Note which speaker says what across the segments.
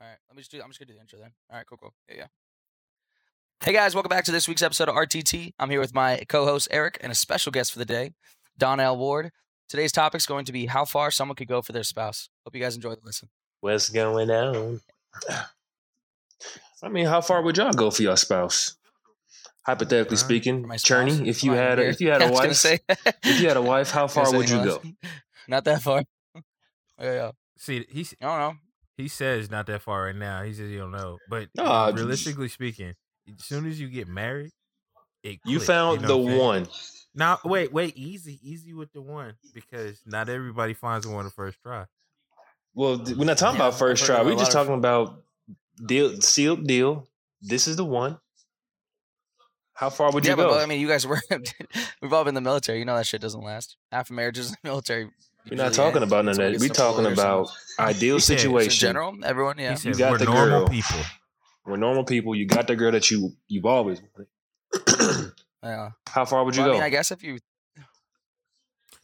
Speaker 1: All right, let me just do. I'm just gonna do the intro then. All right, cool, cool. Yeah, yeah. Hey guys, welcome back to this week's episode of RTT. I'm here with my co-host Eric and a special guest for the day, Donnell Ward. Today's topic is going to be how far someone could go for their spouse. Hope you guys enjoy the listen.
Speaker 2: What's going on? I mean, how far would y'all go for your spouse? Hypothetically
Speaker 1: Uh, For
Speaker 2: speaking,
Speaker 1: my spouse,
Speaker 2: Cherney, if you
Speaker 1: come on,
Speaker 2: had a,
Speaker 1: weird.
Speaker 2: if you had
Speaker 1: I
Speaker 2: a
Speaker 1: was gonna
Speaker 2: wife,
Speaker 1: say-
Speaker 2: if you had a wife, how
Speaker 1: Gonna
Speaker 2: far
Speaker 1: say
Speaker 2: would you
Speaker 1: anything
Speaker 2: go?
Speaker 1: else. Not that far. Yeah, yeah.
Speaker 3: See, he s-
Speaker 1: I don't know.
Speaker 3: he says not that far right now. He says you don't know, but
Speaker 2: No, I-
Speaker 3: realistically speaking, as soon as you get married, it
Speaker 2: You
Speaker 3: clicks,
Speaker 2: found
Speaker 3: know
Speaker 2: the
Speaker 3: what I'm saying?
Speaker 2: one.
Speaker 3: Now, wait, wait, easy, easy with the one because not everybody finds the one the first try.
Speaker 2: Well, th- we're not talking
Speaker 1: Yeah,
Speaker 2: about first
Speaker 1: I've heard
Speaker 2: try.
Speaker 1: of a
Speaker 2: We're just
Speaker 1: lot of-
Speaker 2: talking about deal, sealed deal. This is the one. How far would
Speaker 1: yeah,
Speaker 2: you
Speaker 1: but
Speaker 2: go?
Speaker 1: I mean, you guys were we've all been in the military. You know that shit doesn't last. Half of marriages in the military.
Speaker 2: we're not
Speaker 1: usually
Speaker 2: talking
Speaker 1: end.
Speaker 2: about none of
Speaker 1: Someone
Speaker 2: that.
Speaker 1: gets
Speaker 2: We're
Speaker 1: some
Speaker 2: talking
Speaker 1: lawyers and-
Speaker 2: about ideal
Speaker 3: Just in
Speaker 1: just
Speaker 2: situation.
Speaker 1: in general. Everyone, yeah.
Speaker 3: He said,
Speaker 2: got
Speaker 3: we're
Speaker 2: the
Speaker 3: normal
Speaker 2: girl.
Speaker 3: people.
Speaker 2: We're normal people. You got the girl that you you've always wanted.
Speaker 1: yeah.
Speaker 2: how far would you
Speaker 1: Well, I
Speaker 2: go?
Speaker 1: mean, I guess if you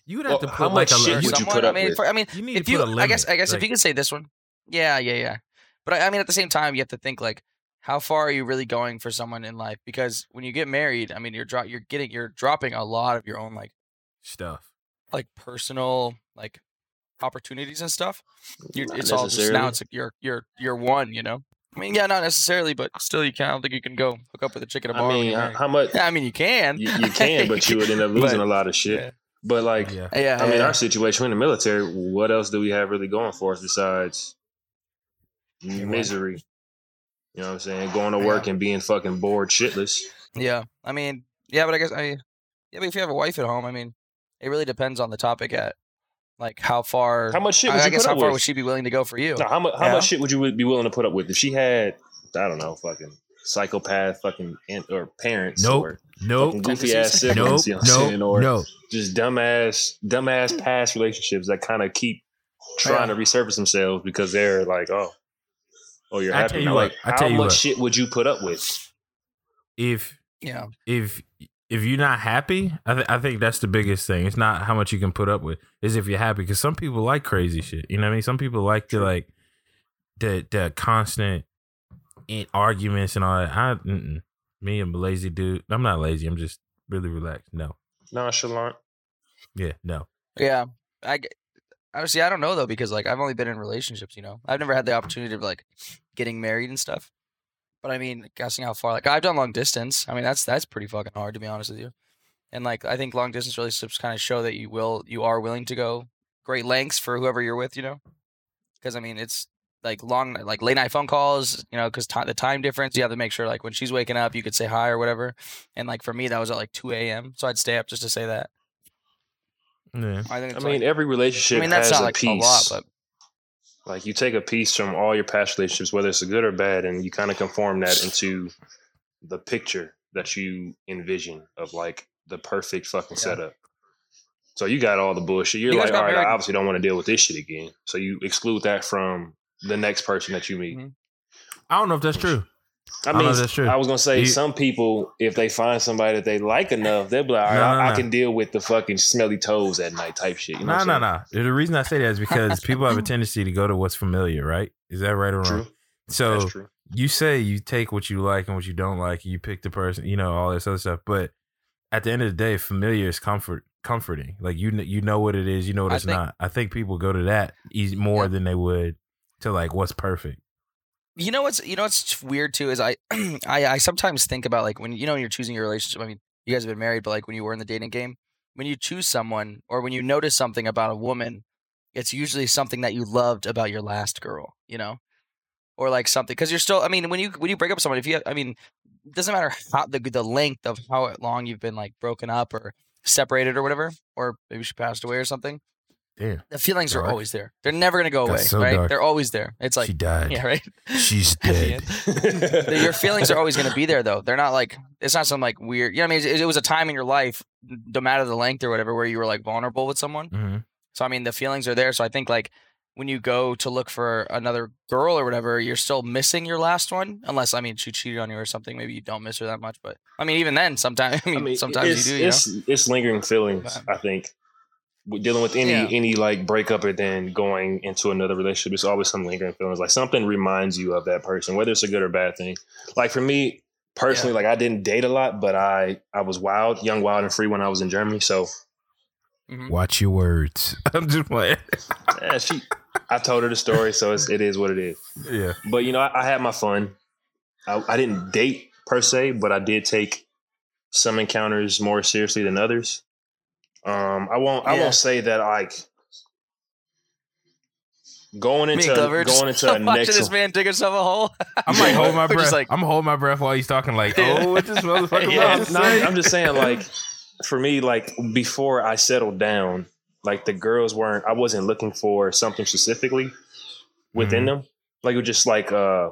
Speaker 3: You would
Speaker 2: Well,
Speaker 3: have to put
Speaker 2: how
Speaker 3: like
Speaker 2: much
Speaker 3: a
Speaker 2: shit would
Speaker 3: limit.
Speaker 2: you
Speaker 1: someone,
Speaker 2: put
Speaker 1: I
Speaker 2: up
Speaker 1: mean,
Speaker 2: with?
Speaker 1: for, I mean,
Speaker 3: You need
Speaker 1: if
Speaker 3: to
Speaker 1: you,
Speaker 3: put a
Speaker 1: I guess,
Speaker 3: limit,
Speaker 1: I guess if
Speaker 3: like-
Speaker 1: you could say this one, yeah, yeah, yeah. But I, I mean, at the same time, you have to think like, how far are you really going for someone in life? Because when you get married, I mean, you're dro- you're getting, you're dropping a lot of your own like,
Speaker 3: stuff.
Speaker 1: like personal like opportunities and stuff. You,
Speaker 2: Not
Speaker 1: it's all just now.
Speaker 2: necessarily.
Speaker 1: It's like you're you're you're one. You know. I mean, yeah, not necessarily, but still, you can't. I don't think you can go hook up with a chick at a bar.
Speaker 2: I
Speaker 1: when
Speaker 2: mean,
Speaker 1: you're
Speaker 2: uh,
Speaker 1: married.
Speaker 2: how much
Speaker 1: Yeah, I mean, you can.
Speaker 2: you, you can, but you would end up losing a lot of shit.
Speaker 1: yeah.
Speaker 2: But like,
Speaker 3: yeah,
Speaker 1: Yeah,
Speaker 2: I mean,
Speaker 1: yeah.
Speaker 2: our situation in the military, what else do we have really going for us besides
Speaker 1: well.
Speaker 2: misery? You know what I'm saying? Going to work and being fucking bored shitless.
Speaker 1: Yeah, I mean, yeah, but I guess I, yeah, but if you have a wife at home, I mean, it really depends on the topic at, like, how far.
Speaker 2: How much shit would
Speaker 1: I,
Speaker 2: you
Speaker 1: I guess
Speaker 2: put
Speaker 1: how
Speaker 2: up
Speaker 1: far
Speaker 2: with?
Speaker 1: would she be willing to go for you?
Speaker 2: No, how much how
Speaker 1: Yeah.
Speaker 2: much shit would you would be willing to put up with if she had I don't know fucking psychopath fucking aunt or parents
Speaker 3: Nope.
Speaker 2: or
Speaker 3: nope,
Speaker 2: fucking
Speaker 3: nope,
Speaker 2: goofy ass
Speaker 1: Nope,
Speaker 2: siblings,
Speaker 3: nope,
Speaker 2: you know what I'm saying? Or
Speaker 3: nope.
Speaker 2: just dumbass dumbass past relationships that kind of keep trying
Speaker 1: Hmm. Yeah.
Speaker 2: to resurface themselves because they're like oh oh you're
Speaker 3: I
Speaker 2: happy
Speaker 3: tell you
Speaker 2: now.
Speaker 3: what,
Speaker 2: like
Speaker 3: I
Speaker 2: how
Speaker 3: tell you
Speaker 2: much
Speaker 3: what.
Speaker 2: shit would you put up with?
Speaker 3: If
Speaker 1: Yeah,
Speaker 3: if if you're not happy, I, th- I think that's the biggest thing. It's not how much you can put up with. Is if you're happy because some people like crazy shit. You know what I mean? Some people like the like the the constant in- arguments and all that. I mm-mm. me I'm a lazy dude. I'm not lazy. I'm just really relaxed. No,
Speaker 2: Nonchalant.
Speaker 3: yeah, no.
Speaker 1: yeah. I g- honestly, I don't know though because like I've only been in relationships. You know, I've never had the opportunity of like getting married and stuff. But I mean, guessing how far. Like I've done long distance. I mean, that's that's pretty fucking hard to be honest with you. And like I think long distance relationships kind of show that you will you are willing to go great lengths for whoever you're with. You know. because I mean it's like long like late night phone calls you know because the time difference you have to make sure like when she's waking up you could say hi or whatever and like for me that was at like 2 a.m so i'd stay up just to say that
Speaker 3: Yeah.
Speaker 1: i think
Speaker 2: I
Speaker 1: it's
Speaker 2: mean
Speaker 1: like,
Speaker 2: every relationship
Speaker 1: i mean that's
Speaker 2: has
Speaker 1: not
Speaker 2: a
Speaker 1: like
Speaker 2: piece.
Speaker 1: a lot but
Speaker 2: like you take a piece from all your past relationships, whether it's a good or bad, and you kind of conform that into the picture that you envision of like the perfect fucking
Speaker 1: Yeah.
Speaker 2: setup. So you got all the bullshit. You're
Speaker 1: You guys
Speaker 2: like,
Speaker 1: got
Speaker 2: all right,
Speaker 1: married-
Speaker 2: I obviously don't want to deal with this shit again. So you exclude that from the next person that you meet.
Speaker 1: Mhm.
Speaker 3: I don't know if that's true.
Speaker 2: I
Speaker 3: Mm. I know
Speaker 2: mean,
Speaker 3: that's true.
Speaker 2: I was gonna say
Speaker 3: You-
Speaker 2: some people, if they find somebody that they like enough, they'll be like, all right,
Speaker 3: No,
Speaker 2: I,
Speaker 3: no,
Speaker 2: I
Speaker 3: no.
Speaker 2: can deal with the fucking smelly toes at night type shit. You know
Speaker 3: No,
Speaker 2: what
Speaker 3: no,
Speaker 2: I'm
Speaker 3: no. The reason I say that is because people have a tendency to go to what's familiar, right? Is that right or wrong?
Speaker 2: saying? True.
Speaker 3: So
Speaker 2: That's true.
Speaker 3: you say you take what you like and what you don't like, and you pick the person, you know, all this other stuff. But at the end of the day, familiar is comfort, comforting. Like you, kn- you know what it is, you know what
Speaker 1: I
Speaker 3: it's
Speaker 1: think-
Speaker 3: not. I think people go to that eas more
Speaker 1: Yeah.
Speaker 3: than they would to like what's perfect.
Speaker 1: you know what's you know what's weird too is I, I I sometimes think about like when you know when you're choosing your relationship. I mean, you guys have been married, but like when you were in the dating game, when you choose someone or when you notice something about a woman, it's usually something that you loved about your last girl, you know, or like something because you're still. I mean, when you when you break up with someone, if you I mean, it doesn't matter how the the length of how long you've been like broken up or separated or whatever, or maybe she passed away or something.
Speaker 3: Damn,
Speaker 1: The feelings are
Speaker 3: Dark.
Speaker 1: always there. They're never gonna go
Speaker 3: That's
Speaker 1: away,
Speaker 3: so
Speaker 1: right?
Speaker 3: dark.
Speaker 1: They're always there. It's like
Speaker 3: she died.
Speaker 1: yeah, right.
Speaker 3: She's
Speaker 1: At the end.
Speaker 3: dead.
Speaker 1: Th- your feelings are always going to be there though they're not like it's not some like weird you know what i mean it, it was a time in your life n- no matter the length or whatever where you were like vulnerable with someone
Speaker 3: hmm
Speaker 1: so i mean the feelings are there so i think like when you go to look for another girl or whatever you're still missing your last one unless i mean she cheated on you or something maybe you don't miss her that much but i mean even then sometimes i mean, sometimes you
Speaker 2: it's,
Speaker 1: do you know
Speaker 2: it's, it's lingering feelings. I think with dealing with any
Speaker 1: Yeah.
Speaker 2: any like breakup or then going into another relationship, it's always some lingering feelings. Like something reminds you of that person, whether it's a good or bad thing. Like for me personally, like I didn't date a lot, but I I was wild, young, wild, and free when I was in Germany. So
Speaker 1: Mhm.
Speaker 3: Watch your words. I'm just playing.
Speaker 2: eh, she, I told her the story, so it's, it is what it is.
Speaker 3: Yeah.
Speaker 2: But you know, I, I had my fun. I, I didn't date per se, but I did take some encounters more seriously than others. Um, I won't. I
Speaker 1: Yeah.
Speaker 2: won't say that like going
Speaker 1: Me and
Speaker 2: into
Speaker 1: Glover just
Speaker 2: going into a
Speaker 1: watching
Speaker 2: next
Speaker 1: this man dig himself a hole.
Speaker 3: I'm like, hold my
Speaker 1: We're just
Speaker 3: breath.
Speaker 1: like-
Speaker 3: I'm holding my breath while he's talking, like,
Speaker 1: Yeah.
Speaker 3: oh, what this motherfucker
Speaker 1: Yeah.
Speaker 3: about to
Speaker 2: No,
Speaker 3: say?
Speaker 2: I'm, I'm just saying like for me like before I settled down, like the girls weren't. I wasn't looking for something specifically within
Speaker 3: Mm-hmm.
Speaker 2: them. Like it was just like uh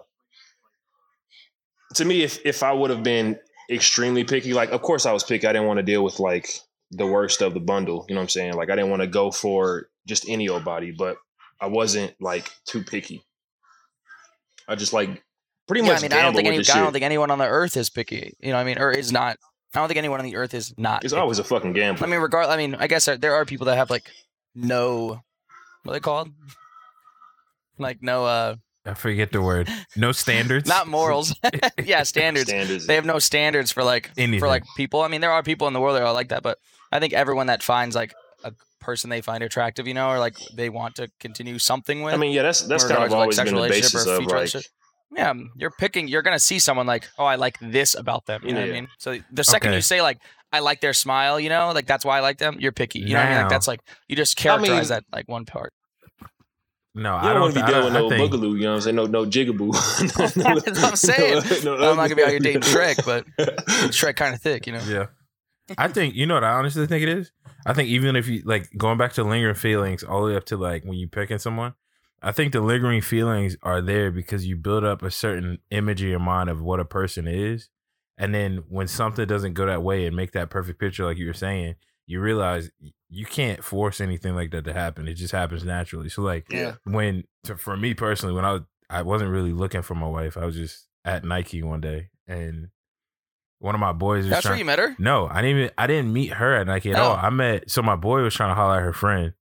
Speaker 2: to me if if I would have been extremely picky, like of course I was picky. I didn't want to deal with like the worst of the bundle. You know what I'm saying? Like I didn't want to go for just any old body, but I wasn't like too picky. I just like pretty
Speaker 1: Yeah,
Speaker 2: much.
Speaker 1: I mean, I don't
Speaker 2: gambled
Speaker 1: think
Speaker 2: with
Speaker 1: any, I
Speaker 2: the
Speaker 1: don't
Speaker 2: shit.
Speaker 1: think anyone on the earth is picky. You know, what I mean, or is not. I don't think anyone on the earth is not.
Speaker 2: it's
Speaker 1: picky.
Speaker 2: always a fucking gamble.
Speaker 1: I mean, regard. I mean, I guess there, there are people that have like no, what are they called? Like no, uh,
Speaker 3: I forget the word. No standards.
Speaker 1: not morals. yeah, standards.
Speaker 2: Standards.
Speaker 1: They have no standards for like
Speaker 3: Anything.
Speaker 1: for like people. I mean, there are people in the world that are like that, but I think everyone that finds like a person they find attractive, you know, or like they want to continue something with.
Speaker 2: I mean, yeah, that's that's
Speaker 1: in
Speaker 2: kind of
Speaker 1: regards to, like, sexual
Speaker 2: always been the
Speaker 1: relationship
Speaker 2: basis
Speaker 1: or
Speaker 2: of
Speaker 1: future
Speaker 2: like,
Speaker 1: relationship. yeah, um, you're picking. You're gonna see someone like, oh, I like this about them. You know what
Speaker 2: Yeah.
Speaker 1: I mean? So the second
Speaker 3: Okay.
Speaker 1: you say like, I like their smile, you know, like that's why I like them. You're picky. You know what I mean?
Speaker 3: Now-
Speaker 1: Like that's like you just
Speaker 2: I mean-
Speaker 1: characterize that like one part.
Speaker 3: no,
Speaker 2: you
Speaker 3: I
Speaker 2: don't
Speaker 3: don't
Speaker 2: want to be
Speaker 3: I
Speaker 2: dealing
Speaker 3: don't-
Speaker 2: with
Speaker 3: I
Speaker 2: no
Speaker 3: think-
Speaker 2: boogaloo. You know what I'm saying? No, no jigaboo.
Speaker 1: That's what I'm saying.
Speaker 2: no,
Speaker 1: I'm not gonna be out here dating Shrek, but Shrek kind of thick, you know.
Speaker 3: Yeah. I think you know what I honestly think it is. I think even if you like going back to lingering feelings all the way up to like when you picking someone, I think the lingering feelings are there because you build up a certain image in your mind of what a person is, and then when something doesn't go that way and make that perfect picture, like you were saying, you realize you can't force anything like that to happen. It just happens naturally. So like
Speaker 2: Yeah.
Speaker 3: when to, for me personally, when I was, I wasn't really looking for my wife, I was just at Nike one day and one of my boys was
Speaker 1: That's
Speaker 3: trying.
Speaker 1: where you met her.
Speaker 3: No, I didn't even I didn't meet her at Nike at
Speaker 1: Oh.
Speaker 3: all. I met so my boy was trying to holler at her friend.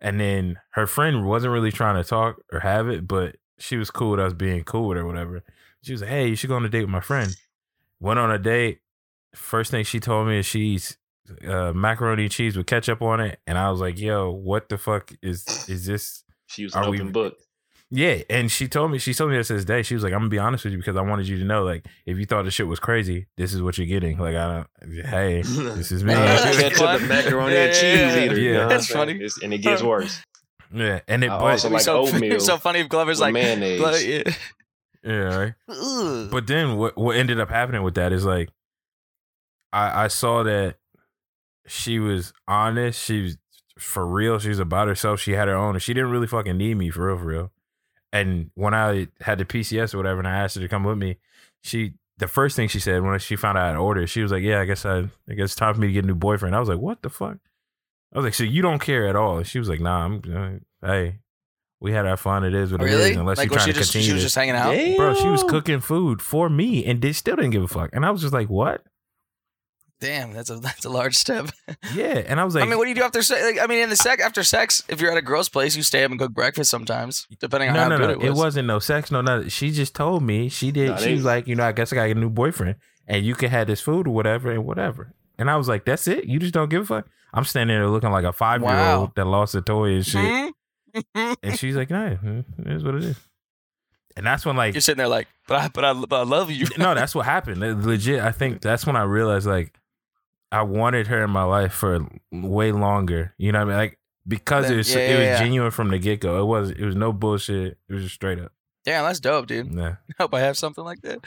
Speaker 3: And then her friend wasn't really trying to talk or have it, but she was cool with us being cool with her or whatever. She was like, Hey, you should go on a date with my friend. Went on a date. First thing she told me is she's uh, macaroni and cheese with ketchup on it. And I was like, yo, what the fuck is is this?
Speaker 2: She was an
Speaker 3: Are we-
Speaker 2: open book.
Speaker 3: Yeah, and she told me she told me this this day. She was like, "I'm gonna be honest with you because I wanted you to know, like, if you thought this shit was crazy, this is what you're getting. Like, I don't. Hey, this is me.
Speaker 1: Yeah.
Speaker 2: Catch up the macaroni and
Speaker 1: Yeah,
Speaker 2: cheese
Speaker 1: yeah, yeah.
Speaker 2: eater. you
Speaker 3: Yeah.
Speaker 2: know what I'm
Speaker 1: That's
Speaker 2: saying?
Speaker 1: funny.
Speaker 2: It's- and it gets worse.
Speaker 3: yeah, and it
Speaker 2: I
Speaker 3: but
Speaker 2: also
Speaker 1: It'd
Speaker 2: like
Speaker 1: be so, it'd be
Speaker 2: oatmeal
Speaker 1: so funny if Glover's
Speaker 2: with
Speaker 1: like,
Speaker 2: mayonnaise.
Speaker 1: Glo- yeah.
Speaker 3: yeah, right.
Speaker 1: Ugh.
Speaker 3: But then what what ended up happening with that is like I I saw that she was honest, she was for real, she was about herself, she had her own, and she didn't really fucking need me for real, for real. And when I had the PCS or whatever and I asked her to come with me, she the first thing she said when she found out I had ordered, she was like, Yeah, I guess I I guess it's time for me to get a new boyfriend. I was like, What the fuck? I was like, So you don't care at all? And she was like, Nah, I'm uh, hey, we had our fun, it is what it
Speaker 1: really?
Speaker 3: is, unless
Speaker 1: Like
Speaker 3: you're
Speaker 1: was
Speaker 3: trying
Speaker 1: she
Speaker 3: to
Speaker 1: just
Speaker 3: continue.
Speaker 1: she was
Speaker 3: this."
Speaker 1: just hanging out?
Speaker 2: Damn.
Speaker 3: Bro, she was cooking food for me and did, still didn't give a fuck. And I was just like, what?
Speaker 1: Damn, that's a that's a large step.
Speaker 3: Yeah. And I was like,
Speaker 1: I mean, what do you do after sex? Like, I mean, in the sec after sex, if you're at a gross place, you stay up and cook breakfast sometimes, depending on
Speaker 3: no,
Speaker 1: how
Speaker 3: no,
Speaker 1: good
Speaker 3: no.
Speaker 1: it was.
Speaker 3: not no sex, no nothing. She just told me she did.
Speaker 2: Nah,
Speaker 3: she
Speaker 2: they-
Speaker 3: was like, you know, I guess I got a new boyfriend and you can have this food or whatever and whatever. And I was like, that's it? You just don't give a fuck? I'm standing there looking like a five year
Speaker 1: Wow.
Speaker 3: old that lost a toy and shit.
Speaker 1: Hmm?
Speaker 3: And she's like, no, it is what it is. And that's when, like,
Speaker 1: You're sitting there like, but I, but I, but I love you.
Speaker 3: no, that's what happened. Le- Legit, I think that's when I realized like I wanted her in my life for way longer. You know what I mean? Like because it
Speaker 1: Then-
Speaker 3: was
Speaker 1: yeah,
Speaker 3: it was
Speaker 1: yeah, yeah.
Speaker 3: genuine from the get go. It was it was no bullshit. It was just straight up.
Speaker 1: Damn, that's dope, dude.
Speaker 3: Nah.
Speaker 1: I hope I have something like that.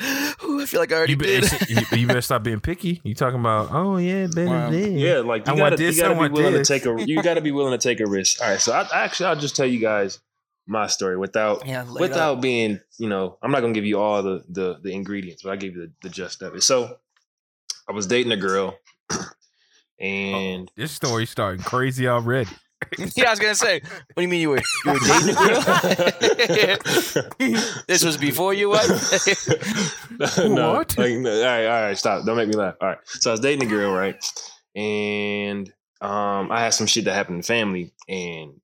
Speaker 1: Ooh, I feel like I already
Speaker 3: You, be-
Speaker 1: did.
Speaker 3: you, you better stop being picky. You talking about oh yeah, better
Speaker 1: Wow.
Speaker 3: than
Speaker 2: Yeah, like you
Speaker 3: I
Speaker 2: gotta,
Speaker 3: want this,
Speaker 2: you gotta
Speaker 3: I
Speaker 2: be
Speaker 3: want
Speaker 2: willing
Speaker 3: this.
Speaker 2: to take a you gotta be willing to take a risk. All right, so I, actually I'll just tell you guys my story without
Speaker 1: yeah, laid
Speaker 2: without
Speaker 1: out.
Speaker 2: being, you know, I'm not gonna give you all the the, the ingredients, but I give you the, the gist of it. So I was dating a girl, and
Speaker 3: This story starting crazy already.
Speaker 1: yeah, I was gonna say. What do you mean you were you were dating Oh. a girl? this was before you what?
Speaker 2: no,
Speaker 3: What?
Speaker 2: like, no, all right, all right, stop! Don't make me laugh. All right, so I was dating a girl, right? And um, I had some shit that happened in family, and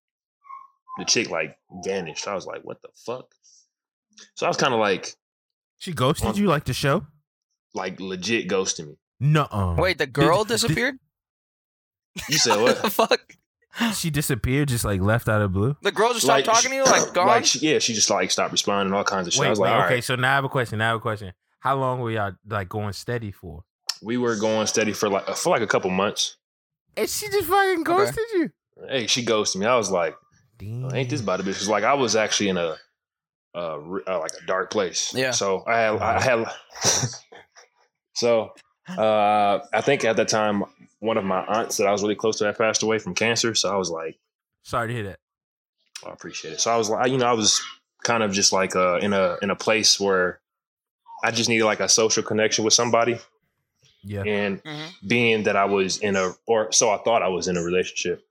Speaker 2: the chick like vanished. I was like, what the fuck? So I was kind of like,
Speaker 4: She ghosted you like the show?
Speaker 2: like legit ghosting me.
Speaker 4: No.
Speaker 1: Wait, the girl
Speaker 3: did- did-
Speaker 1: disappeared?
Speaker 2: You said
Speaker 1: What the
Speaker 2: what?
Speaker 1: fuck?
Speaker 3: She disappeared, just like left out of the blue.
Speaker 1: The girl just stopped talking to you? Like, gone?
Speaker 2: Like, she, yeah, she just like stopped responding, all kinds of shit. I
Speaker 3: Wait,
Speaker 2: was
Speaker 3: wait,
Speaker 2: like, all right.
Speaker 3: okay. So now I have a question. Now I have a question. How long were y'all like going steady for?
Speaker 2: we were going steady for like for like a couple months.
Speaker 3: And she just fucking
Speaker 1: ghosted
Speaker 3: you.
Speaker 2: Hey, she ghosted me. I was like,
Speaker 3: Damn.
Speaker 2: ain't this about a bitch? 'Cause, like I was actually in a, uh, re- uh, like a dark place.
Speaker 1: Yeah.
Speaker 2: So I had, I had, so uh, I think at that time one of my aunts that I was really close to had passed away from cancer. So I was like, "Oh,
Speaker 3: Sorry to hear that.
Speaker 2: I appreciate it. So I was like, you know, I was kind of just like uh, in a in a place where I just needed like a social connection with somebody,
Speaker 3: Yeah.
Speaker 2: and
Speaker 1: Mhm.
Speaker 2: being that I was in a or so I thought I was in a relationship.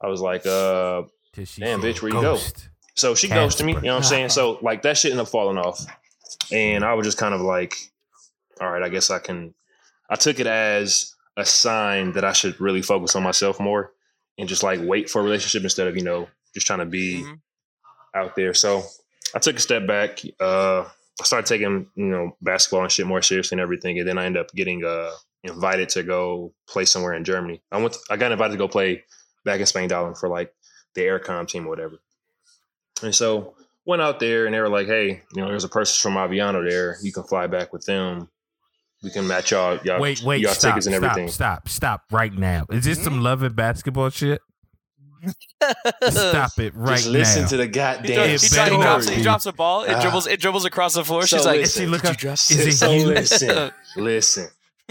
Speaker 2: I was like, uh,
Speaker 3: Till she
Speaker 2: Damn,
Speaker 3: said
Speaker 2: bitch, where you go?
Speaker 3: ghost.
Speaker 2: so she
Speaker 3: Casper.
Speaker 2: goes to me, you know what I'm saying? So like that shit ended up falling off. And I was just kind of like, all right, I guess I can I took it as a sign that I should really focus on myself more and just like wait for a relationship instead of, you know, just trying to be
Speaker 1: Mhm.
Speaker 2: out there. So I took a step back. Uh I started taking, you know, basketball and shit more seriously and everything. And then I ended up getting uh invited to go play somewhere in Germany. I went I got invited to go play back in Spain Dollar for like the aircom team or whatever. And so went out there and they were like, hey, you know, there's a person from Aviano there. You can fly back with them. We can match y'all y'all,
Speaker 3: Wait, wait,
Speaker 2: y'all Uh,
Speaker 3: stop,
Speaker 2: tickets and
Speaker 3: stop,
Speaker 2: everything.
Speaker 3: stop, stop right now. Is this some love and basketball shit? Stop it right
Speaker 2: Just listen
Speaker 3: now.
Speaker 2: to the
Speaker 1: He, does,
Speaker 2: goddamn
Speaker 1: he,
Speaker 3: Damn
Speaker 1: does- he drops,
Speaker 2: story.
Speaker 1: he drops a ball. It
Speaker 2: Ah.
Speaker 1: dribbles. It dribbles across the floor.
Speaker 2: So
Speaker 1: She's like,
Speaker 2: listen,
Speaker 3: she look
Speaker 1: "Did you
Speaker 3: up-
Speaker 1: drop
Speaker 3: is it
Speaker 1: six?"
Speaker 2: so
Speaker 3: you?
Speaker 2: listen, listen.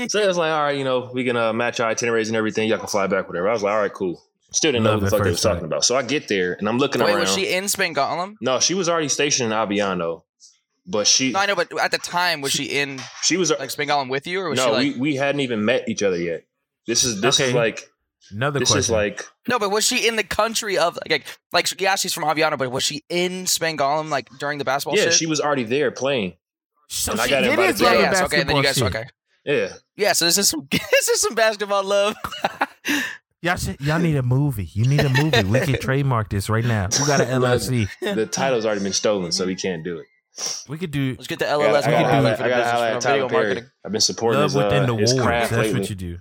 Speaker 2: So it was like, all right, you know, we can uh, match our itineraries and everything. Y'all can fly back, whatever. I was like, all right, cool. Still didn't know what
Speaker 3: Love
Speaker 2: the
Speaker 3: at
Speaker 2: fuck they was
Speaker 3: first sight.
Speaker 2: talking about. So I get there and I'm looking
Speaker 1: Wait,
Speaker 2: around.
Speaker 1: was she in Spain Gollum?
Speaker 2: no, she was already stationed in Aviano, but she
Speaker 1: No, I know, but at the time, was she in
Speaker 2: she was
Speaker 1: like Spain Gollum with you, or was
Speaker 2: no,
Speaker 1: she like?
Speaker 2: we, we hadn't even met each other yet. This is this
Speaker 3: Okay.
Speaker 2: is like
Speaker 3: Another
Speaker 2: this
Speaker 3: question.
Speaker 2: is like
Speaker 1: No, but was she in the country of like, like, like yeah, she's from Aviano, but was she in Spain Gollum like during the basketball
Speaker 2: yeah,
Speaker 1: shit?
Speaker 2: she was already there playing.
Speaker 3: so
Speaker 2: and I
Speaker 3: she
Speaker 2: got
Speaker 3: did
Speaker 2: invited
Speaker 3: his
Speaker 2: to
Speaker 1: yeah,
Speaker 2: that.
Speaker 3: love
Speaker 1: yeah,
Speaker 3: and
Speaker 1: it's
Speaker 3: basketball
Speaker 1: okay. And then you guys,
Speaker 3: shit.
Speaker 1: okay,
Speaker 2: Yeah,
Speaker 1: yeah. So this is some, this is some basketball love.
Speaker 3: Y'all, should, y'all need a movie. You need a movie. We can trademark this right now. We got an LLC.
Speaker 2: the title's already been stolen, so we can't do it.
Speaker 3: We could do
Speaker 1: Let's get the
Speaker 2: I
Speaker 1: LLS
Speaker 2: gotta- I gotta
Speaker 1: marketing
Speaker 2: highlight-
Speaker 1: for
Speaker 2: I
Speaker 1: the
Speaker 2: gotta
Speaker 1: business
Speaker 2: highlight
Speaker 1: from
Speaker 2: Tyler
Speaker 1: video
Speaker 2: Perry.
Speaker 1: marketing.
Speaker 2: I've been supporting
Speaker 3: Love
Speaker 2: his, uh,
Speaker 3: Within the
Speaker 2: his
Speaker 3: Wars.
Speaker 2: craft
Speaker 3: That's
Speaker 2: lately.
Speaker 3: what you do.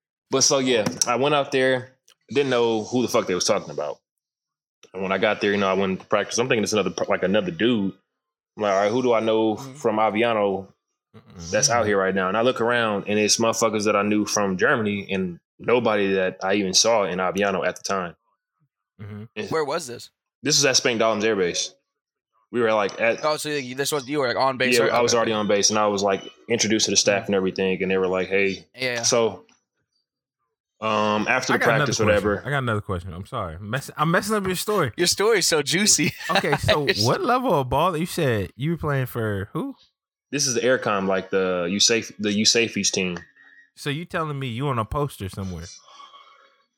Speaker 2: but so yeah,
Speaker 3: Um,
Speaker 2: I went out there, didn't know who the fuck they was talking about. And when I got there, you know, I went to practice. I'm thinking it's another like another dude. I'm like, all right, who do I know
Speaker 3: Mm-hmm.
Speaker 1: Mhm.
Speaker 2: from Aviano that's out here right now? And I look around, and it's motherfuckers that I knew from Germany, and nobody that I even saw in Aviano at the time.
Speaker 3: Mhm.
Speaker 1: Where was this?
Speaker 2: This was at Spain Dolom's Air Base. We were like at
Speaker 1: Oh, so you- this was you were like on base.
Speaker 2: yeah,
Speaker 1: or-
Speaker 2: I was
Speaker 1: okay.
Speaker 2: already on base, and I was like introduced to the
Speaker 3: Mm-hmm.
Speaker 2: staff and everything, and they were like, "Hey,
Speaker 1: Yeah, yeah.
Speaker 2: so." Um, after
Speaker 3: I
Speaker 2: the
Speaker 3: got another
Speaker 2: practice,
Speaker 3: question.
Speaker 2: whatever.
Speaker 3: I got another question. I'm sorry. I'm messing, I'm messing up your story.
Speaker 1: Your story's so juicy.
Speaker 3: Okay, so what level of ball you said you were playing for who?
Speaker 2: This is the aircom, like the you safe the you safeties team.
Speaker 3: So you telling me you on a poster somewhere?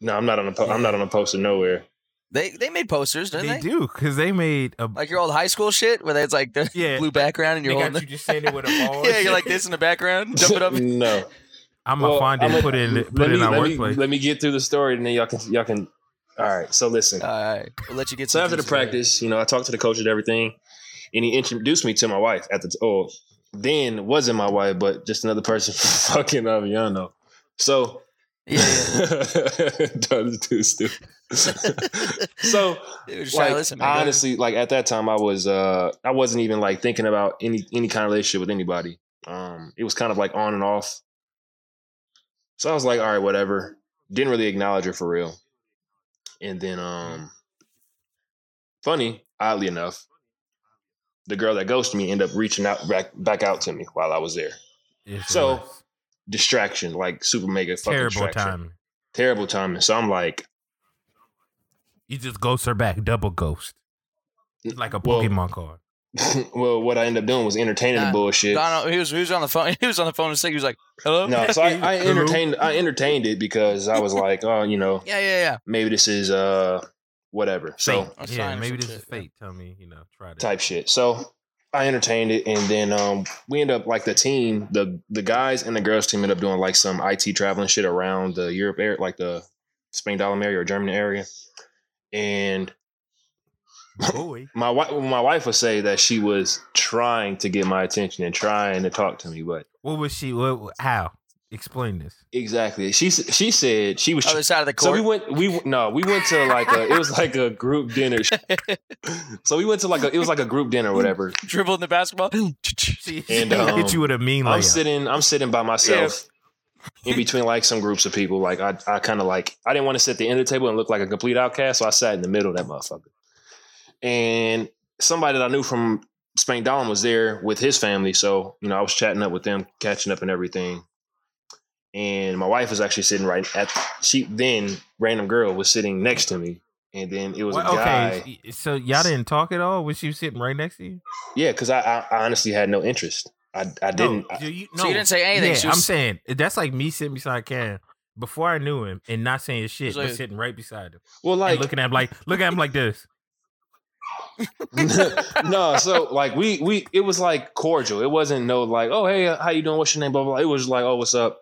Speaker 2: No, I'm not on a po- I'm not on a poster nowhere.
Speaker 1: They they made posters, didn't they?
Speaker 3: they do because they made a
Speaker 1: Like your old high school shit, where it's like the
Speaker 3: yeah.
Speaker 1: blue background and
Speaker 3: They
Speaker 1: you're holding.
Speaker 3: got you just standing with a ball.
Speaker 1: yeah, you're like this in the background, jumping up.
Speaker 2: no,
Speaker 3: I'm
Speaker 2: Well,
Speaker 3: gonna find it
Speaker 2: I'ma-
Speaker 3: and put it in, put
Speaker 2: let
Speaker 3: it
Speaker 2: me,
Speaker 3: in our
Speaker 2: let me-
Speaker 3: workplace.
Speaker 2: let me get through the story, and then y'all can y'all can. All right, so listen.
Speaker 1: All right, we'll let you get.
Speaker 2: so
Speaker 1: some
Speaker 2: after the
Speaker 1: juice later.
Speaker 2: practice, you know, I talked to the coach and everything, and he introduced me to my wife at the t- oh, then wasn't my wife, but just another person from fucking Aviano. So
Speaker 1: yeah,
Speaker 2: That was too stupid. so
Speaker 1: yeah. Dude, just try
Speaker 2: like,
Speaker 1: to listen, man.
Speaker 2: I honestly, like at that time, I was uh I wasn't even like thinking about any any kind of relationship with anybody. Um, it was kind of like on and off. So I was like, all right, whatever. Didn't really acknowledge her for real. And then, um, funny, oddly enough, the girl that ghosted me ended up reaching out back back out to me while I was there.
Speaker 3: It's
Speaker 2: so,
Speaker 3: worse.
Speaker 2: Distraction, like super mega fucking
Speaker 3: terrible
Speaker 2: distraction.
Speaker 3: timing.
Speaker 2: Terrible timing. So I'm like,
Speaker 3: You just ghost her back, double ghost, like a
Speaker 2: well,
Speaker 3: Pokemon card.
Speaker 2: well, what I ended up doing was entertaining
Speaker 1: Nah,
Speaker 2: the bullshit.
Speaker 1: Donald, he was he was on the phone. He was on the phone and sick. He was like, "Hello."
Speaker 2: No, so I, I
Speaker 3: Hello?
Speaker 2: entertained I entertained it because I was like, oh, you know,
Speaker 1: Yeah, yeah, yeah.
Speaker 2: maybe this is uh whatever. So
Speaker 3: Fate.
Speaker 1: Or
Speaker 3: yeah,
Speaker 1: sign or
Speaker 3: maybe
Speaker 1: some
Speaker 3: this
Speaker 1: shit,
Speaker 3: is
Speaker 1: yeah.
Speaker 3: fate. Tell me, you know, try to
Speaker 2: type shit. So I entertained it, and then um, we end up like the team, the the guys and the girls team end up doing like some IT traveling shit around the Europe area, like the Spain Dahlem area or Germany area. And
Speaker 3: Boy.
Speaker 2: my wife, my wife would say that she was trying to get my attention and trying to talk to me, but
Speaker 3: What was she? What, how? Explain this.
Speaker 2: exactly, she s- she said she was.
Speaker 1: Other side of the
Speaker 2: so
Speaker 1: court.
Speaker 2: we went, we no, we went to like a, it was like a group dinner. so we went to like a, it was like a group dinner or whatever.
Speaker 1: dribbling the basketball.
Speaker 3: She,
Speaker 2: And,
Speaker 3: she
Speaker 2: um,
Speaker 3: hit you with a mean
Speaker 2: I'm
Speaker 3: layup.
Speaker 2: sitting. I'm sitting by myself in between like some groups of people. Like I, I kind of like I didn't want to sit at the end of the table and look like a complete outcast, so I sat in the middle of that motherfucker. And somebody that I knew from Spain Dolan was there with his family, so you know I was chatting up with them, catching up and everything. And my wife was actually sitting right at she then random girl was sitting next to me, and then it was
Speaker 5: Well,
Speaker 2: a guy.
Speaker 5: okay, s- so y'all didn't talk at all when she was sitting right next to you?
Speaker 2: Yeah, because I, I I honestly had no interest. I I didn't.
Speaker 5: No,
Speaker 2: I-
Speaker 5: you- you,
Speaker 1: So you
Speaker 5: no.
Speaker 1: didn't say anything.
Speaker 5: Yeah,
Speaker 1: she
Speaker 5: I'm
Speaker 1: was,
Speaker 5: saying eh, that's like me sitting beside Cam before I knew him and not saying shit,
Speaker 1: It's
Speaker 5: but
Speaker 1: like-
Speaker 5: sitting right beside him
Speaker 2: well,
Speaker 5: and
Speaker 2: like
Speaker 5: looking at him like, look at him like this.
Speaker 2: no, so like we we it was like cordial. It wasn't no like, oh hey, uh, how you doing? What's your name? Blah blah. blah. It was like, oh, what's up?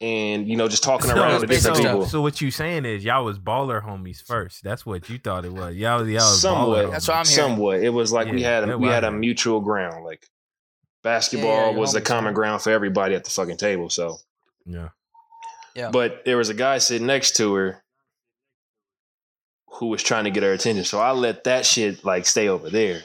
Speaker 2: And you know, just talking
Speaker 5: So,
Speaker 2: around to
Speaker 1: basic
Speaker 2: different
Speaker 1: stuff.
Speaker 2: people.
Speaker 5: so what you saying is y'all was baller homies first. That's what you thought it was. Y'all, y'all was
Speaker 2: Somewhat.
Speaker 5: baller. Homies.
Speaker 1: That's what I'm hearing.
Speaker 2: Somewhat, it was like we
Speaker 5: Yeah,
Speaker 2: had a,
Speaker 5: that
Speaker 2: we had a
Speaker 5: wild.
Speaker 2: mutual ground. Like basketball
Speaker 1: Yeah, yeah,
Speaker 2: was the
Speaker 1: homies.
Speaker 2: common ground for everybody at the fucking table. So,
Speaker 5: Yeah.
Speaker 1: Yeah.
Speaker 2: but there was a guy sitting next to her who was trying to get her attention. So I let that shit like stay over there.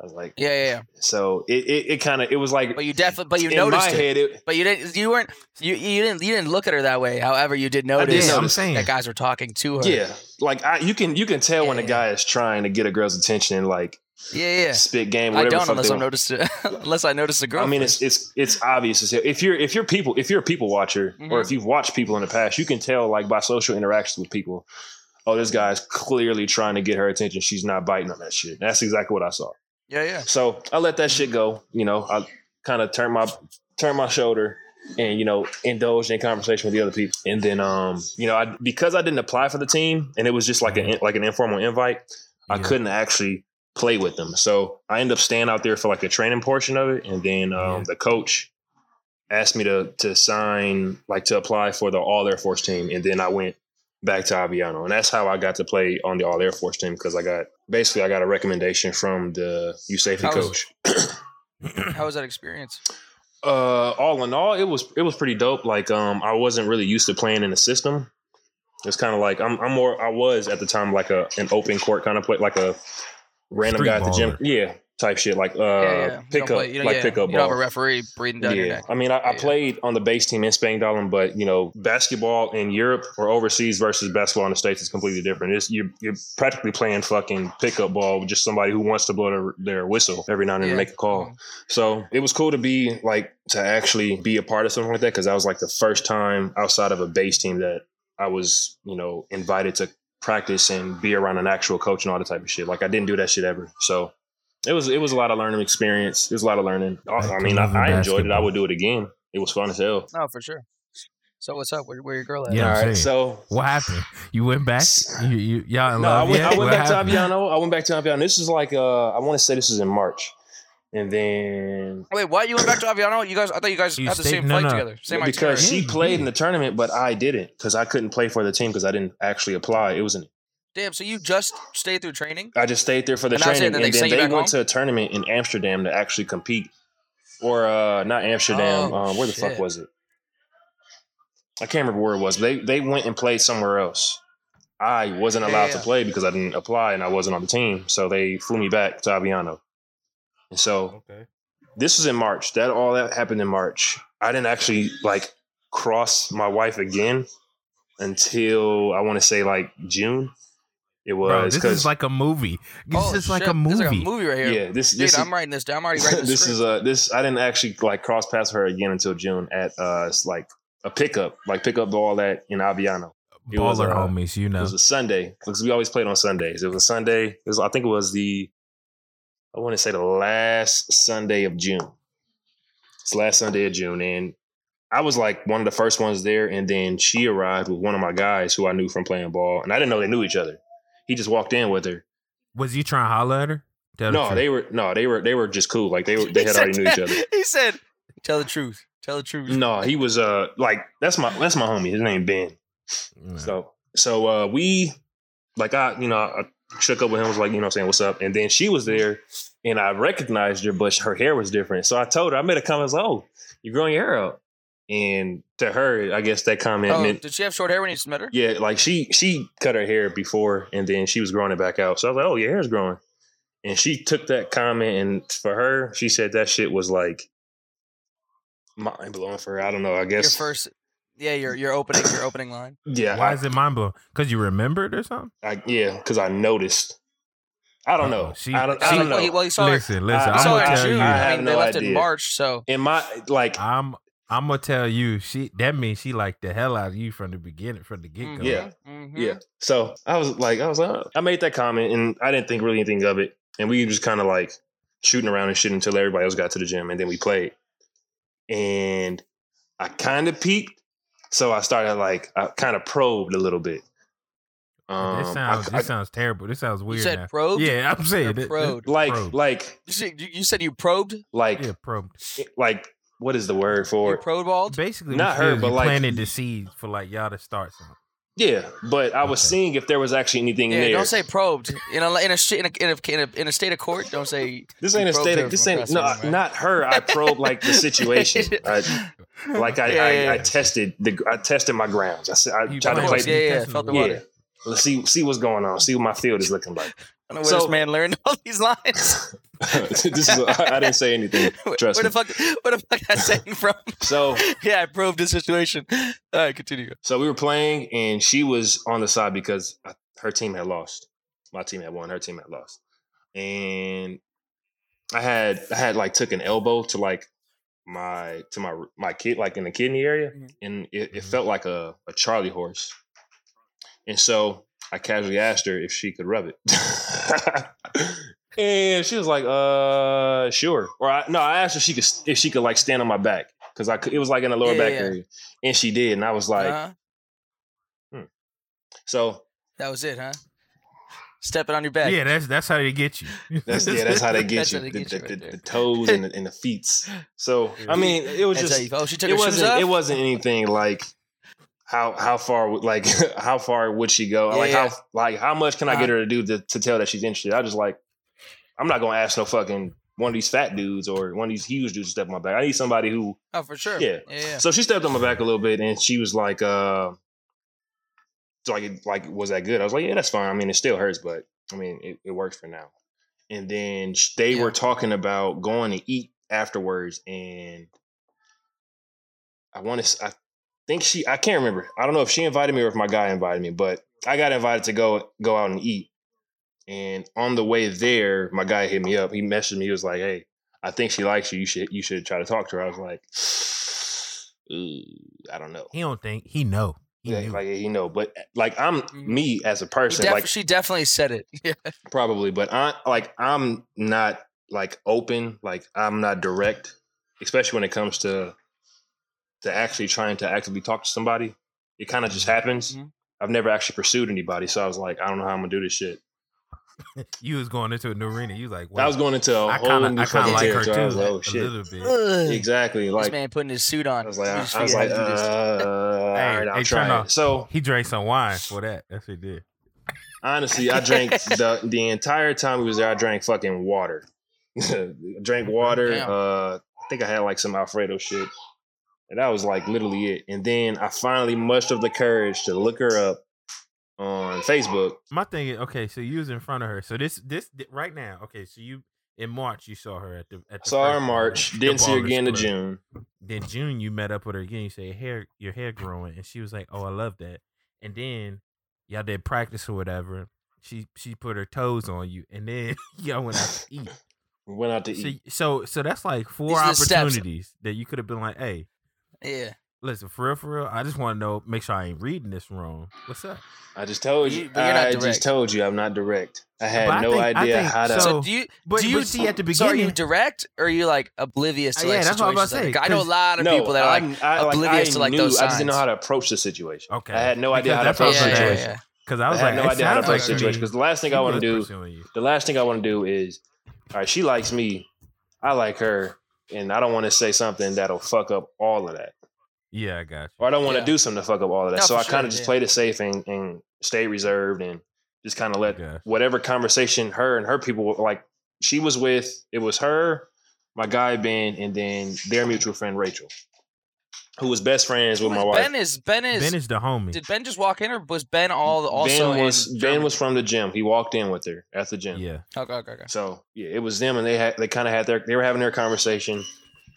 Speaker 2: I was like,
Speaker 1: yeah, yeah, yeah.
Speaker 2: so it it, it kind of it was like.
Speaker 1: But you definitely, but you
Speaker 2: in
Speaker 1: noticed
Speaker 2: my
Speaker 1: it.
Speaker 2: head, it,
Speaker 1: But you didn't. You weren't. You you didn't. You didn't look at her that way. However, you did
Speaker 2: I did
Speaker 1: notice
Speaker 5: Yeah, I'm
Speaker 2: notice
Speaker 5: saying.
Speaker 1: that guys were talking to her.
Speaker 2: Yeah, like I, you can you can tell when a
Speaker 1: Yeah.
Speaker 2: guy is trying to get a girl's attention and like
Speaker 1: yeah, yeah.
Speaker 2: spit game.
Speaker 1: I
Speaker 2: Whatever
Speaker 1: don't
Speaker 2: the fuck
Speaker 1: unless
Speaker 2: they
Speaker 1: I'm
Speaker 2: want.
Speaker 1: noticed it. unless I notice a girl.
Speaker 2: I mean,
Speaker 1: first.
Speaker 2: it's it's it's obvious. as hell. If you're if you're people if you're a people watcher or
Speaker 1: Mhm.
Speaker 2: if you've watched people in the past, you can tell like by social interactions with people. Oh, this guy's clearly trying to get her attention. She's not biting on that shit. That's exactly what I saw.
Speaker 1: yeah, yeah.
Speaker 2: So I let that shit go. You know, I kind of turned my turned my shoulder and you know indulged in conversation with the other people. And then um, you know, I because I didn't apply for the team and it was just like an like an informal invite, I
Speaker 5: Yeah.
Speaker 2: couldn't actually play with them. So I ended up staying out there for like the training portion of it, and then um,
Speaker 5: Yeah.
Speaker 2: the coach asked me to to sign like to apply for the All Air Force team, and then I went back to Aviano, and that's how I got to play on the All Air Force team because I got basically I got a recommendation from the U safety
Speaker 1: How was-
Speaker 2: coach.
Speaker 1: How was that experience?
Speaker 2: uh all in all it was it was pretty dope like um i wasn't really used to playing in the system it's kind of like I'm, I'm more i was at the time like a an open court kind of play like a random
Speaker 5: Street
Speaker 2: guy at the gym
Speaker 5: baller.
Speaker 2: yeah type shit like uh
Speaker 1: yeah, yeah. You don't
Speaker 2: pickup
Speaker 1: play- you don't-
Speaker 2: like
Speaker 1: yeah.
Speaker 2: pickup
Speaker 1: You don't have
Speaker 2: ball
Speaker 1: a referee breathing down your
Speaker 2: yeah,
Speaker 1: neck.
Speaker 2: I mean, I, I
Speaker 1: Yeah.
Speaker 2: played on the base team in Spain, Dolan, but you know, basketball in Europe or overseas versus basketball in the states is completely different. It's, you're you're practically playing fucking pickup ball with just somebody who wants to blow their, their whistle every now and then
Speaker 1: Yeah. Mm-hmm.
Speaker 2: to make a call. So it was cool to be like to actually be a part of something like that because that was like the first time outside of a base team that I was, you know, invited to practice and be around an actual coach and all that type of shit. Like I didn't do that shit ever. So it was it was a lot of learning experience. It was a lot of learning. I,
Speaker 5: Back
Speaker 2: I
Speaker 5: to
Speaker 2: mean, I,
Speaker 5: loving
Speaker 2: I enjoyed it. I
Speaker 5: basketball.
Speaker 2: would do it again. It was fun as hell.
Speaker 1: No, for sure. So what's up? Where, where your girl at?
Speaker 5: Yeah, I'm
Speaker 2: all right.
Speaker 5: saying.
Speaker 2: So
Speaker 5: what happened? You went back. You, you y'all in
Speaker 2: no, I
Speaker 5: love?
Speaker 2: went,
Speaker 5: yet?
Speaker 2: I went
Speaker 5: What
Speaker 2: back
Speaker 5: happened?
Speaker 2: to Aviano. I went back to Aviano. This is like uh, I want to say this is in March, and then
Speaker 1: Wait, what? You went back to Aviano? You guys? I thought you guys
Speaker 5: You
Speaker 1: had the
Speaker 5: stayed-
Speaker 1: same
Speaker 5: no,
Speaker 1: flight
Speaker 5: no.
Speaker 1: together. Same
Speaker 2: Yeah,
Speaker 1: itinerary.
Speaker 2: because she
Speaker 5: Yeah, you
Speaker 2: played in
Speaker 5: did.
Speaker 2: the tournament, but I didn't because I couldn't play for the team because I didn't actually apply. It was an
Speaker 1: Damn. So you just stayed through training?
Speaker 2: I just stayed there for the
Speaker 1: And that's it,
Speaker 2: training,
Speaker 1: then
Speaker 2: and
Speaker 1: they
Speaker 2: then
Speaker 1: sent you
Speaker 2: they
Speaker 1: back
Speaker 2: went
Speaker 1: home?
Speaker 2: to a tournament in Amsterdam to actually compete, or uh, not Amsterdam.
Speaker 1: Oh,
Speaker 2: um, where the fuck
Speaker 1: shit.
Speaker 2: was it? I can't remember where it was. But they they went and played somewhere else. I wasn't
Speaker 1: Yeah,
Speaker 2: allowed
Speaker 1: yeah.
Speaker 2: to play because I didn't apply and I wasn't on the team, so they flew me back to Aviano. And so
Speaker 3: Okay.
Speaker 2: this was in March. That all that happened in March. I didn't actually like cross my wife again until I want to say like June. It
Speaker 5: Bro,
Speaker 2: was
Speaker 5: this is
Speaker 2: because
Speaker 5: like a movie. This
Speaker 1: Holy
Speaker 5: is like
Speaker 1: Oh, shit,
Speaker 5: a movie.
Speaker 1: This is like a movie right here.
Speaker 2: yeah, this
Speaker 1: Dude,
Speaker 2: this is,
Speaker 1: I'm writing this down. I'm already writing
Speaker 2: this is a this I didn't actually like cross past her again until June at uh it's like a pickup like pickup ball at in Aviano. it
Speaker 5: Baller
Speaker 2: was, uh,
Speaker 5: homies, you
Speaker 2: It
Speaker 5: know.
Speaker 2: was a Sunday because we always played on Sundays. It was a Sunday. It was I think it was the I want to say the last Sunday of June. It's last Sunday of June, and I was like one of the first ones there. And then she arrived with one of my guys who I knew from playing ball, and I didn't know they knew each other. He just walked in with her.
Speaker 5: Was you trying to holler at her?
Speaker 3: Tell the
Speaker 2: No,
Speaker 3: truth.
Speaker 2: they were no, they were they were just cool. Like they were they
Speaker 1: He
Speaker 2: had
Speaker 1: said
Speaker 2: already knew each
Speaker 1: that-
Speaker 2: other.
Speaker 1: He said, "Tell the truth. Tell the truth."
Speaker 2: No, he was uh like that's my that's my homie. His name Ben.
Speaker 3: Nah.
Speaker 2: So so uh we like I you know I shook up with him was like you know what I'm saying what's up and then she was there and I recognized her but her hair was different so I told her I made a comment I was like, oh you're growing your hair out and to her I guess that comment
Speaker 1: Oh,
Speaker 2: meant
Speaker 1: did she have short hair when you just met her?
Speaker 2: yeah like she she cut her hair before and then she was growing it back out so I was like oh your hair's growing and she took that comment and for her she said that shit was like mind blowing for her I don't know I
Speaker 1: Your
Speaker 2: guess
Speaker 1: first, yeah, your your opening your opening line.
Speaker 2: yeah
Speaker 3: Why
Speaker 2: I-
Speaker 3: is it mind blowing? Because you remembered or something?
Speaker 2: I, yeah, because I noticed. I don't
Speaker 3: Uh-oh.
Speaker 2: know.
Speaker 3: Oh, She-
Speaker 2: I don't,
Speaker 3: she-
Speaker 2: I don't
Speaker 1: Well, he,
Speaker 2: know.
Speaker 1: well, he saw her.
Speaker 3: Listen, listen.
Speaker 2: I-
Speaker 1: He
Speaker 3: I'm
Speaker 1: saw her
Speaker 3: gonna
Speaker 1: in
Speaker 3: tell
Speaker 1: June.
Speaker 3: you.
Speaker 2: I
Speaker 1: I,
Speaker 2: have
Speaker 1: mean,
Speaker 2: no
Speaker 1: they left in
Speaker 2: idea.
Speaker 1: March, so
Speaker 2: In my like,
Speaker 3: I'm I'm gonna tell you. She that means she liked the hell out of you from the beginning, from the get go.
Speaker 2: Yeah.
Speaker 1: mhm,
Speaker 2: yeah. So I was like, I was like, oh. I made that comment, and I didn't think really anything of it, and we just kind of like shooting around and shit until everybody else got to the gym, and then we played, and I kind of peeked, so I started like, I kind of probed a little bit. Um,
Speaker 3: this
Speaker 2: I-
Speaker 3: sounds
Speaker 2: I-
Speaker 3: this sounds terrible. This sounds
Speaker 1: You
Speaker 3: weird.
Speaker 1: said
Speaker 3: now.
Speaker 1: probed.
Speaker 3: yeah, I'm saying
Speaker 1: or
Speaker 3: it- it-
Speaker 1: probed?
Speaker 2: like,
Speaker 3: probed.
Speaker 2: like,
Speaker 1: You said you, you said you probed.
Speaker 2: like,
Speaker 3: yeah, probed.
Speaker 2: like, what is the word
Speaker 1: You
Speaker 2: for? it?
Speaker 1: probed balled.
Speaker 3: Basically,
Speaker 2: Not
Speaker 3: not
Speaker 2: her,
Speaker 3: her,
Speaker 2: but,
Speaker 3: but
Speaker 2: like-
Speaker 3: planted the seed for like y'all to start something.
Speaker 2: yeah, but I was
Speaker 3: Okay.
Speaker 2: seeing if there was actually anything in
Speaker 1: Yeah,
Speaker 2: there.
Speaker 1: don't say probed in a in a sh- in a, in a in a in a state of court. Don't say
Speaker 2: This
Speaker 1: You
Speaker 2: ain't a
Speaker 1: probed
Speaker 2: state
Speaker 1: her
Speaker 2: of this
Speaker 1: from
Speaker 2: ain't
Speaker 1: across
Speaker 2: no
Speaker 1: the room, right?
Speaker 2: not her. I probed like the situation. I, like I,
Speaker 1: Yeah,
Speaker 2: I,
Speaker 1: yeah,
Speaker 2: I
Speaker 1: yeah.
Speaker 2: tested the I tested my grounds. I said I
Speaker 3: You
Speaker 2: tried to
Speaker 1: Of
Speaker 2: play.
Speaker 3: probed
Speaker 1: course, yeah, yeah,
Speaker 3: defense
Speaker 1: felt the
Speaker 3: with-
Speaker 1: water.
Speaker 2: yeah. Let's see see what's going on. See what my field is looking like.
Speaker 1: I don't know where
Speaker 2: So-
Speaker 1: this man learned all these lines.
Speaker 2: this is I, I didn't say anything.
Speaker 1: Where-
Speaker 2: Trust
Speaker 1: where
Speaker 2: me.
Speaker 1: the fuck? Where the fuck I saying from?
Speaker 2: So
Speaker 1: yeah, I proved the situation. All right, continue.
Speaker 2: so we were playing and she was on the side because I, her team had lost. My team had won. Her team had lost. And I had I had like took an elbow to like my to my my kid like in the kidney area,
Speaker 1: Mhm.
Speaker 2: and it, it
Speaker 3: Mhm.
Speaker 2: felt like a, a Charlie horse. And so I casually asked her if she could rub it, and she was like, "Uh, sure." Or I, no, I asked if she could if she could like stand on my back because I could, it was like in the lower
Speaker 1: Yeah,
Speaker 2: back
Speaker 1: yeah, yeah.
Speaker 2: area, and she did, and I was like,
Speaker 1: Uh-huh.
Speaker 2: so
Speaker 1: That was it, huh? Stepping on your back.
Speaker 3: Yeah, that's that's how they get you.
Speaker 2: That's yeah, that's how they get
Speaker 1: That's
Speaker 2: you.
Speaker 1: how they
Speaker 2: the,
Speaker 1: get
Speaker 2: the-
Speaker 1: you right
Speaker 2: the-
Speaker 1: there. Mm-hmm.
Speaker 2: the toes and the, and the feet. So I mean, it was
Speaker 1: That's how
Speaker 2: just
Speaker 1: you
Speaker 2: it
Speaker 1: felt. She took her shoes
Speaker 2: wasn't
Speaker 1: off.
Speaker 2: it wasn't anything like how how far would- like how far would she go?
Speaker 1: Yeah,
Speaker 2: like
Speaker 1: yeah. Uh-huh.
Speaker 2: how like how much can I get her to do to, to tell that she's interested? I just like I'm not gonna ask no fucking one of these fat dudes or one of these huge dudes to step on my back. I need somebody who
Speaker 1: oh, for sure.
Speaker 2: Yeah.
Speaker 1: yeah. yeah.
Speaker 2: so she stepped on my back a little bit and she was like, uh, like, it- like, was that good? I was like, yeah, that's fine. I mean, it still hurts, but I mean, it, it works for now. And then sh- they
Speaker 1: Yeah.
Speaker 2: were talking about going to eat afterwards. And I want to, I think she, I can't remember. I don't know if she invited me or if my guy invited me, but I got invited to go, go out and eat. And on the way there, my guy hit me up. He messaged me. He was like, "Hey, I think she likes you. You should you should try to talk to her." I was like, "Ooh, "I don't know."
Speaker 3: He don't think he know. He
Speaker 2: Yeah,
Speaker 3: knew. Mm-hmm.
Speaker 2: like he know, but like I'm me as a
Speaker 1: He
Speaker 2: person,
Speaker 1: def-
Speaker 2: like
Speaker 1: she definitely said it. Yeah.
Speaker 2: probably, but I like I'm not like open, like I'm not direct, especially when it comes to to actually trying to actively talk to somebody. It kind of just
Speaker 3: Mm-hmm.
Speaker 2: happens.
Speaker 1: Mhm.
Speaker 2: I've never actually pursued anybody, so I was like, I don't know how I'm gonna do this shit.
Speaker 3: you was going into an arena. You like,
Speaker 2: I
Speaker 3: wow,
Speaker 2: was going into a
Speaker 3: I
Speaker 2: whole
Speaker 3: kind of,
Speaker 2: new
Speaker 3: I kind
Speaker 2: fucking
Speaker 3: of like her
Speaker 2: territory. I was
Speaker 3: too,
Speaker 2: like, oh
Speaker 3: a
Speaker 2: shit.
Speaker 3: little bit.
Speaker 1: Ugh.
Speaker 2: Exactly.
Speaker 1: this
Speaker 2: Like
Speaker 1: man putting his suit on.
Speaker 2: I was like,
Speaker 1: You
Speaker 2: I,
Speaker 1: just
Speaker 2: I was
Speaker 1: figured
Speaker 2: like,
Speaker 1: out how
Speaker 2: uh,
Speaker 1: to do this.
Speaker 2: all
Speaker 3: Hey,
Speaker 2: right, I'll
Speaker 3: hey,
Speaker 2: try
Speaker 3: turn
Speaker 2: it.
Speaker 3: off.
Speaker 2: So
Speaker 3: He drank some wine for that. That's what he did.
Speaker 2: honestly, I drank the the entire time we was there. I drank fucking water. drank water.
Speaker 1: Damn.
Speaker 2: Uh, I think I had like some Alfredo shit, and that was like literally it. And then I finally mustered the courage to look her up on Facebook.
Speaker 3: My thing is, okay, so you was in front of her. So this, this th- right now, okay, so you in March you saw her at the. At the
Speaker 2: Saw her
Speaker 3: first
Speaker 2: in March.
Speaker 3: ball-
Speaker 2: Didn't
Speaker 3: the
Speaker 2: see her
Speaker 3: ballers
Speaker 2: again in
Speaker 3: club.
Speaker 2: June.
Speaker 3: Then June you met up with her again. You say hair, your hair growing, and she was like, "Oh, I love that." And then y'all did practice or whatever. She she put her toes on you, and then y'all went out to eat.
Speaker 2: We Went out to
Speaker 3: So,
Speaker 2: eat.
Speaker 3: so so that's like four
Speaker 1: are the steps.
Speaker 3: opportunities that you could have been like, "Hey,
Speaker 1: Yeah.
Speaker 3: listen, for real, for real, I just want to know, make sure I ain't reading this wrong. What's up?"
Speaker 2: I just told
Speaker 1: You-
Speaker 2: you.
Speaker 1: but you're not
Speaker 2: I
Speaker 1: direct.
Speaker 2: just told you I'm not direct. I had
Speaker 3: But I
Speaker 2: no
Speaker 3: think- I
Speaker 2: idea
Speaker 3: think
Speaker 2: how to.
Speaker 3: so-
Speaker 1: So do you
Speaker 3: But
Speaker 1: do
Speaker 3: you
Speaker 1: you
Speaker 3: see at the
Speaker 1: So are you
Speaker 3: beginning-
Speaker 1: direct or are you like oblivious to
Speaker 3: Uh, yeah,
Speaker 1: like
Speaker 3: that's what I was
Speaker 1: situations?
Speaker 3: about to
Speaker 1: like,
Speaker 3: say,
Speaker 1: I know a
Speaker 3: 'cause-
Speaker 1: lot of people that are like,
Speaker 2: I'm- I,
Speaker 1: oblivious to, like,
Speaker 2: knew,
Speaker 1: those
Speaker 2: I just didn't know
Speaker 1: signs.
Speaker 2: how to approach the situation.
Speaker 3: Okay,
Speaker 2: I had no idea
Speaker 3: Because
Speaker 2: how to
Speaker 3: that's what I
Speaker 2: approach the
Speaker 3: was
Speaker 1: yeah,
Speaker 3: about to
Speaker 1: yeah,
Speaker 2: situation.
Speaker 3: ask.
Speaker 1: yeah.
Speaker 3: Because I was
Speaker 2: I
Speaker 3: like,
Speaker 2: had no
Speaker 3: it
Speaker 2: idea how to
Speaker 3: sounds
Speaker 2: approach
Speaker 3: like
Speaker 2: the situation
Speaker 3: me,
Speaker 2: because the last thing I
Speaker 3: she
Speaker 2: want to
Speaker 3: was
Speaker 2: do,
Speaker 3: pursuing you.
Speaker 2: the last thing I want to do is all right, she likes me, I like her, and I don't want to say something that'll fuck up all of that.
Speaker 5: Yeah, I got you.
Speaker 2: Or I don't want to
Speaker 1: Yeah.
Speaker 2: do something to fuck up all of that.
Speaker 1: No, for
Speaker 2: so I kind
Speaker 1: sure,
Speaker 2: of just
Speaker 1: yeah.
Speaker 2: played it safe and, and stayed reserved and just kind of let
Speaker 5: Okay.
Speaker 2: whatever conversation her and her people were like she was with, it was her, my guy Ben, and then their mutual friend Rachel, who was best friends with
Speaker 1: Who
Speaker 2: my
Speaker 1: is
Speaker 2: wife.
Speaker 1: Ben is Ben is,
Speaker 5: Ben is the homie.
Speaker 1: did Ben just walk in or was Ben all also
Speaker 2: ben was
Speaker 1: in
Speaker 2: Ben
Speaker 1: Germany?
Speaker 2: was from the gym. He walked in with her at the gym.
Speaker 5: yeah.
Speaker 1: okay okay okay
Speaker 2: So yeah, it was them, and they had they kind of had their they were having their conversation.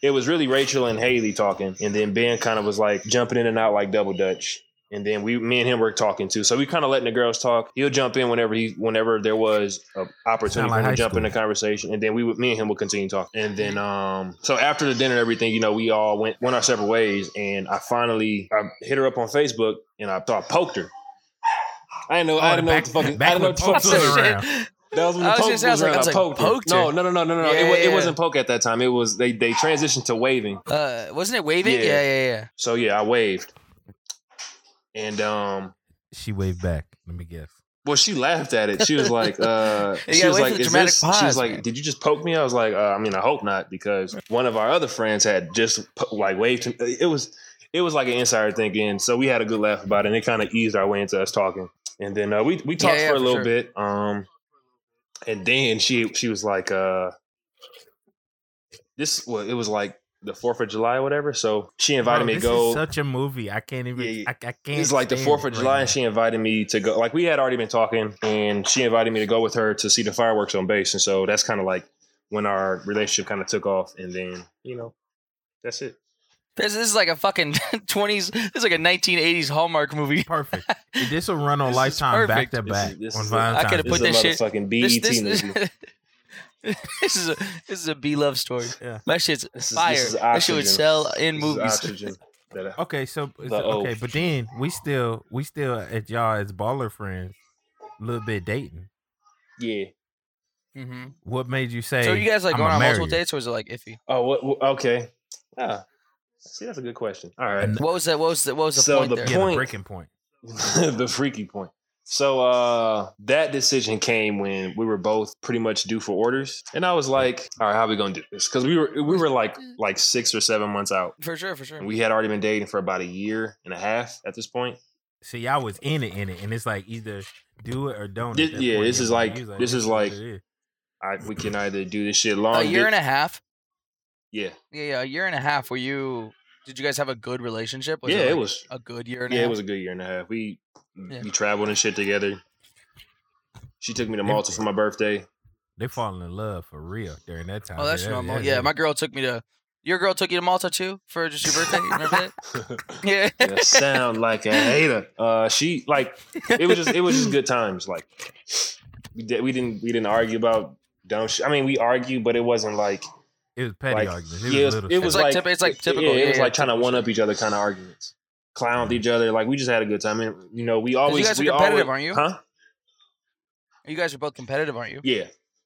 Speaker 2: It was really Rachel and Haley talking, and then Ben kind of was like jumping in and out like double dutch. And then we, me and him, were talking too. So we kind of letting the girls talk. He'll jump in whenever he, whenever there was an opportunity
Speaker 5: Sound like
Speaker 2: for him
Speaker 5: high
Speaker 2: to jump in the
Speaker 5: school.
Speaker 2: conversation. And then we, would, me and him, would continue talking. And then, um, so after the dinner and everything, you know, we all went went our separate ways. And I finally, I hit her up on Facebook, and I, so I poked her. I didn't know, I
Speaker 5: Oh,
Speaker 2: didn't know what
Speaker 5: back-
Speaker 2: the fuck,
Speaker 5: back
Speaker 2: I didn't know
Speaker 5: when
Speaker 2: what the
Speaker 5: pokes
Speaker 2: fuck
Speaker 5: was
Speaker 2: was.
Speaker 5: around.
Speaker 2: That was when the
Speaker 1: I was
Speaker 2: poke
Speaker 1: gonna
Speaker 2: was,
Speaker 1: say, I was like,
Speaker 2: around.
Speaker 1: I was
Speaker 2: I
Speaker 1: like,
Speaker 2: poked,
Speaker 1: poked
Speaker 2: her.
Speaker 1: her.
Speaker 2: No, no, no, no, no. no.
Speaker 1: Yeah,
Speaker 2: it, wa-
Speaker 1: yeah,
Speaker 2: it
Speaker 1: yeah.
Speaker 2: wasn't poke at that time. It was they they transitioned to waving.
Speaker 1: uh wasn't it waving
Speaker 2: Yeah.
Speaker 1: yeah yeah yeah,
Speaker 2: So yeah, I waved, and um,
Speaker 5: She waved back. Let me guess.
Speaker 2: well, she laughed at it. She was like, uh,
Speaker 1: You
Speaker 2: she
Speaker 1: gotta
Speaker 2: was
Speaker 1: wait
Speaker 2: like,
Speaker 1: for the
Speaker 2: is
Speaker 1: dramatic
Speaker 2: this? she was
Speaker 1: pause,
Speaker 2: like,
Speaker 1: man.
Speaker 2: did you just poke me? I was like, uh, I mean, I hope not, because one of our other friends had just po- like waved. To me. It was it was like an insider thing, and so we had a good laugh about it, and it kind of eased our way into us talking. And then uh, we we talked
Speaker 1: yeah,
Speaker 2: for a
Speaker 1: for
Speaker 2: little
Speaker 1: sure.
Speaker 2: bit, um, and then she she was like, uh, this well, it was like the Fourth of July or whatever. So she
Speaker 5: Bro,
Speaker 2: invited me to
Speaker 5: this
Speaker 2: go.
Speaker 5: Is such a movie. I can't even.
Speaker 2: Yeah, yeah.
Speaker 5: I, I can't.
Speaker 2: It's like the
Speaker 5: stand
Speaker 2: Fourth of
Speaker 5: it right
Speaker 2: July,
Speaker 5: now.
Speaker 2: and she invited me to go. Like we had already been talking, and she invited me to go with her to see the fireworks on base, and so that's kind of like when our relationship kind of took off, and then you know, that's it.
Speaker 1: This, this is like a fucking 20s this is like a 1980s hallmark movie
Speaker 5: perfect. This will run on
Speaker 1: This is
Speaker 5: lifetime back
Speaker 1: perfect.
Speaker 5: to
Speaker 2: This
Speaker 5: back
Speaker 2: is- this
Speaker 5: on
Speaker 2: is-
Speaker 5: Valentine's.
Speaker 1: I coulda
Speaker 5: Day.
Speaker 1: put
Speaker 2: this
Speaker 1: this
Speaker 2: is a
Speaker 1: shit-
Speaker 2: motherfucking
Speaker 1: this,
Speaker 2: BET
Speaker 1: this,
Speaker 2: E movie.
Speaker 1: this, this is a this is a B love story
Speaker 5: Yeah.
Speaker 1: that shit's
Speaker 2: This is-
Speaker 1: fire
Speaker 2: this is
Speaker 1: that shit would
Speaker 2: oxygen.
Speaker 1: sell in
Speaker 2: This is
Speaker 1: movies
Speaker 2: oxygen that I-
Speaker 5: Okay, so so-
Speaker 2: The
Speaker 5: okay,
Speaker 2: oath.
Speaker 5: but then we still we still at y'all as baller friends, a little bit dating.
Speaker 2: yeah.
Speaker 1: hmm
Speaker 5: What made you say?
Speaker 1: so are you guys like
Speaker 5: "I'ma
Speaker 1: going on
Speaker 5: marry
Speaker 1: multiple
Speaker 5: you"?
Speaker 1: dates or is it like iffy
Speaker 2: Oh, what, what- okay. Ah, see, that's a good question. All right.
Speaker 5: And-
Speaker 1: what was that what was the what was the
Speaker 2: So
Speaker 1: point
Speaker 2: the
Speaker 1: there
Speaker 5: Yeah,
Speaker 2: Point.
Speaker 5: the breaking point.
Speaker 2: the freaky point. So uh that decision came when we were both pretty much due for orders, and I was like, "All right, how we gonna do this?" Because we were we were like
Speaker 1: Mm.
Speaker 2: like six or seven months out,
Speaker 1: for sure for sure
Speaker 2: and we had already been dating for about a year and a half at this point.
Speaker 5: See, y'all was in it, in it, and it's like either do it or don't. at
Speaker 2: This-
Speaker 5: that
Speaker 2: yeah,
Speaker 5: point.
Speaker 2: this is
Speaker 5: You
Speaker 2: like-
Speaker 5: was
Speaker 2: this is
Speaker 5: what
Speaker 2: like-
Speaker 5: it is."
Speaker 2: I, we can either do this shit long,
Speaker 1: a year and a half
Speaker 2: yeah,
Speaker 1: yeah yeah a year and a half were you did you guys have a good relationship
Speaker 2: yeah, it
Speaker 1: like,
Speaker 2: was
Speaker 1: a good year and a
Speaker 2: yeah,
Speaker 1: half
Speaker 2: it was a good year and a half. We
Speaker 1: Yeah.
Speaker 2: we traveled and shit together. She took me to
Speaker 5: Yeah.
Speaker 2: Malta for my birthday.
Speaker 5: They falling in love for real during that time.
Speaker 1: Oh, that's
Speaker 5: That-
Speaker 1: normal.
Speaker 5: that-
Speaker 1: yeah, my girl took me to. Your girl took you to Malta too for just your birthday. You remember that? Yeah.
Speaker 2: Yeah, sound like a hater. Uh, she like it was just it was just good times. Like we, di- we didn't we didn't argue about dumb shit. I mean, we argued, but it wasn't like
Speaker 5: it was petty
Speaker 2: like
Speaker 5: arguments. It
Speaker 2: yeah,
Speaker 5: was little.
Speaker 2: it
Speaker 5: shit.
Speaker 2: was
Speaker 1: It's like
Speaker 2: like
Speaker 1: typ- it's like
Speaker 2: yeah,
Speaker 1: typical,
Speaker 2: it
Speaker 1: yeah,
Speaker 2: was
Speaker 1: yeah,
Speaker 2: like trying to one up each other kind of arguments, clowned each other. Like we just had a good time, and you know we always
Speaker 1: guys are
Speaker 2: we
Speaker 1: competitive,
Speaker 2: always,
Speaker 1: aren't you?
Speaker 2: Huh?
Speaker 1: You guys are both competitive, aren't you?
Speaker 2: Yeah,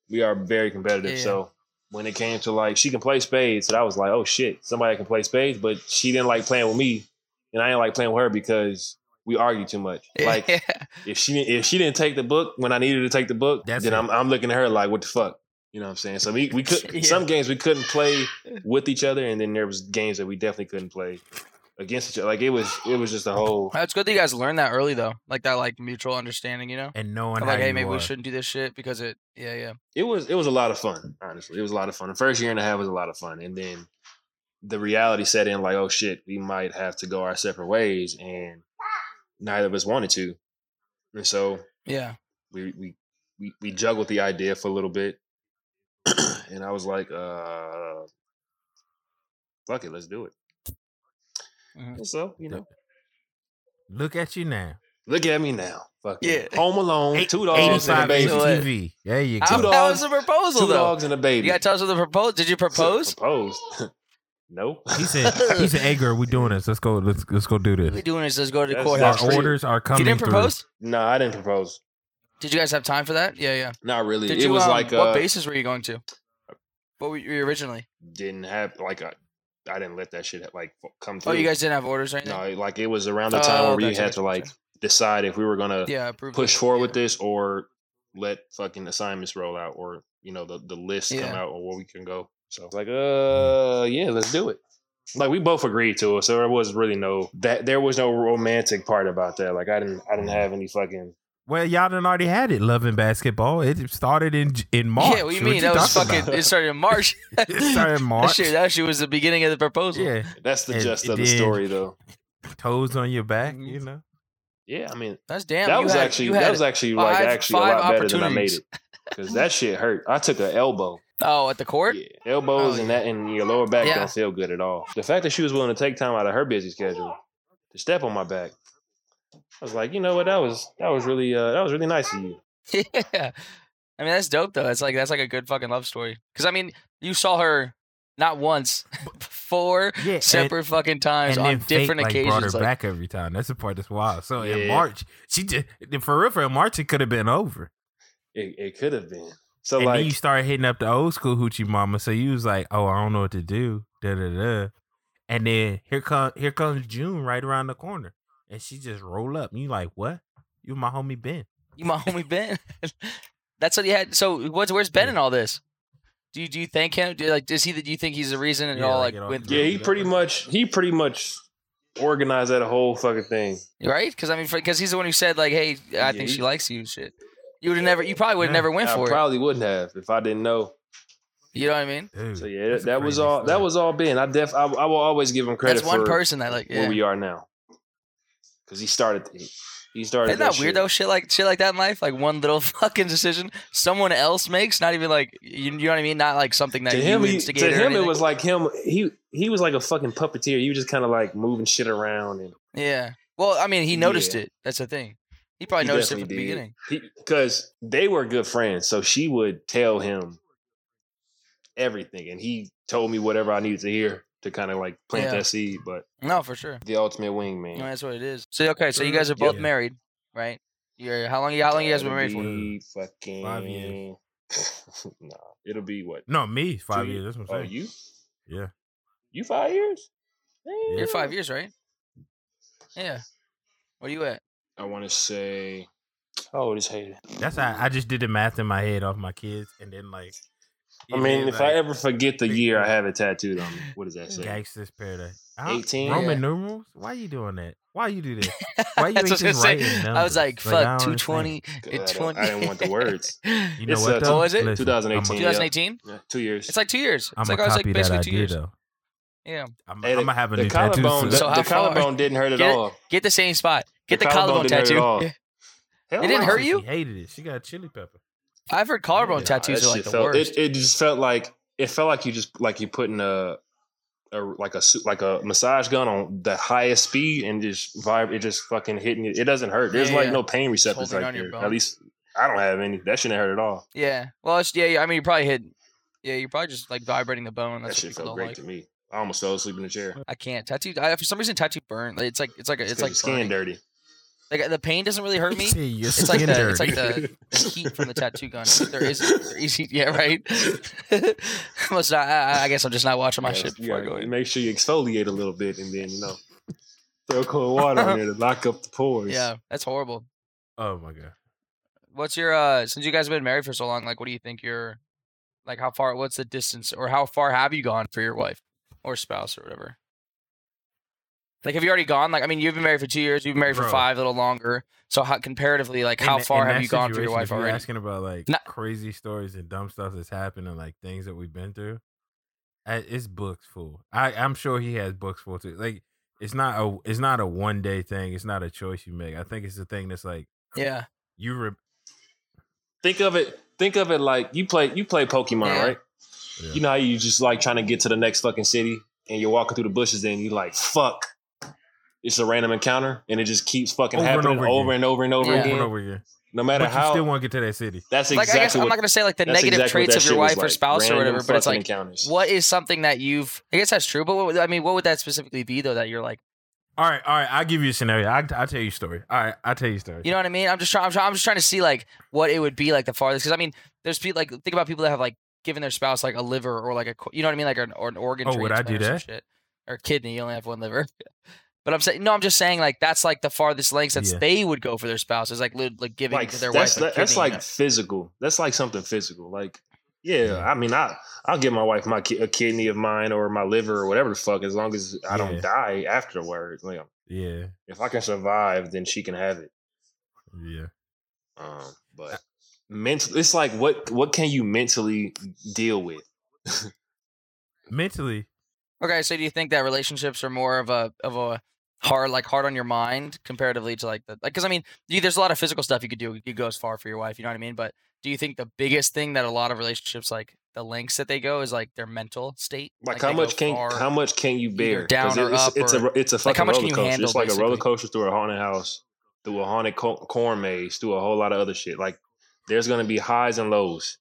Speaker 2: we are very competitive.
Speaker 1: Yeah.
Speaker 2: So when it came to like she can play spades, so I was like, oh shit, somebody can play spades, but she didn't like playing with me, and I didn't like playing with her because we argued too much. Like.
Speaker 1: Yeah.
Speaker 2: if she didn't- if she didn't take the book when I needed to take the book,
Speaker 5: That's
Speaker 2: then
Speaker 5: it.
Speaker 2: I'm I'm looking at her like, what the fuck? You know what I'm saying? So we we could
Speaker 1: Yeah.
Speaker 2: some games we couldn't play with each other, and then there was games that we definitely couldn't play against each other. Like it was it was just a whole
Speaker 1: Well, it's good that you guys learned that early though, like that like mutual understanding. You know,
Speaker 5: and knowing
Speaker 1: Of,
Speaker 5: how
Speaker 1: like hey,
Speaker 5: you
Speaker 1: maybe
Speaker 5: are.
Speaker 1: we shouldn't do this shit because it. Yeah, yeah.
Speaker 2: it was it was a lot of fun. Honestly, it was a lot of fun. The first year and a half was a lot of fun, and then the reality set in like, oh shit, we might have to go our separate ways, and neither of us wanted to, and so
Speaker 1: Yeah.
Speaker 2: we we we, we juggled the idea for a little bit, and I was like, uh, "Fuck it, let's do it."
Speaker 1: Mhm.
Speaker 2: And so you know,
Speaker 5: Look at you now.
Speaker 2: look at me now, fuck yeah,
Speaker 1: Yeah.
Speaker 2: Home Alone,
Speaker 5: Eight-
Speaker 2: two dogs and
Speaker 5: 85
Speaker 2: a baby,
Speaker 5: inch
Speaker 1: So, uh,
Speaker 5: TV. There you
Speaker 1: How,
Speaker 5: go.
Speaker 2: dogs-
Speaker 1: that was the proposal
Speaker 2: two
Speaker 1: though.
Speaker 2: dogs and a
Speaker 1: You
Speaker 2: baby.
Speaker 1: gotta tell us what the proposal. Did you propose?
Speaker 2: Proposed? no.
Speaker 5: He said, "He said, hey girl, we doing this. Let's go. Let's let's go do
Speaker 1: What we
Speaker 5: this.
Speaker 1: doing is just go to the
Speaker 2: That's
Speaker 1: courthouse.
Speaker 2: not
Speaker 5: Our
Speaker 2: true.
Speaker 1: You
Speaker 5: orders are coming
Speaker 1: didn't
Speaker 5: through."
Speaker 1: propose?
Speaker 2: No, I didn't propose.
Speaker 1: Did you guys have time for that? Yeah, yeah.
Speaker 2: Not really.
Speaker 1: Did
Speaker 2: it
Speaker 1: you?
Speaker 2: was
Speaker 1: um,
Speaker 2: like
Speaker 1: what
Speaker 2: uh,
Speaker 1: bases were you going to? What were you originally?
Speaker 2: didn't have like I I didn't let that shit like f- come
Speaker 1: Oh,
Speaker 2: through.
Speaker 1: you guys didn't have orders or anything.
Speaker 2: No, like it was around the time
Speaker 1: Oh,
Speaker 2: where we
Speaker 1: gotcha,
Speaker 2: had to
Speaker 1: gotcha,
Speaker 2: like decide if we were gonna
Speaker 1: yeah, approve
Speaker 2: push
Speaker 1: it,
Speaker 2: forward
Speaker 1: yeah.
Speaker 2: with this or let fucking assignments roll out or you know, the, the list come
Speaker 1: Yeah. Mm-hmm.
Speaker 2: out on where we can go. So it's like, uh, yeah, let's do it. Like we both agreed to it, so there was really no that there was no romantic part about that. Like I didn't I didn't
Speaker 1: Mm-hmm.
Speaker 2: have any fucking
Speaker 3: Well, y'all done already had it. Loving basketball. It started in in March.
Speaker 1: yeah, what do you
Speaker 3: What
Speaker 1: mean? that was
Speaker 3: talking
Speaker 1: fucking.
Speaker 3: about?
Speaker 1: It started in March.
Speaker 3: It started in
Speaker 1: That
Speaker 3: March.
Speaker 1: shit, that shit was the beginning of the proposal.
Speaker 3: yeah,
Speaker 2: that's the
Speaker 3: And
Speaker 2: gist
Speaker 3: it
Speaker 2: of the
Speaker 3: did.
Speaker 2: story though.
Speaker 3: toes on your back. You know.
Speaker 2: Yeah, I mean
Speaker 1: That's damn.
Speaker 2: that
Speaker 1: you
Speaker 2: was
Speaker 1: had-
Speaker 2: actually
Speaker 1: you had
Speaker 2: that was actually like
Speaker 1: five-
Speaker 2: actually a
Speaker 1: five
Speaker 2: lot better than I made
Speaker 1: opportunities.
Speaker 2: it. Cause that shit hurt. I took an elbow.
Speaker 1: Oh, at the court.
Speaker 2: Yeah, elbows
Speaker 1: Oh,
Speaker 2: and that and your lower back
Speaker 1: Yeah.
Speaker 2: don't feel good at all. The fact that she was willing to take time out of her busy schedule to step on my back, I was like, you know what, that was that was really uh, that was really nice of you.
Speaker 1: yeah. I mean, that's dope though. That's like that's like a good fucking love story. Because I mean, you saw her not once, four
Speaker 3: Yeah. and-
Speaker 1: separate fucking times
Speaker 3: and
Speaker 1: on
Speaker 3: then fate,
Speaker 1: different
Speaker 3: like, Brought her
Speaker 1: occasions. Like,
Speaker 3: back every time. That's the part that's wild. So
Speaker 2: Yeah.
Speaker 3: in March, she just for real. For in March, it could have been over.
Speaker 2: It, it could have been. So
Speaker 3: and
Speaker 2: like
Speaker 3: then you started hitting up the old school hoochie mama. So you was like, "Oh, I don't know what to do." Da da da. And then here come here comes June right around the corner, and she just roll up. And you like, "What? You my homie Ben?"
Speaker 1: you my homie Ben. that's what he had. So what's where's Ben in all this? Do you do you thank him? Do you, like is he? the- Do you think he's the reason it
Speaker 3: Yeah,
Speaker 1: all
Speaker 3: like,
Speaker 1: like
Speaker 3: it all
Speaker 1: went
Speaker 2: Yeah,
Speaker 1: through?
Speaker 2: he pretty much he pretty much organized that whole fucking thing.
Speaker 1: Right? Because I mean, because he's the one who said like, "Hey, I
Speaker 2: Yeah,
Speaker 1: think
Speaker 2: he-
Speaker 1: she likes you." and Shit. You would have never. You probably would have
Speaker 3: Yeah.
Speaker 1: never went
Speaker 2: I
Speaker 1: for
Speaker 2: probably wouldn't have if I didn't know.
Speaker 1: it. You know what I mean?
Speaker 3: Dude,
Speaker 2: So yeah,
Speaker 3: that's a
Speaker 2: that was
Speaker 3: crazy
Speaker 2: all that
Speaker 3: story.
Speaker 2: was all Ben. I def I, I will always give him credit
Speaker 1: That's one
Speaker 2: for
Speaker 1: person that like. Yeah.
Speaker 2: where we are now. Cause he started he, he started
Speaker 1: Isn't that
Speaker 2: shit.
Speaker 1: weird though? Shit like shit like that in life, like one little fucking decision someone else makes, not even like you, you know what I mean, not like something that
Speaker 2: to
Speaker 1: you
Speaker 2: him, he, to
Speaker 1: instigated. or
Speaker 2: him, it
Speaker 1: anything.
Speaker 2: was like him. He he was like a fucking puppeteer. You just kind of like moving shit around, and
Speaker 1: yeah. Well, I mean, he noticed
Speaker 2: Yeah.
Speaker 1: it. That's the thing. He probably
Speaker 2: He
Speaker 1: noticed it from the
Speaker 2: definitely did.
Speaker 1: beginning.
Speaker 2: because they were good friends, so she would tell him everything, and he told me whatever I needed to hear to kind of like plant
Speaker 1: Yeah.
Speaker 2: that seed. But
Speaker 1: No, for sure.
Speaker 2: the ultimate wingman.
Speaker 1: You know, that's what it is. So okay, so you guys are
Speaker 5: Yeah.
Speaker 1: both married, right? You're how long? How long you guys been
Speaker 2: It'll
Speaker 1: married for?
Speaker 2: be
Speaker 3: Five
Speaker 2: Fucking.
Speaker 3: years.
Speaker 2: nah, it'll be what?
Speaker 3: no me five
Speaker 2: two
Speaker 3: years. That's what
Speaker 2: Oh,
Speaker 3: I'm saying.
Speaker 2: you?
Speaker 3: Yeah.
Speaker 2: You five years?
Speaker 1: You're five
Speaker 2: Damn.
Speaker 1: years, right? Yeah. Where you at?
Speaker 2: I want to say. Oh, this hated.
Speaker 3: That's how I just did the math in my head off my kids, and then like,
Speaker 2: I mean, if I ever forget the
Speaker 3: big
Speaker 2: year I
Speaker 3: deal.
Speaker 2: have it tattooed on me, what does that say?
Speaker 3: Gangsters Paradise. I-
Speaker 2: 18.
Speaker 3: Roman
Speaker 1: Yeah.
Speaker 3: numerals? Why you doing that? Why you do this? Why you
Speaker 1: That's
Speaker 3: ain't
Speaker 1: what I was
Speaker 3: just
Speaker 1: gonna
Speaker 3: writing
Speaker 1: say. I
Speaker 3: numbers?
Speaker 1: was like,
Speaker 3: I
Speaker 1: fuck,
Speaker 3: don't
Speaker 1: two
Speaker 3: understand.
Speaker 1: twenty
Speaker 2: God, I
Speaker 1: and
Speaker 2: don't-
Speaker 1: twenty.
Speaker 2: I didn't want the words.
Speaker 3: You know
Speaker 2: It's,
Speaker 3: what?
Speaker 2: uh,
Speaker 3: though?
Speaker 1: What was it?
Speaker 3: Listen,
Speaker 2: 2018.
Speaker 3: I'm
Speaker 1: 2018.
Speaker 2: Yeah, two years.
Speaker 1: It's like two years. It's
Speaker 3: gonna
Speaker 1: like I was like
Speaker 3: copy that
Speaker 1: basically two
Speaker 3: idea
Speaker 1: years.
Speaker 3: though.
Speaker 1: Yeah.
Speaker 3: I'm,
Speaker 2: Hey,
Speaker 3: I'm gonna have a
Speaker 2: the
Speaker 3: new tattoo.
Speaker 2: collarbone,
Speaker 3: soon.
Speaker 2: the,
Speaker 1: So how
Speaker 2: the
Speaker 1: far?
Speaker 2: collarbone didn't hurt at
Speaker 1: Get it?
Speaker 2: all.
Speaker 1: Get the same spot. Get
Speaker 2: The
Speaker 1: the, collarbone,
Speaker 2: collarbone didn't hurt at
Speaker 1: tattoo.
Speaker 2: all.
Speaker 1: Yeah.
Speaker 2: Hell
Speaker 1: It didn't
Speaker 2: no.
Speaker 1: hurt you?
Speaker 3: She hated it. She got chili pepper.
Speaker 1: I've heard collarbone
Speaker 3: Yeah,
Speaker 1: tattoos
Speaker 2: That
Speaker 1: are like
Speaker 2: shit
Speaker 1: the
Speaker 2: felt-
Speaker 1: worst.
Speaker 2: It, it just felt like it felt like you just like you putting a, a like a su- like a massage gun on the highest speed and just vibe. It just fucking hitting you. It doesn't hurt. There's
Speaker 1: Yeah,
Speaker 2: like
Speaker 1: yeah.
Speaker 2: no pain receptors
Speaker 1: holding it
Speaker 2: like
Speaker 1: on your
Speaker 2: there.
Speaker 1: bone.
Speaker 2: At least I don't have any. That shouldn't hurt at all.
Speaker 1: yeah. Well, it's, yeah, yeah. I mean, you probably hit. Yeah, you're probably just like vibrating the bone.
Speaker 2: That
Speaker 1: That's
Speaker 2: shit
Speaker 1: what people
Speaker 2: felt
Speaker 1: don't like.
Speaker 2: great to me. I almost fell asleep in the chair.
Speaker 1: I can't tattoo. I, for some reason, tattoo burn. like, It's like it's like a, it's like
Speaker 2: skin
Speaker 1: burning.
Speaker 2: dirty.
Speaker 1: Like the pain doesn't really hurt me.
Speaker 3: it's
Speaker 1: It's like the it's like the, the heat from the tattoo gun. There is there is heat. Yeah, right. Must not, I, I- I guess I'm just not watching my
Speaker 2: Yeah,
Speaker 1: shit
Speaker 2: you
Speaker 1: before I
Speaker 2: gotta
Speaker 1: go in.
Speaker 2: Make sure you exfoliate a little bit and then you know throw cold water on there to lock up the pores.
Speaker 1: Yeah, that's horrible.
Speaker 3: Oh my god.
Speaker 1: What's your uh since you guys have been married for so long, like what do you think your like how far what's the distance or how far have you gone for your wife or spouse or whatever? Like have you already gone? Like I mean you've been married for two years, you've been married for
Speaker 3: Bro.
Speaker 1: five, a little longer. So how comparatively, like how
Speaker 3: In-
Speaker 1: far
Speaker 3: in
Speaker 1: have
Speaker 3: that
Speaker 1: you gone for your
Speaker 3: situation,
Speaker 1: wife
Speaker 3: if you're
Speaker 1: already?
Speaker 3: Asking about like
Speaker 1: Not-
Speaker 3: crazy stories and dumb stuff that's happened and like things that we've been through. I, it's books full. I I'm sure he has books full too. Like it's not a it's not a one day thing. It's not a choice you make. I think it's the thing that's like
Speaker 1: Yeah.
Speaker 3: you re-
Speaker 2: Think of it. Think of it like you play. You play Pokemon,
Speaker 1: Yeah.
Speaker 2: right?
Speaker 3: Yeah.
Speaker 2: You know how you just like trying to get to the next fucking city, and you're walking through the bushes, and you like fuck. It's a random encounter, and it just keeps fucking
Speaker 3: Over and
Speaker 2: happening
Speaker 3: over
Speaker 2: over
Speaker 3: again.
Speaker 2: and over and over
Speaker 1: Yeah.
Speaker 3: over and
Speaker 2: again.
Speaker 3: over again.
Speaker 2: No matter
Speaker 3: but you
Speaker 2: how.
Speaker 3: still want to get to that city.
Speaker 2: that's
Speaker 1: like
Speaker 2: exactly
Speaker 1: I guess
Speaker 2: what.
Speaker 1: I'm not gonna say like the
Speaker 2: that's
Speaker 1: negative
Speaker 2: exactly what
Speaker 1: traits of
Speaker 2: that
Speaker 1: your
Speaker 2: shit was
Speaker 1: wife or
Speaker 2: like.
Speaker 1: spouse or
Speaker 2: Random
Speaker 1: whatever, but it's
Speaker 2: fucking
Speaker 1: like
Speaker 2: encounters.
Speaker 1: what is something that you've I guess that's true, but what, I mean what would that specifically be though that you're like
Speaker 3: All right, all right. I'll give you a scenario. I I tell you a story. All right, I tell you a story.
Speaker 1: You know what I mean? I'm just trying. I'm, try- I'm just trying to see like what it would be like the farthest. Because I mean, there's people like think about people that have like given their spouse like a liver or like a co- you know what I mean like an or an organ.
Speaker 3: Oh, would I do
Speaker 1: transplant or some
Speaker 3: that?
Speaker 1: Shit. Or kidney. You only have one liver. But I'm saying no. I'm just saying like that's like the farthest lengths that
Speaker 3: Yeah.
Speaker 1: they would go for their spouse is like li- like giving
Speaker 2: like
Speaker 1: to their wife.
Speaker 2: that's
Speaker 1: a
Speaker 2: that- that's
Speaker 1: kidney, you
Speaker 2: like
Speaker 1: know?
Speaker 2: physical. That's like something physical. Like Yeah,
Speaker 1: Mm-hmm.
Speaker 2: I mean, I I'll give my wife my ki- a kidney of mine or my liver or whatever the fuck, as long as I don't
Speaker 3: Yeah.
Speaker 2: die afterwards. Like,
Speaker 3: Yeah,
Speaker 2: if I can survive, then she can have it.
Speaker 3: yeah.
Speaker 2: Um, but mental, it's like what what can you mentally deal with?
Speaker 3: Mentally,
Speaker 1: Okay, so do you think that relationships are more of a of a hard like hard on your mind comparatively to like the like because I mean you, there's a lot of physical stuff you could do. You could go as far for your wife, you know what I mean? But do you think the biggest thing that a lot of relationships like the lengths that they go is like their mental state?
Speaker 2: Like,
Speaker 1: they
Speaker 2: how
Speaker 1: go
Speaker 2: much can
Speaker 1: far-
Speaker 2: how much can you bear? 'Cause
Speaker 1: down or
Speaker 2: it's,
Speaker 1: up
Speaker 2: it's
Speaker 1: or-
Speaker 2: a it's a
Speaker 1: like,
Speaker 2: fucking
Speaker 1: how much can
Speaker 2: roller
Speaker 1: you
Speaker 2: coaster.
Speaker 1: handle,
Speaker 2: it's like a roller
Speaker 1: basically?
Speaker 2: coaster through a haunted house, through a haunted co- corn maze, through a whole lot of other shit. Like there's gonna be highs and lows.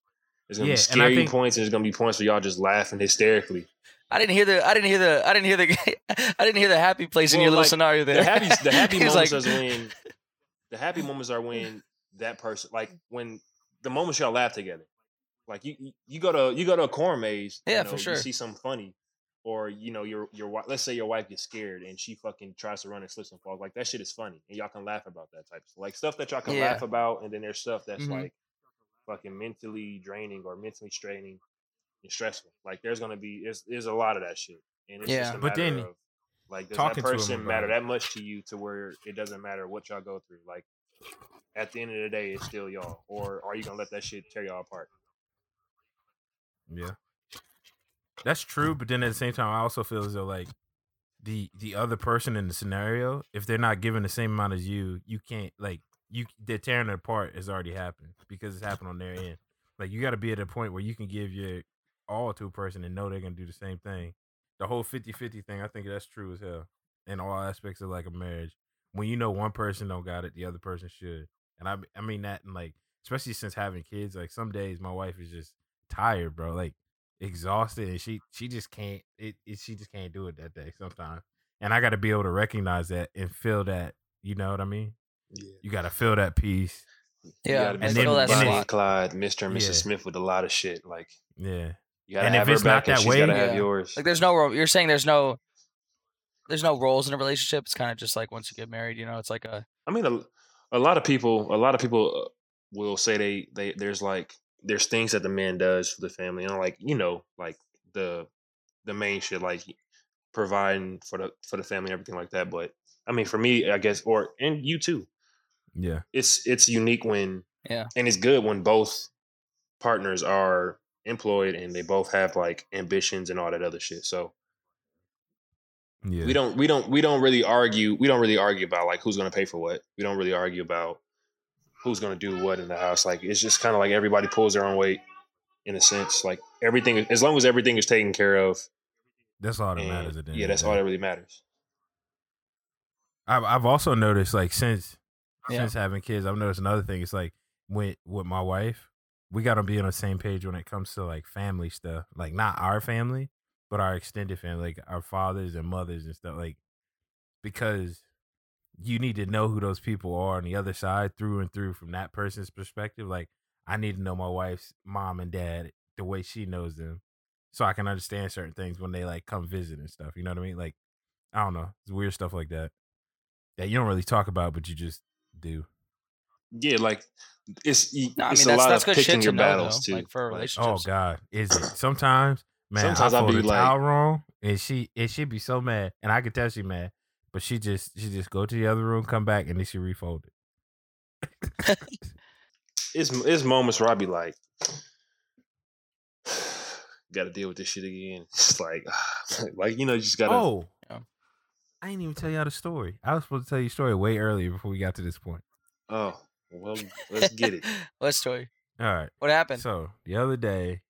Speaker 2: There's gonna
Speaker 3: Yeah,
Speaker 2: be
Speaker 3: and I
Speaker 2: scary
Speaker 3: think-
Speaker 2: points and there's gonna be points where y'all just laughing hysterically.
Speaker 1: I didn't hear the I didn't hear the I didn't hear the I didn't hear the happy place in
Speaker 2: Well,
Speaker 1: your little
Speaker 2: like,
Speaker 1: scenario there.
Speaker 2: the happy the happy
Speaker 1: He's
Speaker 2: moments
Speaker 1: like,
Speaker 2: is when the happy moments are when that person like when the moments y'all laugh together. Like you you- you go to you go to a corn maze,
Speaker 1: Yeah,
Speaker 2: you
Speaker 1: for
Speaker 2: know,
Speaker 1: sure.
Speaker 2: you see something funny. Or you know your your wi- let's say your wife gets scared and she fucking tries to run and slips and falls like that shit is funny and y'all can laugh about that type of like stuff that y'all can
Speaker 1: Yeah.
Speaker 2: laugh about and then there's stuff that's
Speaker 1: Mhm.
Speaker 2: like fucking mentally draining or mentally straining and stressful like there's gonna be there's, there's a lot of that shit and it's
Speaker 1: Yeah.
Speaker 2: just a
Speaker 3: But
Speaker 2: matter
Speaker 3: then
Speaker 2: of, like does
Speaker 3: talking
Speaker 2: that
Speaker 3: to 'em
Speaker 2: person
Speaker 3: about
Speaker 2: matter
Speaker 3: it.
Speaker 2: that much to you to where it doesn't matter what y'all go through? Like at the end of the day, it's still y'all. Or are you gonna let that shit tear y'all apart?
Speaker 3: yeah, that's true. But then at the same time, I also feel as though like the the other person in the scenario, if they're not given the same amount as you, you can't like you they're tearing it apart has already happened because it's happened on their end. Like you got to be at a point where you can give your all to a person and know they're gonna do the same thing. The whole 50-50 thing, I think that's true as hell in all aspects of like a marriage. When you know one person don't got it, the other person should. And I I mean that and like especially since having kids, like some days my wife is just tired, bro. Like exhausted and she she just can't it, it she just can't do it that day sometimes. And I got to be able to recognize that and feel that, you know what I mean?
Speaker 2: Yeah.
Speaker 3: You got to feel that peace.
Speaker 1: yeah,
Speaker 2: gotta be
Speaker 1: I
Speaker 3: and
Speaker 1: feel that
Speaker 3: then-
Speaker 2: like
Speaker 3: and then-
Speaker 1: slot.
Speaker 2: Bonnie Clyde, Mr. and Mrs.
Speaker 3: Yeah.
Speaker 2: Smith with a lot of shit. Like
Speaker 3: Yeah.
Speaker 2: you gotta
Speaker 3: And
Speaker 2: have
Speaker 3: if
Speaker 2: her
Speaker 3: it's
Speaker 2: back
Speaker 3: not
Speaker 2: and
Speaker 3: that
Speaker 2: she's
Speaker 3: way-
Speaker 2: gotta have
Speaker 1: Yeah.
Speaker 2: yours.
Speaker 1: Like there's no role. You're saying there's no there's no roles in a relationship. It's kind of just like once you get married, you know, it's like a
Speaker 2: I mean, a, a lot of people, a lot of people uh, will say they, they, there's like, there's things that the man does for the family, and like, you know, like the, the main shit, like providing for the for the family and everything like that. But I mean, for me, I guess, or and you too,
Speaker 3: Yeah.
Speaker 2: it's it's unique when,
Speaker 1: Yeah.
Speaker 2: and it's good when both partners are employed and they both have like ambitions and all that other shit. So
Speaker 3: Yeah.
Speaker 2: we don't we don't we don't really argue we don't really argue about like who's going to pay for what we don't really argue about who's going to do what in the house like it's just kind of like everybody pulls their own weight in a sense like everything as long as everything is taken care of
Speaker 3: that's all that
Speaker 2: and-
Speaker 3: matters at the end
Speaker 2: yeah
Speaker 3: of
Speaker 2: that's
Speaker 3: the
Speaker 2: all
Speaker 3: day.
Speaker 2: that really matters
Speaker 3: I've I've also noticed like since
Speaker 1: Yeah.
Speaker 3: since having kids, I've noticed another thing. It's like with with my wife, we gotta be on the same page when it comes to like family stuff. Like not our family, but our extended family, like our fathers and mothers and stuff. Like because you need to know who those people are on the other side through and through from that person's perspective. Like I need to know my wife's mom and dad the way she knows them. So I can understand certain things when they like come visit and stuff. You know what I mean? Like I don't know. It's weird stuff like that. That you don't really talk about, but you just do.
Speaker 2: yeah like it's y-
Speaker 1: No, I
Speaker 2: it's
Speaker 1: mean
Speaker 2: a
Speaker 1: that's
Speaker 2: lot
Speaker 1: that's
Speaker 2: of
Speaker 1: good
Speaker 2: picking
Speaker 1: shit to
Speaker 2: your
Speaker 1: know though,
Speaker 2: battles too
Speaker 1: like for a relationship.
Speaker 3: Oh God, is it sometimes? Man,
Speaker 2: Sometimes
Speaker 3: I
Speaker 2: I'll
Speaker 3: fold
Speaker 2: be
Speaker 3: the
Speaker 2: like-
Speaker 3: towel wrong, and she and she be so mad, and I could tell she mad, but she just she just go to the other room, come back, and then she refold it.
Speaker 2: it's it's moments where i be like gotta deal with this shit again it's like like you know you just gotta
Speaker 3: oh,
Speaker 1: Yeah.
Speaker 3: I didn't even tell y'all the story. I was supposed to tell you the story way earlier before we got to this point.
Speaker 2: oh well let's get it
Speaker 1: Let's story.
Speaker 3: All right.
Speaker 1: What happened?
Speaker 3: So the other day,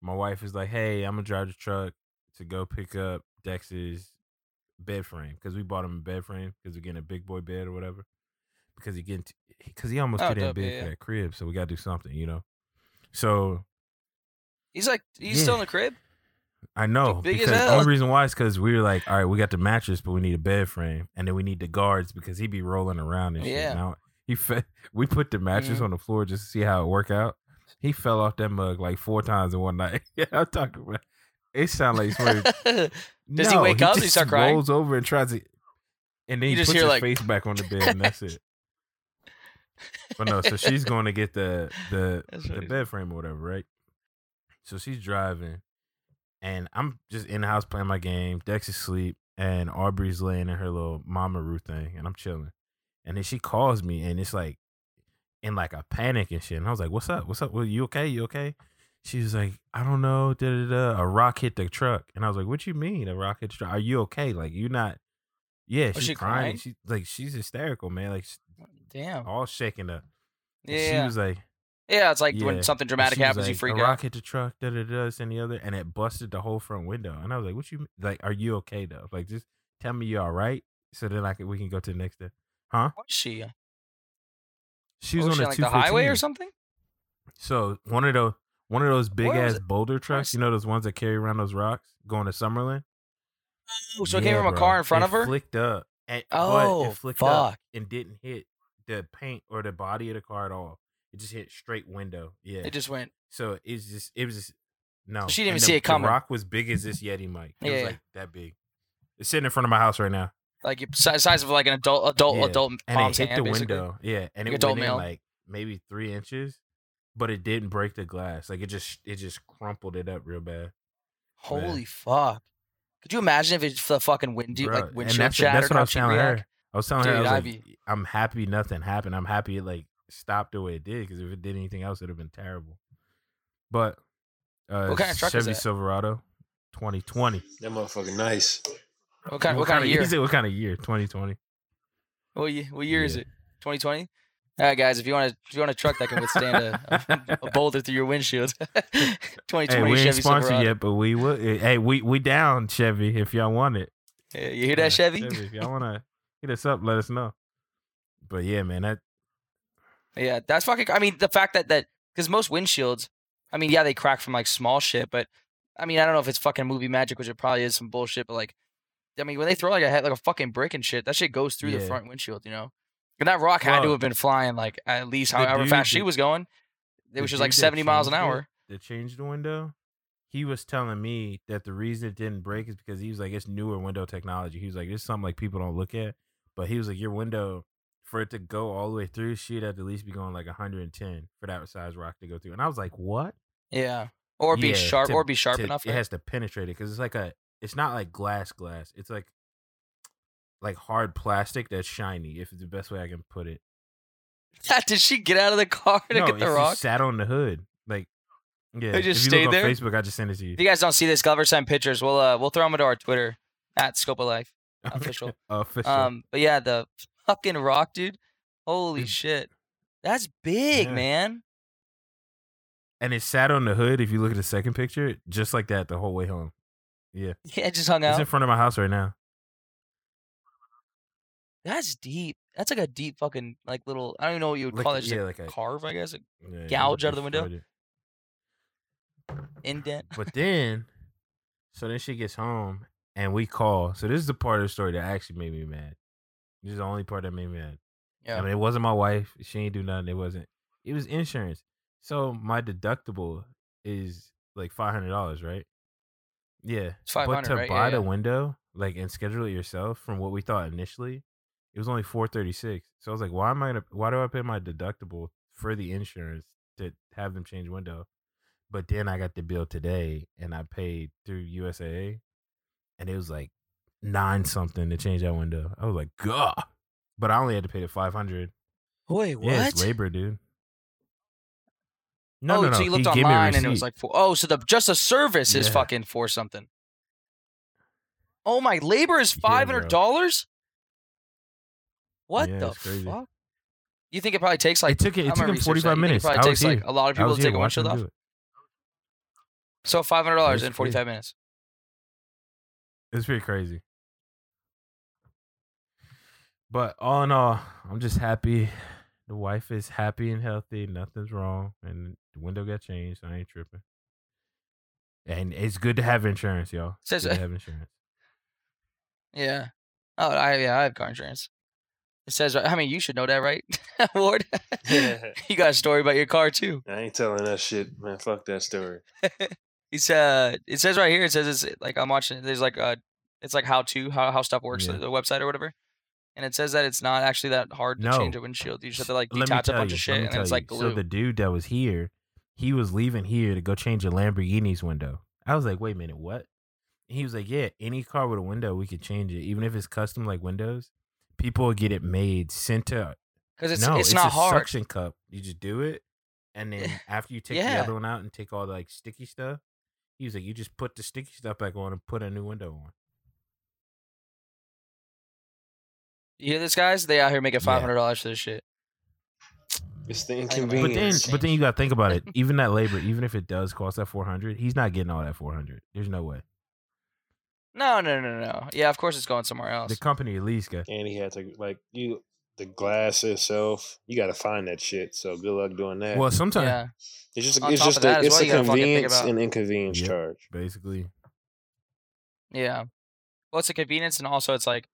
Speaker 3: my wife is like, "Hey, I'm gonna drive the truck to go pick up Dex's bed frame because we bought him a bed frame because we're getting a big boy bed or whatever because he getting because he almost
Speaker 1: Oh,
Speaker 3: too damn
Speaker 1: dope,
Speaker 3: big
Speaker 1: yeah,
Speaker 3: for
Speaker 1: yeah.
Speaker 3: that crib, so we gotta do something, you know. So
Speaker 1: he's like he's still in
Speaker 3: yeah.
Speaker 1: the crib.
Speaker 3: I know
Speaker 1: big as
Speaker 3: because the
Speaker 1: hell.
Speaker 3: only reason why is because we were like, all right, we got the mattress, but we need a bed frame, and then we need the guards because he be rolling around and shit.
Speaker 1: Yeah.
Speaker 3: Now he fe- we put the mattress
Speaker 1: Mhm.
Speaker 3: on the floor just to see how it work out. He fell off that mug like four times in one night. yeah, I'm talking about. It sound like swear-
Speaker 1: Does he
Speaker 3: No,
Speaker 1: wake up? Does he
Speaker 3: just
Speaker 1: start crying?
Speaker 3: Rolls over and tries to, and then
Speaker 1: You
Speaker 3: he
Speaker 1: just
Speaker 3: puts
Speaker 1: hear,
Speaker 3: his
Speaker 1: like-
Speaker 3: face back on the bed, and that's it. But no, so she's going to get the the
Speaker 1: That's
Speaker 3: the
Speaker 1: funny.
Speaker 3: bed frame or whatever, right? So she's driving, and I'm just in the house playing my game. Dex is asleep, and Aubrey's laying in her little mama Ru thing, and I'm chilling. And then she calls me, and it's like in like a panic and shit. And I was like, "What's up? What's up? Well, you okay? You okay?" She was like, "I don't know." Da da da. A rock hit the truck, and I was like, "What you mean a rock hit the truck? Are you okay? Like you not?" Yeah,
Speaker 1: Was
Speaker 3: she's
Speaker 1: she
Speaker 3: crying.
Speaker 1: crying?
Speaker 3: She like she's hysterical, man. Like she's
Speaker 1: Damn.
Speaker 3: all shaken up. And
Speaker 1: Yeah.
Speaker 3: Oh, She was like,
Speaker 1: yeah, it's like
Speaker 3: Yeah.
Speaker 1: when something
Speaker 3: dramatic
Speaker 1: dramatic happens, you freak
Speaker 3: a
Speaker 1: out.
Speaker 3: rock hit the truck, da da da, this and the other, and it busted the whole front window. And I was like, "What you mean? like? Are you okay though? Like, just tell me you're all right, so then I can we can go to the next day." Huh?
Speaker 1: What is she?
Speaker 3: She
Speaker 1: was Oh, she
Speaker 3: a
Speaker 1: on like the highway or
Speaker 3: 215.
Speaker 1: something?
Speaker 3: So one of those one of those big
Speaker 1: Where was
Speaker 3: ass
Speaker 1: it?
Speaker 3: boulder trucks,
Speaker 1: was-
Speaker 3: you know those ones that carry around those rocks going to Summerlin.
Speaker 1: Oh, so it came from a car in front
Speaker 3: it
Speaker 1: of her.
Speaker 3: Flicked up. And, but
Speaker 1: Oh,
Speaker 3: it flicked up
Speaker 1: fuck.
Speaker 3: and didn't hit the paint or the body of the car at all. It just hit straight window. Yeah.
Speaker 1: It just went.
Speaker 3: So it's just it was just no.
Speaker 1: She didn't
Speaker 3: And
Speaker 1: even
Speaker 3: the-
Speaker 1: see it coming.
Speaker 3: The rock was big as this Yeti mic. It was
Speaker 1: Yeah.
Speaker 3: like that big. It's sitting in front of my house right now.
Speaker 1: like you- si- size of like an adult adult
Speaker 3: Yeah,
Speaker 1: adult
Speaker 3: And
Speaker 1: mom's
Speaker 3: it hit
Speaker 1: hand,
Speaker 3: the
Speaker 1: basically.
Speaker 3: window. Yeah. And
Speaker 1: Like
Speaker 3: it
Speaker 1: adult
Speaker 3: went in
Speaker 1: male.
Speaker 3: like maybe three inches. But it didn't break the glass. Like it just it just crumpled it up real bad.
Speaker 1: Holy fuck! Could you imagine if it's the fucking windy
Speaker 3: Bruh,
Speaker 1: like windshield
Speaker 3: that's,
Speaker 1: shattered?
Speaker 3: that's what
Speaker 1: how
Speaker 3: I was
Speaker 1: she'd
Speaker 3: telling
Speaker 1: react?
Speaker 3: her. I was telling her I
Speaker 1: Dude,
Speaker 3: was like,
Speaker 1: Ivy.
Speaker 3: I'm happy nothing happened. I'm happy it like stopped the way it did, because if it did anything else, it'd have been terrible. But uh
Speaker 1: What kind of truck is
Speaker 3: Chevy
Speaker 1: that?
Speaker 3: Silverado twenty twenty.
Speaker 2: That motherfucker nice.
Speaker 1: What kind? What kind of year?
Speaker 3: He said, what kind of year? 2020.
Speaker 1: What year, what year is
Speaker 3: Yeah.
Speaker 1: it? 2020. All right, guys. If you want to, if you want a truck that can withstand a, a, a boulder through your windshield, 2020
Speaker 3: Hey, we ain't
Speaker 1: Chevy
Speaker 3: sponsored
Speaker 1: Silverado.
Speaker 3: yet, but we will. Hey, we we down Chevy if y'all want it.
Speaker 1: Yeah, you hear that,
Speaker 3: Yeah,
Speaker 1: Chevy?
Speaker 3: If y'all want to hit us up, let us know. But yeah, man, that
Speaker 1: Yeah, that's fucking. I mean, the fact that that because most windshields, I mean, yeah, they crack from like small shit, but I mean, I don't know if it's fucking movie magic, which it probably is some bullshit, but like, I mean, when they throw like a head, like a fucking brick and shit, that shit goes through
Speaker 3: Yeah.
Speaker 1: the front windshield, you know. And that rock had to
Speaker 3: Well,
Speaker 1: have been flying like at least
Speaker 3: the
Speaker 1: however
Speaker 3: dude
Speaker 1: fast she
Speaker 3: that-
Speaker 1: was going. It
Speaker 3: the
Speaker 1: was just like
Speaker 3: dude that
Speaker 1: 70 miles an
Speaker 3: changed it,
Speaker 1: hour.
Speaker 3: That changed the window. He was telling me that the reason it didn't break is because he was like, it's newer window technology. He was like, it's something like people don't look at. But he was like, your window for it to go all the way through, she'd have to at least be going like 110 for that size rock to go through. And I was like, what?
Speaker 1: Yeah. Or be
Speaker 3: Yeah,
Speaker 1: sharp,
Speaker 3: to-
Speaker 1: or be sharp
Speaker 3: to-
Speaker 1: enough.
Speaker 3: It
Speaker 1: right?
Speaker 3: has to penetrate it because it's like a. It's not like glass glass. It's like like hard plastic that's shiny. If it's the best way I can put it.
Speaker 1: Did she get out of the car to
Speaker 3: no,
Speaker 1: get the
Speaker 3: it's
Speaker 1: rock?
Speaker 3: just sat on the hood. Like yeah,
Speaker 1: It just
Speaker 3: if you
Speaker 1: stayed
Speaker 3: look
Speaker 1: there?
Speaker 3: on Facebook, I just sent it to you.
Speaker 1: If you guys don't see this, Glover sent pictures. We'll uh, we'll throw them into our Twitter at Scope of Life. official.
Speaker 3: official.
Speaker 1: Um, but yeah, the fucking rock, dude. Holy
Speaker 3: Dude.
Speaker 1: shit, that's big,
Speaker 3: Yeah.
Speaker 1: man.
Speaker 3: and it sat on the hood. If you look at the second picture, just like that the whole way home. Yeah,
Speaker 1: Yeah, it just hung
Speaker 3: it's
Speaker 1: out.
Speaker 3: in front of my house right now.
Speaker 1: that's deep. That's like a deep fucking like little. I don't even know what you would
Speaker 3: Like-
Speaker 1: call it. Just
Speaker 3: yeah,
Speaker 1: like
Speaker 3: like a-
Speaker 1: carve, I guess. Like
Speaker 3: Yeah, you
Speaker 1: Gouge out of the
Speaker 3: destroyed
Speaker 1: window?
Speaker 3: it.
Speaker 1: indent.
Speaker 3: But then, so then she gets home and we call. So this is the part of the story that actually made me mad. This is the only part that made me mad.
Speaker 1: Yeah.
Speaker 3: I mean, it wasn't my wife. She ain't do nothing. It wasn't. It was insurance. So my deductible is like five hundred dollars, right? Yeah.
Speaker 1: It's
Speaker 3: But
Speaker 1: 500,
Speaker 3: to
Speaker 1: right? Yeah,
Speaker 3: buy the
Speaker 1: yeah.
Speaker 3: window, like, and schedule it yourself, from what we thought initially, it was only four thirty six. So I was like, why am I gonna? Why do I pay my deductible for the insurance to have them change window? But then I got the bill today, and I paid through USAA, and it was like nine something to change that window. I was like, God. But I only had to pay the five hundred.
Speaker 1: Wait, what?
Speaker 3: Yeah, it's labor, dude. No,
Speaker 1: oh,
Speaker 3: no, no.
Speaker 1: so you looked
Speaker 3: he gave me a
Speaker 1: online and it was
Speaker 3: receipt.
Speaker 1: like, four, oh, so the just the service is
Speaker 3: Yeah.
Speaker 1: fucking for something. Oh my, labor is
Speaker 3: Yeah, bro.
Speaker 1: five hundred dollars. What
Speaker 3: Yeah,
Speaker 1: the
Speaker 3: it's crazy.
Speaker 1: fuck? You think it probably takes like
Speaker 3: it took it,
Speaker 1: I'm
Speaker 3: it took
Speaker 1: gonna
Speaker 3: him
Speaker 1: research
Speaker 3: forty
Speaker 1: that.
Speaker 3: five
Speaker 1: You think
Speaker 3: minutes.
Speaker 1: It probably
Speaker 3: I was
Speaker 1: takes
Speaker 3: here.
Speaker 1: like a lot of
Speaker 3: I
Speaker 1: people
Speaker 3: was
Speaker 1: to
Speaker 3: here
Speaker 1: take a
Speaker 3: watching
Speaker 1: windshield
Speaker 3: him
Speaker 1: off.
Speaker 3: do it.
Speaker 1: So five hundred dollars
Speaker 3: That's
Speaker 1: in
Speaker 3: crazy.
Speaker 1: forty five minutes.
Speaker 3: It's pretty crazy. But all in all, I'm just happy. The wife is happy and healthy. Nothing's wrong, and the window got changed. So I ain't tripping. And it's good to have insurance, y'all. It's
Speaker 1: Says-
Speaker 3: good to have insurance.
Speaker 1: Yeah. Oh, I yeah, I have car insurance. It says I mean you should know that, right, Ward?
Speaker 2: I
Speaker 1: you got a story about your car too.
Speaker 2: ain't telling that shit, man. Fuck that story.
Speaker 1: It's uh, it says right here. It says it's like I'm watching. There's like uh, it's like how to how how stuff works uh,
Speaker 3: Yeah.
Speaker 1: the, the website or whatever. And it says that it's not actually that hard to change
Speaker 3: No.
Speaker 1: a windshield. You just have to like
Speaker 3: Let me
Speaker 1: detach a
Speaker 3: tell
Speaker 1: bunch
Speaker 3: you,
Speaker 1: of
Speaker 3: let
Speaker 1: shit
Speaker 3: me
Speaker 1: and
Speaker 3: tell
Speaker 1: it's like
Speaker 3: you.
Speaker 1: glue.
Speaker 3: So the dude that was here, he was leaving here to go change a Lamborghini's window. I was like, wait a minute, what? And he was like, yeah, any car with a window, we could change it, even if it's custom like Windows. People will get it made, sent to.
Speaker 1: because it's
Speaker 3: no,
Speaker 1: it's, not
Speaker 3: a
Speaker 1: hard. Eh,
Speaker 3: Suction cup. You just do it, and then after you take
Speaker 1: Yeah.
Speaker 3: the other one out and take all the like sticky stuff, he was like, you just put the sticky stuff back on and put a new window on.
Speaker 1: You hear this, guys? They out here making
Speaker 3: Yeah.
Speaker 1: five hundred dollars for this shit.
Speaker 2: It's the
Speaker 1: But then-
Speaker 3: But then,
Speaker 2: inconvenience.
Speaker 3: but then you gotta think about it. Even that labor, even if it does cost that four hundred, he's not getting all that four hundred. There's no way.
Speaker 1: No, no, no, no. Yeah, of course it's going somewhere else.
Speaker 3: The company at least got
Speaker 2: and he had to like you the glass itself. You got to find that shit. So good luck doing that.
Speaker 3: well. Sometimes
Speaker 1: yeah,
Speaker 2: it's just
Speaker 1: on
Speaker 2: it's
Speaker 1: top
Speaker 2: just
Speaker 1: of that as
Speaker 2: a, it's
Speaker 1: well,
Speaker 2: a
Speaker 1: you gotta fucking think
Speaker 2: convenience
Speaker 1: about-
Speaker 2: and inconvenience
Speaker 3: Yep.
Speaker 2: charge.
Speaker 3: basically,
Speaker 1: yeah. Well, it's a convenience, and also it's like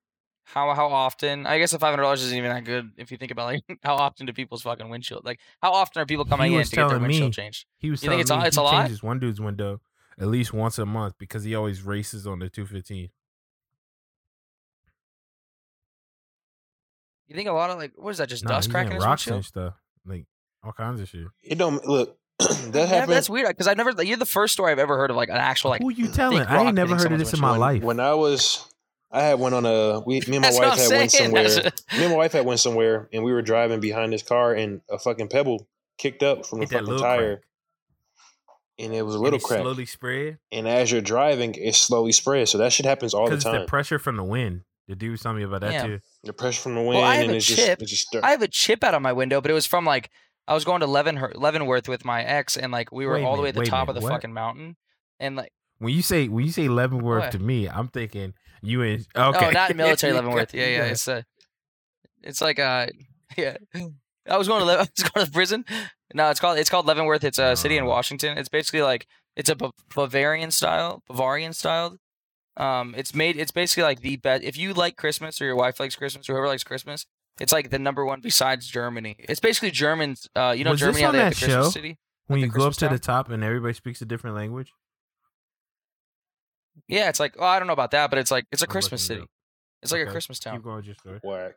Speaker 1: how how often? I guess the five hundred dollars isn't even that good if you think about like how often do people's fucking windshield like how often are people coming in
Speaker 3: was
Speaker 1: to get their
Speaker 3: telling me-
Speaker 1: windshield changed?
Speaker 3: he was
Speaker 1: You think
Speaker 3: telling
Speaker 1: it's
Speaker 3: me
Speaker 1: a- it's
Speaker 3: he
Speaker 1: a lot?
Speaker 3: changes one dude's window at least once a month because he always races on the two fifteen.
Speaker 1: You think a lot of like what is that? Just
Speaker 3: Nah,
Speaker 1: dust
Speaker 3: he's
Speaker 1: cracking
Speaker 3: getting
Speaker 1: his
Speaker 3: rocks
Speaker 1: windshield?
Speaker 3: and stuff, like all kinds of shit.
Speaker 2: It don't look
Speaker 1: Yeah,
Speaker 2: that happened.
Speaker 1: that's weird because I've never. You're the first story I've ever heard of like an actual like.
Speaker 3: Who you telling?
Speaker 1: thick
Speaker 3: I
Speaker 1: rock
Speaker 3: ain't never
Speaker 1: hitting
Speaker 3: heard of
Speaker 1: someone's
Speaker 3: this in my
Speaker 2: when,
Speaker 3: life.
Speaker 2: When I was, I had went on a we. Me and my
Speaker 1: That's
Speaker 2: wife
Speaker 1: what
Speaker 2: had
Speaker 1: I'm
Speaker 2: went
Speaker 1: saying.
Speaker 2: somewhere.
Speaker 1: That's
Speaker 2: me and my wife had went somewhere, and we were driving behind this car, and a fucking pebble kicked up from the
Speaker 3: Hit that
Speaker 2: fucking
Speaker 3: little
Speaker 2: tire,
Speaker 3: crack.
Speaker 2: and it was a
Speaker 3: And
Speaker 2: little
Speaker 3: it
Speaker 2: crack.
Speaker 3: slowly spread
Speaker 2: and as you're driving, it slowly spreads. So that shit happens all the
Speaker 3: because it's the
Speaker 2: time.
Speaker 3: pressure from the wind. The dude was telling me about that
Speaker 1: Yeah.
Speaker 3: too.
Speaker 2: The pressure from the
Speaker 1: I
Speaker 2: wind,
Speaker 1: have
Speaker 2: and
Speaker 1: a
Speaker 2: it's
Speaker 1: chip.
Speaker 2: just, it's just stir-
Speaker 1: I have a chip out of my window, but it was from like I was going to Leavenher- Leavenworth with my ex, and like we were
Speaker 3: Wait a
Speaker 1: all the way
Speaker 3: minute,
Speaker 1: at the
Speaker 3: wait a
Speaker 1: top of the
Speaker 3: minute, what?
Speaker 1: fucking mountain, and like
Speaker 3: When you say when you say Leavenworth
Speaker 1: What?
Speaker 3: to me, I'm thinking you in okay.
Speaker 1: oh, not in military
Speaker 3: You
Speaker 1: Leavenworth.
Speaker 3: got-
Speaker 1: Yeah,
Speaker 3: you
Speaker 1: yeah.
Speaker 3: got-
Speaker 1: It's uh, it's like uh, yeah. I was going to Le- I was going to prison. No, it's called it's called Leavenworth. It's a city in
Speaker 3: Ah.
Speaker 1: Washington. It's basically like it's a Bav- Bavarian style, Bavarian style. Um, it's made. It's basically like the best. If you like Christmas or your wife likes Christmas or whoever likes Christmas, it's like the number one besides Germany. It's basically Germans. Uh, you know
Speaker 3: Was this
Speaker 1: Germany how
Speaker 3: on
Speaker 1: they have the
Speaker 3: that
Speaker 1: Christmas
Speaker 3: show?
Speaker 1: city.
Speaker 3: when
Speaker 1: the
Speaker 3: you go up
Speaker 1: Christmas
Speaker 3: to the
Speaker 1: town?
Speaker 3: top and everybody speaks a different language.
Speaker 1: Yeah, it's like oh, I don't know about that, but it's like it's a
Speaker 3: I'm
Speaker 1: Christmas city.
Speaker 3: looking it up.
Speaker 1: It's like a
Speaker 3: Okay,
Speaker 1: Christmas town.
Speaker 3: Keep going with your story.
Speaker 2: whack.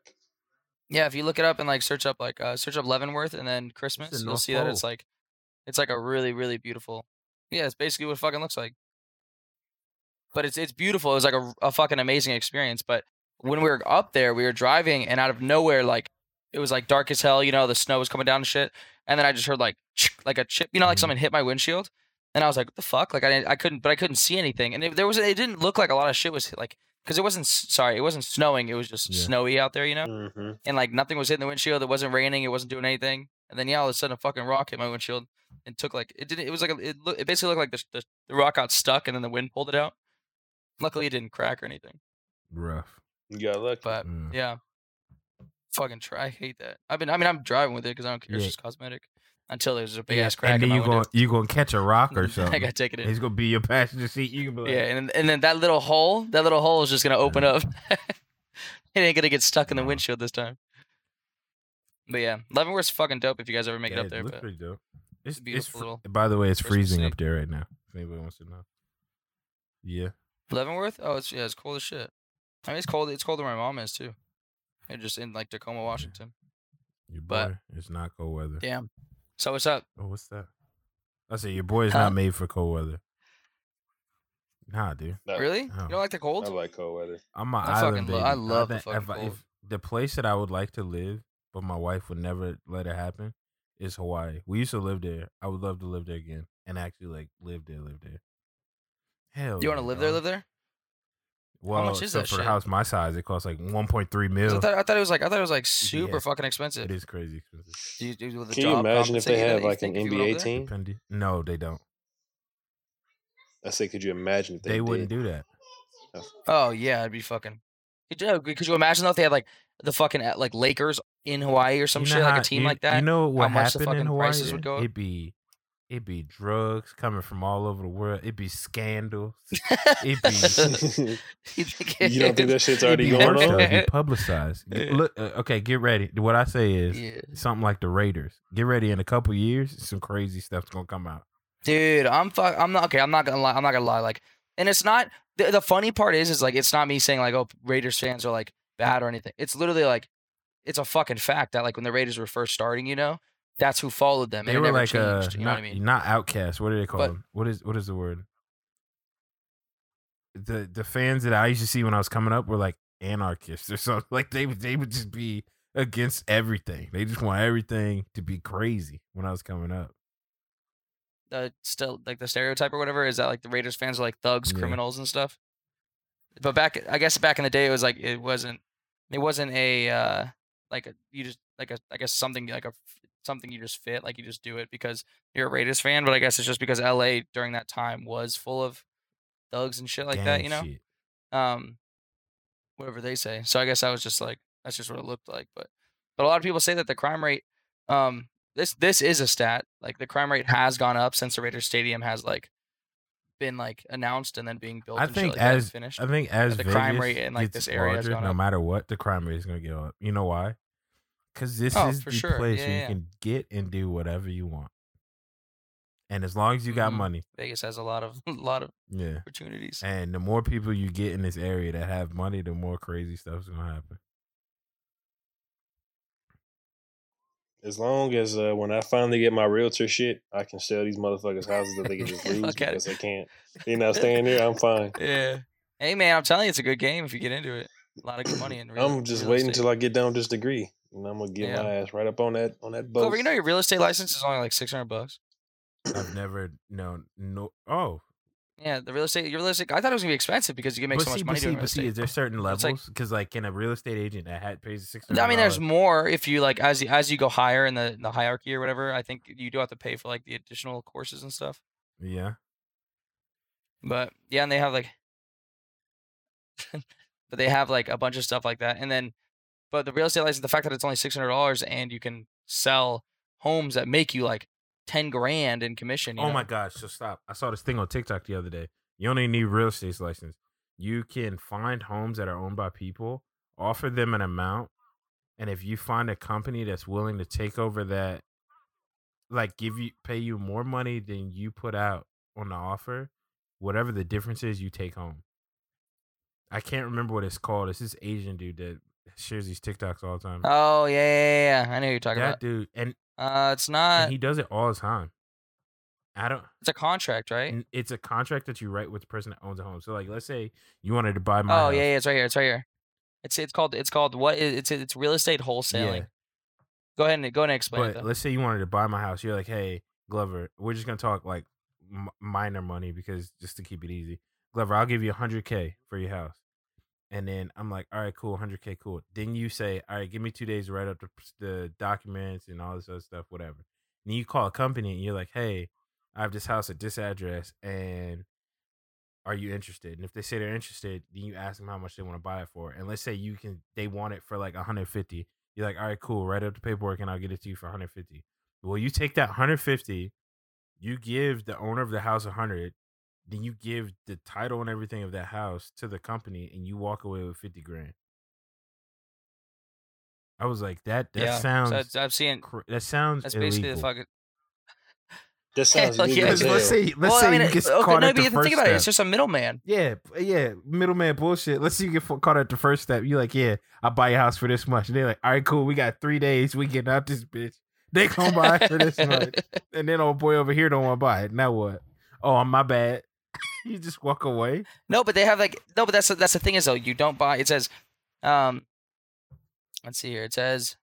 Speaker 1: Yeah, if you look it up and like search up like uh, search up Leavenworth and then Christmas, you'll
Speaker 3: North
Speaker 1: see that it's
Speaker 3: Pole.
Speaker 1: like it's like a really really beautiful. Yeah, it's basically what it fucking looks like. But it's it's beautiful. It was like a, a fucking amazing experience. But when we were up there, we were driving and out of nowhere, like it was like dark as hell. You know, the snow was coming down and shit. And then I just heard like like a chip. You know, like
Speaker 3: Mhm.
Speaker 1: something hit my windshield. And I was like, "What the fuck?" Like I didn't, I couldn't, but I couldn't see anything. And it, there was it didn't look like a lot of shit was like because it wasn't s- sorry, it wasn't snowing. It was just
Speaker 3: Yeah.
Speaker 1: snowy out there. You know
Speaker 2: hmm
Speaker 1: and like nothing was hitting the windshield. It wasn't raining. It wasn't doing anything. And then yeah, all of a sudden a fucking rock hit my windshield and took like it didn't. It was like a, it, loo- it basically looked like the, the the rock got stuck and then the wind pulled it out. Luckily, it didn't crack or anything.
Speaker 3: Rough.
Speaker 2: You got lucky.
Speaker 1: But
Speaker 3: Mm.
Speaker 1: yeah, fucking try. I hate that. I've been. I mean, I'm driving with it because I don't care. It's
Speaker 3: Yeah.
Speaker 1: just cosmetic. Until there's a big
Speaker 3: Yeah,
Speaker 1: ass crack.
Speaker 3: and
Speaker 1: in
Speaker 3: then
Speaker 1: my
Speaker 3: you going
Speaker 1: window.
Speaker 3: you gonna catch a rock or
Speaker 1: I
Speaker 3: something.
Speaker 1: got taken it.
Speaker 3: He's gonna be your passenger seat. You can be like,
Speaker 1: Yeah, and then- and then that little hole, that little hole is just gonna open up. it ain't gonna get stuck in the
Speaker 3: Wow.
Speaker 1: windshield this time. But yeah, Leavenworth's fucking dope if you guys ever make
Speaker 3: "Yeah,
Speaker 1: it up there.
Speaker 3: looks
Speaker 1: But
Speaker 3: pretty dope. It's, it's
Speaker 1: beautiful
Speaker 3: fr-
Speaker 1: little
Speaker 3: by the way, it's
Speaker 1: Christmas
Speaker 3: freezing
Speaker 1: city.
Speaker 3: up there right now. If anybody wants to know. Yeah.
Speaker 1: Leavenworth? Oh, it's yeah, it's cold as shit. I mean, it's cold. It's colder than my mom is too. And just in like Tacoma, Washington.
Speaker 3: Your
Speaker 1: But-
Speaker 3: boy is not cold weather.
Speaker 1: Yeah. So what's up?
Speaker 3: Oh, what's that? I said your boy is
Speaker 1: Huh?
Speaker 3: not made for cold weather. Nah, dude.
Speaker 2: No,
Speaker 1: Really? You
Speaker 3: no.
Speaker 1: don't like the
Speaker 2: I
Speaker 1: cold?
Speaker 2: like cold weather.
Speaker 3: I'm an
Speaker 1: I fucking
Speaker 3: island
Speaker 1: lo-
Speaker 3: baby.
Speaker 1: I love the
Speaker 3: think
Speaker 1: fucking
Speaker 3: if, I-
Speaker 1: cold.
Speaker 3: if the place that I would like to live, but my wife would never let it happen, is Hawaii. We used to live there. I would love to live there again and actually like live there, live there. Hell,
Speaker 1: you want to
Speaker 3: yeah,
Speaker 1: live there?
Speaker 3: dog.
Speaker 1: Live there?
Speaker 3: Well,
Speaker 1: much is
Speaker 3: so
Speaker 1: that
Speaker 3: for
Speaker 1: shit?
Speaker 3: a house my size, it costs like 1.3
Speaker 1: Because I
Speaker 3: mil.
Speaker 1: thought, I thought it was like I thought it was like super
Speaker 3: Yeah.
Speaker 1: fucking
Speaker 3: It
Speaker 1: expensive.
Speaker 3: is crazy expensive.
Speaker 1: Do you, do you- will the
Speaker 2: Can you
Speaker 1: job
Speaker 2: imagine
Speaker 1: compensate
Speaker 2: if they
Speaker 1: you that
Speaker 2: had
Speaker 1: you
Speaker 2: like an
Speaker 1: think if you went over there?
Speaker 2: NBA team?
Speaker 3: Dependi- No, they don't.
Speaker 2: I say, could you imagine if
Speaker 3: They,
Speaker 2: they,
Speaker 3: wouldn't
Speaker 2: did?
Speaker 3: do that.
Speaker 1: Oh yeah, it'd be fucking. Could you, uh, could you imagine though if they had like the fucking uh, like Lakers in Hawaii or some
Speaker 3: You know
Speaker 1: shit like
Speaker 3: how-
Speaker 1: a team
Speaker 3: you-
Speaker 1: like that?
Speaker 3: You know what
Speaker 1: much the
Speaker 3: happened in
Speaker 1: fucking
Speaker 3: Hawaii?
Speaker 1: prices would go up?
Speaker 3: It'd be, it'd be drugs coming from all over the world. It'd be scandals. it'd be-
Speaker 1: You think
Speaker 2: you don't think that
Speaker 1: it's-
Speaker 2: shit's
Speaker 3: It'd
Speaker 2: already
Speaker 3: be
Speaker 2: going
Speaker 3: worse, though.
Speaker 2: on?
Speaker 3: It'd be publicized. G-
Speaker 1: Yeah.
Speaker 3: Look, uh, okay, get ready. What I say is
Speaker 1: Yeah.
Speaker 3: something like the Raiders. Get ready in a couple years, some crazy stuff's gonna come out.
Speaker 1: Dude, I'm fuck. I'm not okay. I'm not gonna lie. I'm not gonna lie. Like, and it's not the, the funny part is is like it's not me saying like oh Raiders fans are like bad or anything. It's literally like it's a fucking fact that like when the Raiders were first starting, you know, that's who followed them.
Speaker 3: They
Speaker 1: and it
Speaker 3: were
Speaker 1: never
Speaker 3: like uh,
Speaker 1: changed, you know
Speaker 3: not,
Speaker 1: what I mean?
Speaker 3: not outcast. What do they call
Speaker 1: But-
Speaker 3: them? What is what is the word? The the fans that I used to see when I was coming up were like anarchists or something. Like they would- they would just be against everything. They just want everything to be crazy when I was coming up.
Speaker 1: the uh, still like the stereotype or whatever is that like the Raiders fans are like thugs,
Speaker 3: Yeah.
Speaker 1: criminals, and stuff. But back, I guess back in the day, it was like it wasn't, it wasn't a uh, like a, you just like a I guess something like a f- something you just fit like you just do it because you're a Raiders fan. But I guess it's just because L.A. during that time was full of thugs and shit like that,
Speaker 3: Gang
Speaker 1: you know.
Speaker 3: shit.
Speaker 1: Um, whatever they say. So I guess I was just like that's just what it looked like. But but a lot of people say that the crime rate um this this is a stat like the crime rate has gone up since the Raiders Stadium has like been like announced and then being built.
Speaker 3: I
Speaker 1: and shit
Speaker 3: think
Speaker 1: like that and
Speaker 3: as-
Speaker 1: finished.
Speaker 3: I think as
Speaker 1: the crime rate
Speaker 3: Vegas
Speaker 1: in, like,
Speaker 3: gets
Speaker 1: this area has
Speaker 3: larger,
Speaker 1: gone
Speaker 3: no
Speaker 1: up.
Speaker 3: matter what, the crime rate is going to go up. You know why? Because this
Speaker 1: Oh,
Speaker 3: is
Speaker 1: for
Speaker 3: the
Speaker 1: sure.
Speaker 3: place
Speaker 1: Yeah,
Speaker 3: where
Speaker 1: yeah.
Speaker 3: you can get and do whatever you want, and as long as you got
Speaker 1: Mhm.
Speaker 3: money,
Speaker 1: Vegas has a lot of a lot of
Speaker 3: yeah.
Speaker 1: opportunities.
Speaker 3: And the more people you get in this area that have money, the more crazy stuff's gonna happen.
Speaker 2: As long as uh, when I finally get my realtor shit, I can sell these motherfuckers houses that they can just lose
Speaker 1: Look at it.
Speaker 2: because they can't. You know, staying here, I'm fine.
Speaker 1: Yeah. Hey man, I'm telling you, it's a good game if you get into it. A lot of good money in real.
Speaker 2: I'm just
Speaker 1: real
Speaker 2: waiting
Speaker 1: estate.
Speaker 2: until I get done with this degree, and I'm gonna get
Speaker 1: Yeah.
Speaker 2: my ass right up on that on that boat.
Speaker 1: Clover, you know your real estate license is only like six hundred bucks.
Speaker 3: I've never known no. Oh,
Speaker 1: Yeah, the real estate, your real estate. I thought it was gonna be expensive because you can make
Speaker 3: but
Speaker 1: so
Speaker 3: see,
Speaker 1: much
Speaker 3: but
Speaker 1: money
Speaker 3: see,
Speaker 1: doing real
Speaker 3: but see,
Speaker 1: estate.
Speaker 3: is there certain
Speaker 1: It's like-
Speaker 3: levels? Because like, can a real estate agent that had pays six
Speaker 1: I
Speaker 3: hundred?
Speaker 1: mean, there's more if you like as as you go higher in the the hierarchy or whatever. I think you do have to pay for like the additional courses and stuff.
Speaker 3: yeah.
Speaker 1: But yeah, and they have like, but they have like a bunch of stuff like that. And then, but the real estate license, the fact that it's only six hundred dollars and you can sell homes that make you like ten grand in commission. you
Speaker 3: Oh
Speaker 1: know?
Speaker 3: my gosh! So stop. I saw this thing on TikTok the other day. You don't even need real estate license. You can find homes that are owned by people, offer them an amount, and if you find a company that's willing to take over that, like give you pay you more money than you put out on the offer, whatever the difference is, you take home. I can't remember what it's called. It's this Asian dude that shares these TikToks all the time.
Speaker 1: Oh yeah, yeah, yeah, yeah. I know who you're talking
Speaker 3: that dude, and,
Speaker 1: about. Uh, it's not.
Speaker 3: and he does it all the time. I don't.
Speaker 1: it's a contract, right?
Speaker 3: N- It's a contract that you write with the person that owns the home. So like, let's say you wanted to buy my
Speaker 1: Oh
Speaker 3: house.
Speaker 1: yeah, yeah, it's right here. It's right here. It's it's called it's called what? i- It's it's real estate wholesaling.
Speaker 3: Yeah.
Speaker 1: Go ahead and go ahead and explain it.
Speaker 3: But
Speaker 1: Though.
Speaker 3: let's say you wanted to buy my house. You're like, hey, Glover, we're just gonna talk like m- minor money because just to keep it easy. Glover, I'll give you 100k for your house. And then I'm like, all right, cool, 100k, cool. Then you say, all right, give me two days to write up the, the documents and all this other stuff, whatever. And you call a company and you're like, hey, I have this house at this address, and are you interested? And if they say they're interested, then you ask them how much they want to buy it for. And let's say you can, they want it for like 150. You're like, all right, cool. Write up the paperwork, and I'll get it to you for 150. Well, you take that 150, you give the owner of the house 100, then you give the title and everything of that house to the company, and you walk away with 50 grand. I was like, that that
Speaker 1: yeah.
Speaker 3: sounds
Speaker 1: So I'm seeing.
Speaker 3: cr- that sounds
Speaker 1: That's
Speaker 3: illegal.
Speaker 1: basically the fucking.
Speaker 2: that sounds
Speaker 1: Hell
Speaker 2: illegal
Speaker 1: yeah,
Speaker 2: as
Speaker 1: it's-
Speaker 2: hell.
Speaker 3: let's say let's
Speaker 1: well,
Speaker 3: say
Speaker 1: I mean,
Speaker 3: you
Speaker 1: it-
Speaker 3: get
Speaker 1: okay,
Speaker 3: caught
Speaker 1: no,
Speaker 3: at the
Speaker 1: but
Speaker 3: first
Speaker 1: think about
Speaker 3: step.
Speaker 1: it. It's just a middleman.
Speaker 3: Yeah, p- yeah, middleman bullshit. Let's see you get fu- caught at the first step. You like, yeah, I buy your house for this much, and they're like, all right, cool, we got three days, we getting out this bitch. They gonna buy it for Oh this much, and then old boy over here don't want to buy it. Now what? Oh, my bad. you just walk away.
Speaker 1: No, but they have like no, but that's the- that's the thing is though you don't buy. It says, um, let's see here. It says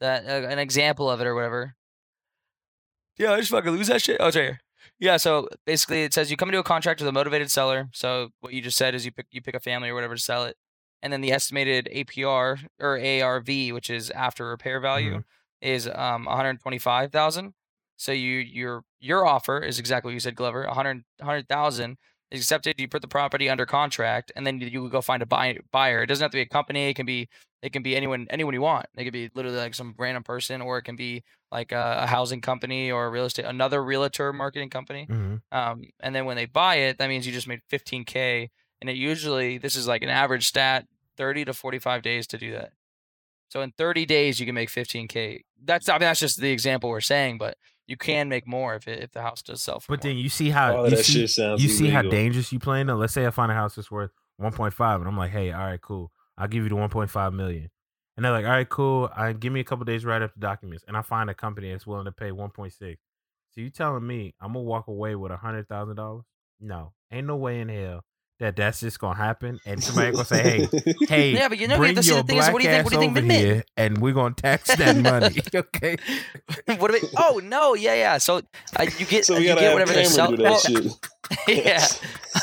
Speaker 1: that uh, an example of it or whatever. Yeah, I just fucking lose that shit. Oh, it's right here. Yeah, so basically it says you come into a contract with a motivated seller. So what you just said is you pick you pick a family or whatever to sell it, and then the estimated APR or ARV, which is after repair value, is um 125 thousand. So you your your offer is exactly what you said, Glover. 100 100,000 is accepted. You put the property under contract, and then you- you would go find a buy, buyer. It doesn't have to be a company. It can be it can be anyone anyone you want. It could be literally like some random person, or it can be like a, a housing company or a real estate another realtor marketing company.
Speaker 3: Mm-hmm.
Speaker 1: Um, and then when they buy it, that means you just made 15k. And it usually this is like an average stat, 30 to 45 days to do that. So in 30 days, you can make 15k. That's I mean that's just the example we're saying, but you can make more if it, if the house does sell. For
Speaker 3: But
Speaker 1: more.
Speaker 3: then you see
Speaker 2: All
Speaker 3: how
Speaker 2: of
Speaker 3: you
Speaker 2: that
Speaker 3: see,
Speaker 2: shit sounds
Speaker 3: you see how
Speaker 2: illegal.
Speaker 3: dangerous you playing. Now, let's say I find a house that's worth 1.5, and I'm like, hey, all right, cool, I'll give you the 1.5 million. and they're like, all right, cool. I give me a couple days to write up the documents, and I find a company that's willing to pay one point six. So you telling me I'm gonna walk away with a hundred thousand dollars? No, ain't no way in hell that that's just gonna happen. And somebody gonna say, hey, hey,
Speaker 1: Yeah, but you know,
Speaker 3: bring
Speaker 1: the- see, the
Speaker 3: your
Speaker 1: thing is,
Speaker 3: black
Speaker 1: what do you think-
Speaker 3: ass
Speaker 1: what do you think
Speaker 3: over
Speaker 1: they meant?
Speaker 3: here, and we're gonna tax that money. okay.
Speaker 1: what do we? Oh no, yeah, yeah. So uh, you get
Speaker 2: So we
Speaker 1: you
Speaker 2: gotta
Speaker 1: get
Speaker 2: have
Speaker 1: whatever they're
Speaker 2: Cameron
Speaker 1: selling.
Speaker 2: do that shit.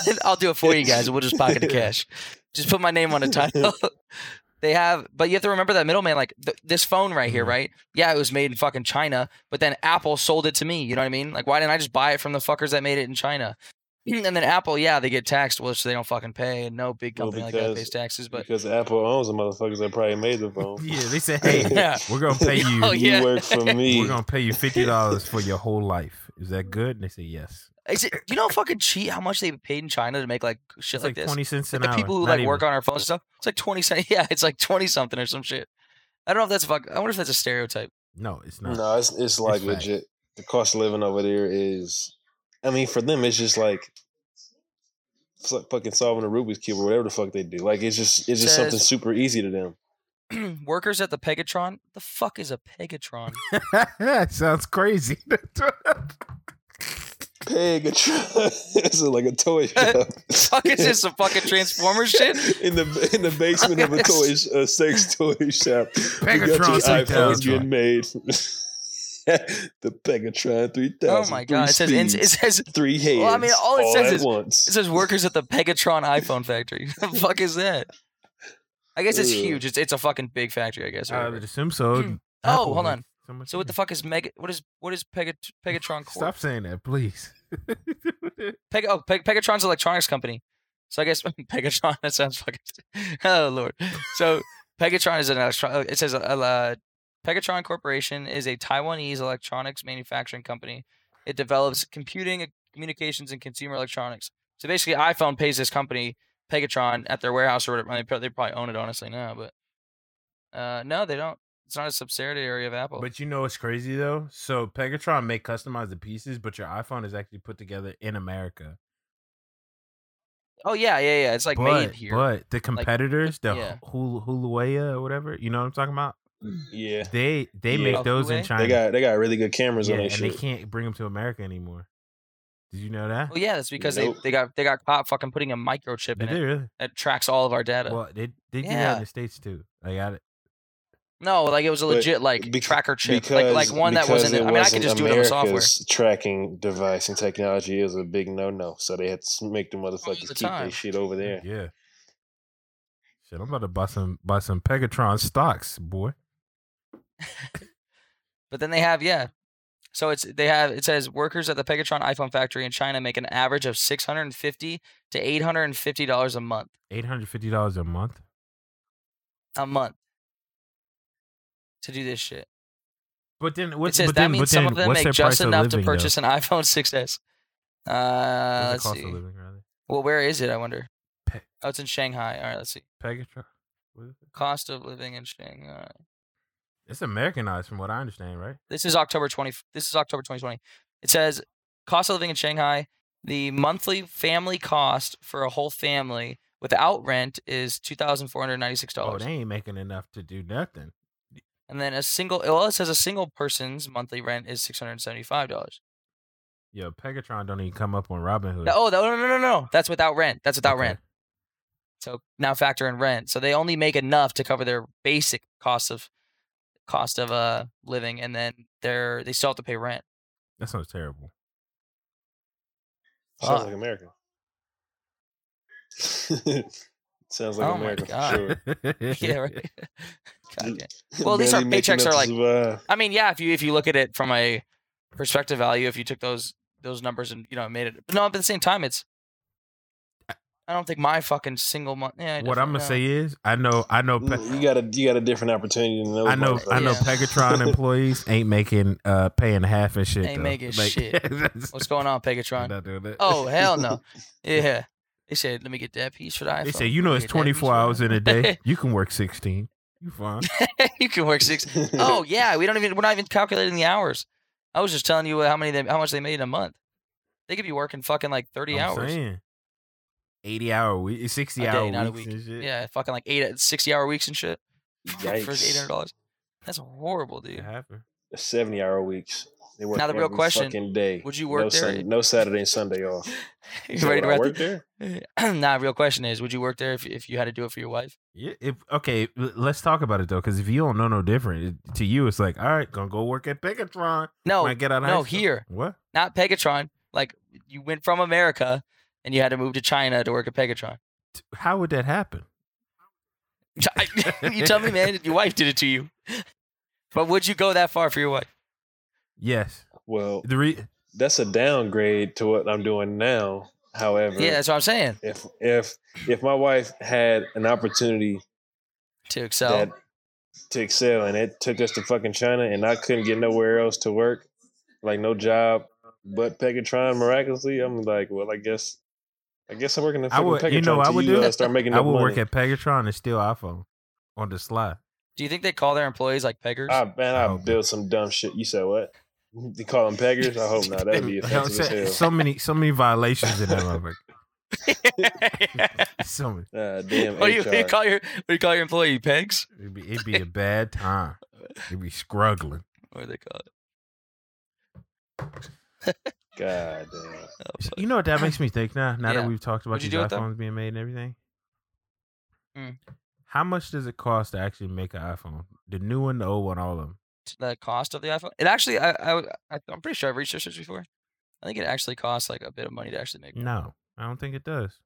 Speaker 1: yeah, I'll do it for you guys. We'll just pocket the cash. Just put my name on the title. they have, but you have to remember that middleman. Like th- this phone right
Speaker 2: Mm-hmm.
Speaker 1: here,
Speaker 3: Mhm.
Speaker 1: right? Yeah, it was made in fucking China, but then Apple sold it to me. You know what I mean? Like, why didn't I just buy it from the fuckers that made it in China? And then Apple, yeah, they get taxed, which they don't fucking pay, and no big
Speaker 2: Well,
Speaker 1: company like that
Speaker 2: because-
Speaker 1: pays taxes. But
Speaker 2: because Apple owns the motherfuckers that probably made the phone.
Speaker 3: Yeah, they said, hey,
Speaker 1: yeah,
Speaker 3: we're gonna pay you.
Speaker 1: Oh, yeah.
Speaker 2: You work for me.
Speaker 3: We're gonna pay you fifty dollars for your whole life. Is that good? And they say yes.
Speaker 1: is it? You know, how fucking cheat how much they paid in China to make like shit
Speaker 3: It's
Speaker 1: like
Speaker 3: like,
Speaker 1: this.
Speaker 3: twenty cents an
Speaker 1: the
Speaker 3: hour.
Speaker 1: people who
Speaker 3: Not
Speaker 1: like
Speaker 3: even.
Speaker 1: work on our phones and stuff. It's like twenty cent. Yeah, it's like twenty something or some shit. I don't know if that's fuck. I wonder if that's a stereotype.
Speaker 3: No, it's not.
Speaker 2: No, it's it's like
Speaker 3: fact.
Speaker 2: legit. The cost of living over there is, I mean, for them it's just like it's like fucking solving a Rubik's cube or whatever the fuck they do. Like it's just it's just something
Speaker 1: Says-
Speaker 2: super easy to them.
Speaker 1: Workers at the Pegatron. The fuck is a Pegatron?
Speaker 3: that sounds crazy.
Speaker 2: Pegatron. it's like a toy shop.
Speaker 1: fuck is this some fucking Transformer shit?
Speaker 2: in the in the basement of a toy sh- a sex toy shop. We got your
Speaker 3: Pegatron 3000.
Speaker 2: iPhones getting made. the Pegatron three
Speaker 1: Oh
Speaker 2: thousand.
Speaker 1: my god! It says in- it says
Speaker 2: three heads.
Speaker 1: Well, I mean, all it says
Speaker 2: at
Speaker 1: is-
Speaker 2: once.
Speaker 1: it says workers at the Pegatron iPhone factory. the fuck is that? I guess it's
Speaker 2: Ugh.
Speaker 1: huge. It's it's a fucking big factory. I guess. or
Speaker 3: I would
Speaker 1: whatever.
Speaker 3: assume so.
Speaker 1: Mm. Oh,
Speaker 3: Apple
Speaker 1: hold
Speaker 3: makes
Speaker 1: on.
Speaker 3: so much
Speaker 1: so what the
Speaker 3: money.
Speaker 1: fuck is Mega? What is what is Pegat Pegatron Corp?
Speaker 3: Stop saying that, please.
Speaker 1: Peg- oh, Peg- Pegatron's electronics company. So I guess Pegatron. That sounds fucking. oh lord. So Pegatron is an electron. It says uh, uh, Pegatron Corporation is a Taiwanese electronics manufacturing company. It develops computing, communications, and consumer electronics. So basically, iPhone pays this company Pegatron at their warehouse or whatever. They pro- they probably own it honestly now, but uh, no, they don't. It's not a subsidiary of Apple.
Speaker 3: but you know what's crazy though? So Pegatron may customize the pieces, but your iPhone is actually put together in America.
Speaker 1: oh yeah, yeah, yeah. It's like
Speaker 3: but,
Speaker 1: made here.
Speaker 3: But the competitors, the
Speaker 1: yeah.
Speaker 3: Hul- Huluwea or whatever, you know what I'm talking about?
Speaker 2: yeah,
Speaker 3: They they
Speaker 2: Yeah.
Speaker 3: make those in
Speaker 1: Huawei?
Speaker 3: China.
Speaker 2: they got they got really good cameras
Speaker 3: yeah,
Speaker 2: on their
Speaker 3: and they
Speaker 2: shit.
Speaker 3: can't bring them to America anymore. Did you know that?
Speaker 1: Well, yeah, that's because
Speaker 2: Nope.
Speaker 1: they, they got they got caught fucking putting a microchip in
Speaker 3: Did
Speaker 1: it.
Speaker 3: they really?
Speaker 1: that tracks all of our data.
Speaker 3: Well, they they do that
Speaker 1: Yeah.
Speaker 3: in the states too. I got it.
Speaker 1: no, like it was a
Speaker 2: But
Speaker 1: legit like
Speaker 2: bec-
Speaker 1: tracker chip, like like one that
Speaker 2: because
Speaker 1: wasn't. I mean, I could
Speaker 2: wasn't
Speaker 1: just do it on the software
Speaker 2: America's Tracking device and technology is a big no no, so they had to make the motherfuckers
Speaker 1: the
Speaker 2: keep their
Speaker 1: time.
Speaker 2: shit over there.
Speaker 3: Yeah. Shit, I'm about to buy some buy some Pegatron stocks, boy.
Speaker 1: But then they have yeah. So it's they have it says workers at the Pegatron iPhone factory in China make an average of six hundred and fifty to eight hundred and fifty dollars a month.
Speaker 3: Eight hundred fifty dollars a month.
Speaker 1: A month. To do this shit,
Speaker 3: But then what?
Speaker 1: it says
Speaker 3: but
Speaker 1: that
Speaker 3: then,
Speaker 1: means
Speaker 3: but
Speaker 1: some
Speaker 3: then
Speaker 1: of them
Speaker 3: what's
Speaker 1: make
Speaker 3: their
Speaker 1: just
Speaker 3: price of
Speaker 1: enough to
Speaker 3: living, though?
Speaker 1: purchase an iPhone 6s.
Speaker 3: What's
Speaker 1: Uh,
Speaker 3: the
Speaker 1: let's
Speaker 3: cost of
Speaker 1: see.
Speaker 3: living, rather?
Speaker 1: Well, where is it? I wonder.
Speaker 3: Pe-
Speaker 1: Oh, it's in Shanghai. All right, let's see.
Speaker 3: Pegatron. What is it?
Speaker 1: Cost of living in Shanghai.
Speaker 3: It's Americanized, from what I understand, right?
Speaker 1: This is October 20. This is October 2020. It says cost of living in Shanghai. The monthly family cost for a whole family without rent is two thousand four hundred ninety-six
Speaker 3: Oh,
Speaker 1: dollars,
Speaker 3: they ain't making enough to do nothing.
Speaker 1: and then a single. Well, it says a single person's monthly rent is six hundred seventy-five dollars.
Speaker 3: Yo, Pegatron don't even come up on Robinhood.
Speaker 1: Oh, no, no, no, no, no. That's without rent. That's without
Speaker 3: Okay.
Speaker 1: rent. So now factor in rent. So they only make enough to cover their basic cost of cost of uh living, and then they're they still have to pay rent.
Speaker 3: That sounds terrible.
Speaker 2: Sounds
Speaker 1: Fuck.
Speaker 2: like America. Sounds like
Speaker 1: Oh my
Speaker 2: America
Speaker 1: God.
Speaker 2: for sure.
Speaker 1: yeah, right. God damn. Well, at least our
Speaker 2: Barely making
Speaker 1: paychecks
Speaker 2: up
Speaker 1: are
Speaker 2: to
Speaker 1: like-
Speaker 2: survive.
Speaker 1: I mean, yeah, if you if you look at it from a perspective value, if you took those those numbers and you know made it, but no, but at the same time, it's I don't think my fucking single month. Yeah, it
Speaker 3: What
Speaker 1: doesn't-
Speaker 3: I'm gonna
Speaker 1: no.
Speaker 3: say is, I know, I know, Pe-
Speaker 2: Mm, you got a you got a different opportunity than those.
Speaker 3: I know, I know.
Speaker 1: Yeah.
Speaker 3: Pegatron employees ain't making, uh, paying half and shit.
Speaker 1: Ain't
Speaker 3: though.
Speaker 1: making shit.
Speaker 3: that's-
Speaker 1: what's going on, Pegatron?
Speaker 3: not doing that.
Speaker 1: Oh hell no! Yeah, they said, let me get that piece for the iPhone.
Speaker 3: They say, you know,
Speaker 1: Let
Speaker 3: it's
Speaker 1: me get that piece
Speaker 3: 24
Speaker 1: for the
Speaker 3: hours in a day.
Speaker 1: iPhone."
Speaker 3: You can work 16. You fine.
Speaker 1: you can work six.
Speaker 2: motherfuckers.
Speaker 1: Oh yeah, we don't even we're not even calculating the hours. I was just telling you how many they, how much they made in a month. They could be working fucking like 30
Speaker 3: I'm
Speaker 1: hours.
Speaker 3: saying. 80 hour week, 60
Speaker 1: A day,
Speaker 3: hour
Speaker 1: not a
Speaker 3: weeks
Speaker 1: week.
Speaker 3: and shit.
Speaker 1: Yeah, fucking like eight 60 uh, hour weeks and shit. for eight hundred
Speaker 2: Yikes.
Speaker 1: dollars. That's horrible, dude.
Speaker 3: It happened.
Speaker 2: 70 hour weeks. They work
Speaker 1: Now the real
Speaker 2: every
Speaker 1: question,
Speaker 2: fucking day.
Speaker 1: would you work
Speaker 2: no
Speaker 1: there?
Speaker 2: Sun- no Saturday and Sunday off.
Speaker 1: You
Speaker 2: So
Speaker 1: ready to
Speaker 2: would I
Speaker 1: wrap
Speaker 2: work
Speaker 1: it?
Speaker 2: there?
Speaker 1: nah, real question is, would you work there if if you had to do it for your wife?
Speaker 3: Yeah. If, okay. l- Let's talk about it though, because if you don't know no different, it, to you it's like, all right, gonna go work at Pegatron.
Speaker 1: No,
Speaker 3: when I get out of high
Speaker 1: no,
Speaker 3: school."
Speaker 1: here.
Speaker 3: What?
Speaker 1: not Pegatron. Like you went from America and you had to move to China to work at Pegatron.
Speaker 3: T- How would that happen?
Speaker 1: you tell me, man, your wife did it to you. But would you go that far for your wife?
Speaker 3: Yes.
Speaker 2: Well,
Speaker 3: The re-
Speaker 2: that's a downgrade to what I'm doing now. However,
Speaker 1: Yeah, that's what I'm saying.
Speaker 2: if if if my wife had an opportunity
Speaker 1: To excel.
Speaker 2: that to excel and it took us to fucking China and I couldn't get nowhere else to work, like no job but Pegatron miraculously, I'm like, well, I guess I guess I'm working at
Speaker 3: I
Speaker 2: fucking
Speaker 3: would-
Speaker 2: Pegatron
Speaker 3: you know what I
Speaker 2: till
Speaker 3: would
Speaker 2: you,
Speaker 3: do?
Speaker 2: uh, start making
Speaker 3: I
Speaker 2: up
Speaker 3: would
Speaker 2: money.
Speaker 3: work at Pegatron and steal iPhone on the sly.
Speaker 1: Do you think they call their employees like peggers?
Speaker 2: I, man, I
Speaker 3: Oh, man.
Speaker 2: built some dumb shit. You said what? They call them peggers? I hope not. That'd be
Speaker 3: You know what I'm
Speaker 2: offensive
Speaker 3: saying?
Speaker 2: as hell.
Speaker 3: so many, so many violations in that motherfucker. So many.
Speaker 2: Ah, damn
Speaker 1: what, do you, what do you
Speaker 2: HR.
Speaker 1: call your what do you call your employee pegs?
Speaker 3: It'd be, it'd be a bad time. It'd be struggling.
Speaker 1: What do they call it?
Speaker 2: God damn.
Speaker 1: Oh,
Speaker 3: So,
Speaker 1: fuck.
Speaker 3: You know what that makes me think now? Now
Speaker 1: Yeah.
Speaker 3: that we've talked about
Speaker 1: What'd you
Speaker 3: these
Speaker 1: do with them?
Speaker 3: iPhones being made and everything,
Speaker 1: Mm.
Speaker 3: how much does it cost to actually make an iPhone? The new one, the old one, all of them.
Speaker 1: The cost of the iPhone. It actually, I, I, I I'm pretty sure I've researched this before. I think it actually costs like a bit of money to actually make. one.
Speaker 3: No, I don't think it does.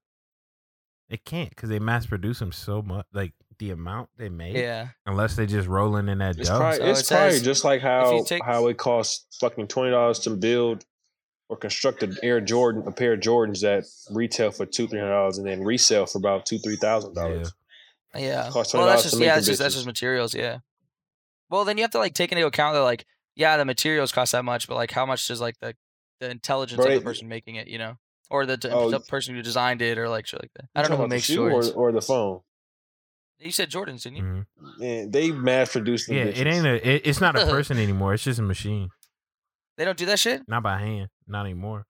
Speaker 3: It can't because they mass produce them so much. Like the amount they make,
Speaker 1: Yeah.
Speaker 3: unless they just rolling in that
Speaker 2: It's
Speaker 3: dough.
Speaker 2: probably,
Speaker 1: So
Speaker 2: it's
Speaker 1: it
Speaker 2: probably
Speaker 1: says
Speaker 2: just like how
Speaker 1: you take-
Speaker 2: how it costs fucking twenty dollars to build or construct an Air Jordan, a pair of Jordans that retail for two three hundred dollars and then resell for about two three thousand dollars.
Speaker 1: Yeah.
Speaker 2: Cost
Speaker 1: Well, that's
Speaker 2: $20 to
Speaker 1: just
Speaker 2: make
Speaker 1: yeah,
Speaker 2: them
Speaker 1: that's just that's
Speaker 2: bitches.
Speaker 1: just materials. Yeah. Well, then you have to like take into account that like yeah, the materials cost that much, but like how much does like the the intelligence
Speaker 2: Bro,
Speaker 1: of
Speaker 2: it-
Speaker 1: the person making it, you know, or the,
Speaker 2: Oh,
Speaker 1: the
Speaker 2: you-
Speaker 1: person who designed it, or like shit like that. I don't know who makes
Speaker 2: sure
Speaker 1: Jordans.
Speaker 2: or, or the Hmm. phone.
Speaker 1: You said Jordans, didn't you?
Speaker 3: Mhm.
Speaker 2: Man, they mass produced them.
Speaker 3: Yeah,
Speaker 2: bitches.
Speaker 3: it ain't a. It, it's not a person anymore. It's just a machine,
Speaker 1: They don't do that shit.
Speaker 3: not by hand, not anymore.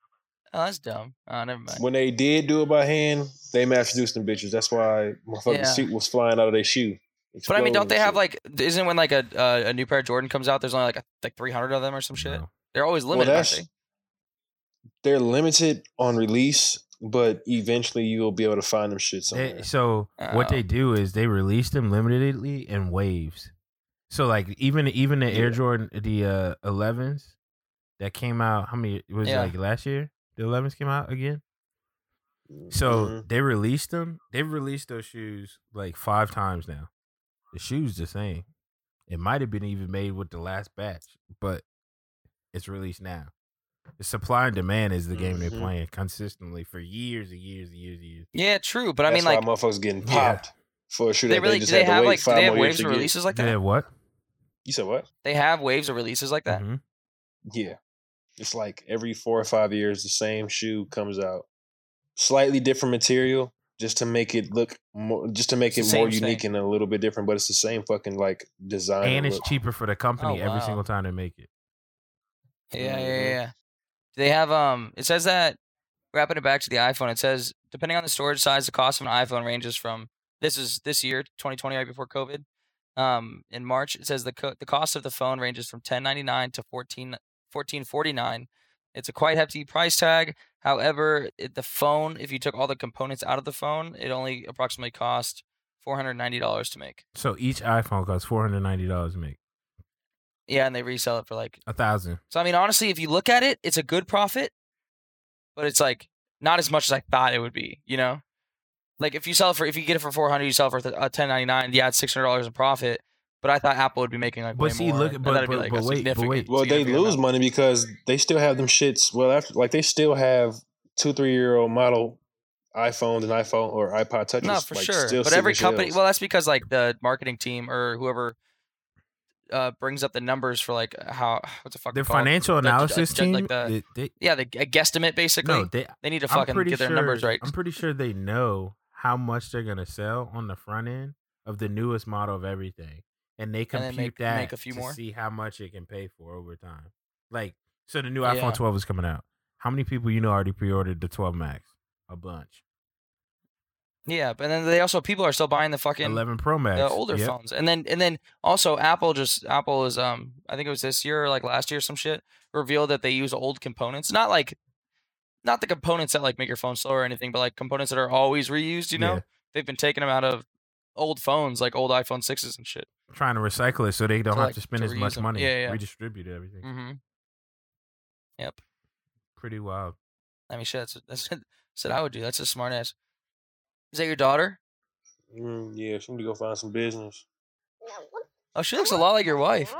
Speaker 1: Oh, that's dumb. Oh, never mind.
Speaker 2: when they did do it by hand, they mass produced them bitches. That's why my fucking
Speaker 1: Yeah.
Speaker 2: suit was flying out of their shoe.
Speaker 1: But I mean,
Speaker 2: Exploding
Speaker 1: don't
Speaker 2: and
Speaker 1: they have
Speaker 2: shit.
Speaker 1: like? Isn't when like a uh, a new pair of Jordan comes out, there's only like a, like 300 of them or some shit.
Speaker 3: No.
Speaker 1: They're always
Speaker 2: Well,
Speaker 1: limited, aren't
Speaker 2: that's-
Speaker 1: they?
Speaker 2: they're limited on release, but eventually you'll be able to find them shit somewhere.
Speaker 3: They- so what
Speaker 1: Oh.
Speaker 3: they do is they release them limitedly in waves. So like even even the Air
Speaker 2: Yeah.
Speaker 3: Jordan the uh 11s that came out how many was
Speaker 1: Yeah.
Speaker 3: it like last year the 11s came out again. So
Speaker 1: Mm-hmm.
Speaker 2: Mhm.
Speaker 3: they released them. They've released those shoes like five times now. The shoes the same. It might have been even made with the last batch, but it's released now. The supply and demand is the game
Speaker 2: Mhm.
Speaker 1: Mm-hmm.
Speaker 3: they're playing consistently for years and years and years and years.
Speaker 1: Yeah, true. But I
Speaker 2: That's
Speaker 1: mean, like,
Speaker 2: why motherfuckers getting
Speaker 3: Yeah.
Speaker 2: popped for a shoe
Speaker 1: they
Speaker 2: that
Speaker 1: really do
Speaker 2: they just
Speaker 1: they
Speaker 2: had to
Speaker 1: have
Speaker 2: wait
Speaker 1: like do
Speaker 2: five
Speaker 1: they have
Speaker 2: more years
Speaker 1: waves
Speaker 2: to
Speaker 1: of
Speaker 2: get.
Speaker 1: releases like
Speaker 3: They
Speaker 1: that?
Speaker 3: have what?
Speaker 2: You said what?
Speaker 1: They have waves of releases like that.
Speaker 3: Mhm.
Speaker 2: Yeah, it's like every four or five years, the same shoe comes out, slightly different material, just to make it look more, just to make
Speaker 1: It's
Speaker 2: it
Speaker 1: the
Speaker 2: more
Speaker 1: same
Speaker 2: unique and a little bit different. But it's the same fucking like design.
Speaker 3: And it's
Speaker 2: look.
Speaker 3: cheaper for the company
Speaker 1: Oh,
Speaker 3: every
Speaker 1: wow.
Speaker 3: single time they make it.
Speaker 1: Yeah, yeah,
Speaker 2: Mhm.
Speaker 1: yeah, yeah. They have um. It says that wrapping it back to the iPhone. It says depending on the storage size, the cost of an iPhone ranges from this is this year, 2020, right before COVID. Um, in March, it says the co- the cost of the phone ranges from 10.99 to 14 14.49. It's a quite hefty price tag. However, it, the phone, if you took all the components out of the phone, it only approximately cost $490 to make.
Speaker 3: So each iPhone costs four hundred ninety dollars to make
Speaker 1: Yeah, and they resell it for like
Speaker 3: a thousand.
Speaker 1: So I mean, honestly, if you look at it, it's a good profit, but it's like not as much as I thought it would be. You know, like if you sell it for if you get it for four hundred, you sell it for th- uh, ten ninety nine. Yeah, it's six hundred dollars in profit. But I thought Apple would be making like
Speaker 3: But
Speaker 1: way
Speaker 3: see,
Speaker 1: more.
Speaker 3: look-
Speaker 1: I
Speaker 3: but-
Speaker 1: thought it'd be,
Speaker 3: but-
Speaker 1: like,
Speaker 3: but
Speaker 1: a
Speaker 3: wait, but
Speaker 1: significant-
Speaker 3: wait.
Speaker 2: Well, they
Speaker 1: significant
Speaker 2: lose
Speaker 1: amount.
Speaker 2: money because they still have them shits. Well, after like they still have two, three year old model iPhones and iPhone or iPod touches.
Speaker 1: No, for
Speaker 2: like,
Speaker 1: sure.
Speaker 2: still
Speaker 1: But
Speaker 2: sitting
Speaker 1: every
Speaker 2: on
Speaker 1: company,
Speaker 2: shelves.
Speaker 1: well, that's because like the marketing team or whoever uh, brings up the numbers for like how what's the fuck
Speaker 3: Their
Speaker 1: they're called?
Speaker 3: financial
Speaker 1: the-
Speaker 3: analysis
Speaker 1: the-
Speaker 3: team,
Speaker 1: like the-
Speaker 3: they- they-
Speaker 1: Yeah, they a guesstimate basically.
Speaker 3: no, they,
Speaker 1: they need to
Speaker 3: I'm
Speaker 1: fucking
Speaker 3: pretty
Speaker 1: get their
Speaker 3: sure,
Speaker 1: numbers right.
Speaker 3: I'm pretty sure they know how much they're gonna sell on the front end of the newest model of everything, and they
Speaker 1: then
Speaker 3: compute
Speaker 1: make-
Speaker 3: that
Speaker 1: make a few
Speaker 3: to
Speaker 1: more.
Speaker 3: see how much it can pay for over time. Like, so the new
Speaker 1: Yeah.
Speaker 3: iPhone 12 is coming out. How many people you know already pre-ordered the 12 Max? A bunch.
Speaker 1: Yeah, but then they also people are still buying the fucking
Speaker 3: 11 Pro Max.
Speaker 1: the older
Speaker 3: Yep.
Speaker 1: phones, and then and then also Apple just Apple is um I think it was this year or like last year or some shit revealed that they use old components, not like not the components that like make your phone slower or anything, but like components that are always reused. You know,
Speaker 3: Yeah.
Speaker 1: they've been taking them out of old phones like old iPhone sixes and shit.
Speaker 3: Trying to recycle it so they don't
Speaker 1: To,
Speaker 3: have
Speaker 1: like,
Speaker 3: to spend
Speaker 1: to
Speaker 3: as much
Speaker 1: reuse 'em.
Speaker 3: money.
Speaker 1: Yeah, yeah.
Speaker 3: Redistribute everything.
Speaker 1: Mm-hmm. Yep.
Speaker 3: Pretty wild.
Speaker 1: I mean, shit. That's that's that's what I would do. That's a smart ass. Is that your daughter?
Speaker 2: Mm, yeah, she need to go find some business.
Speaker 1: Oh, she looks a lot like your wife.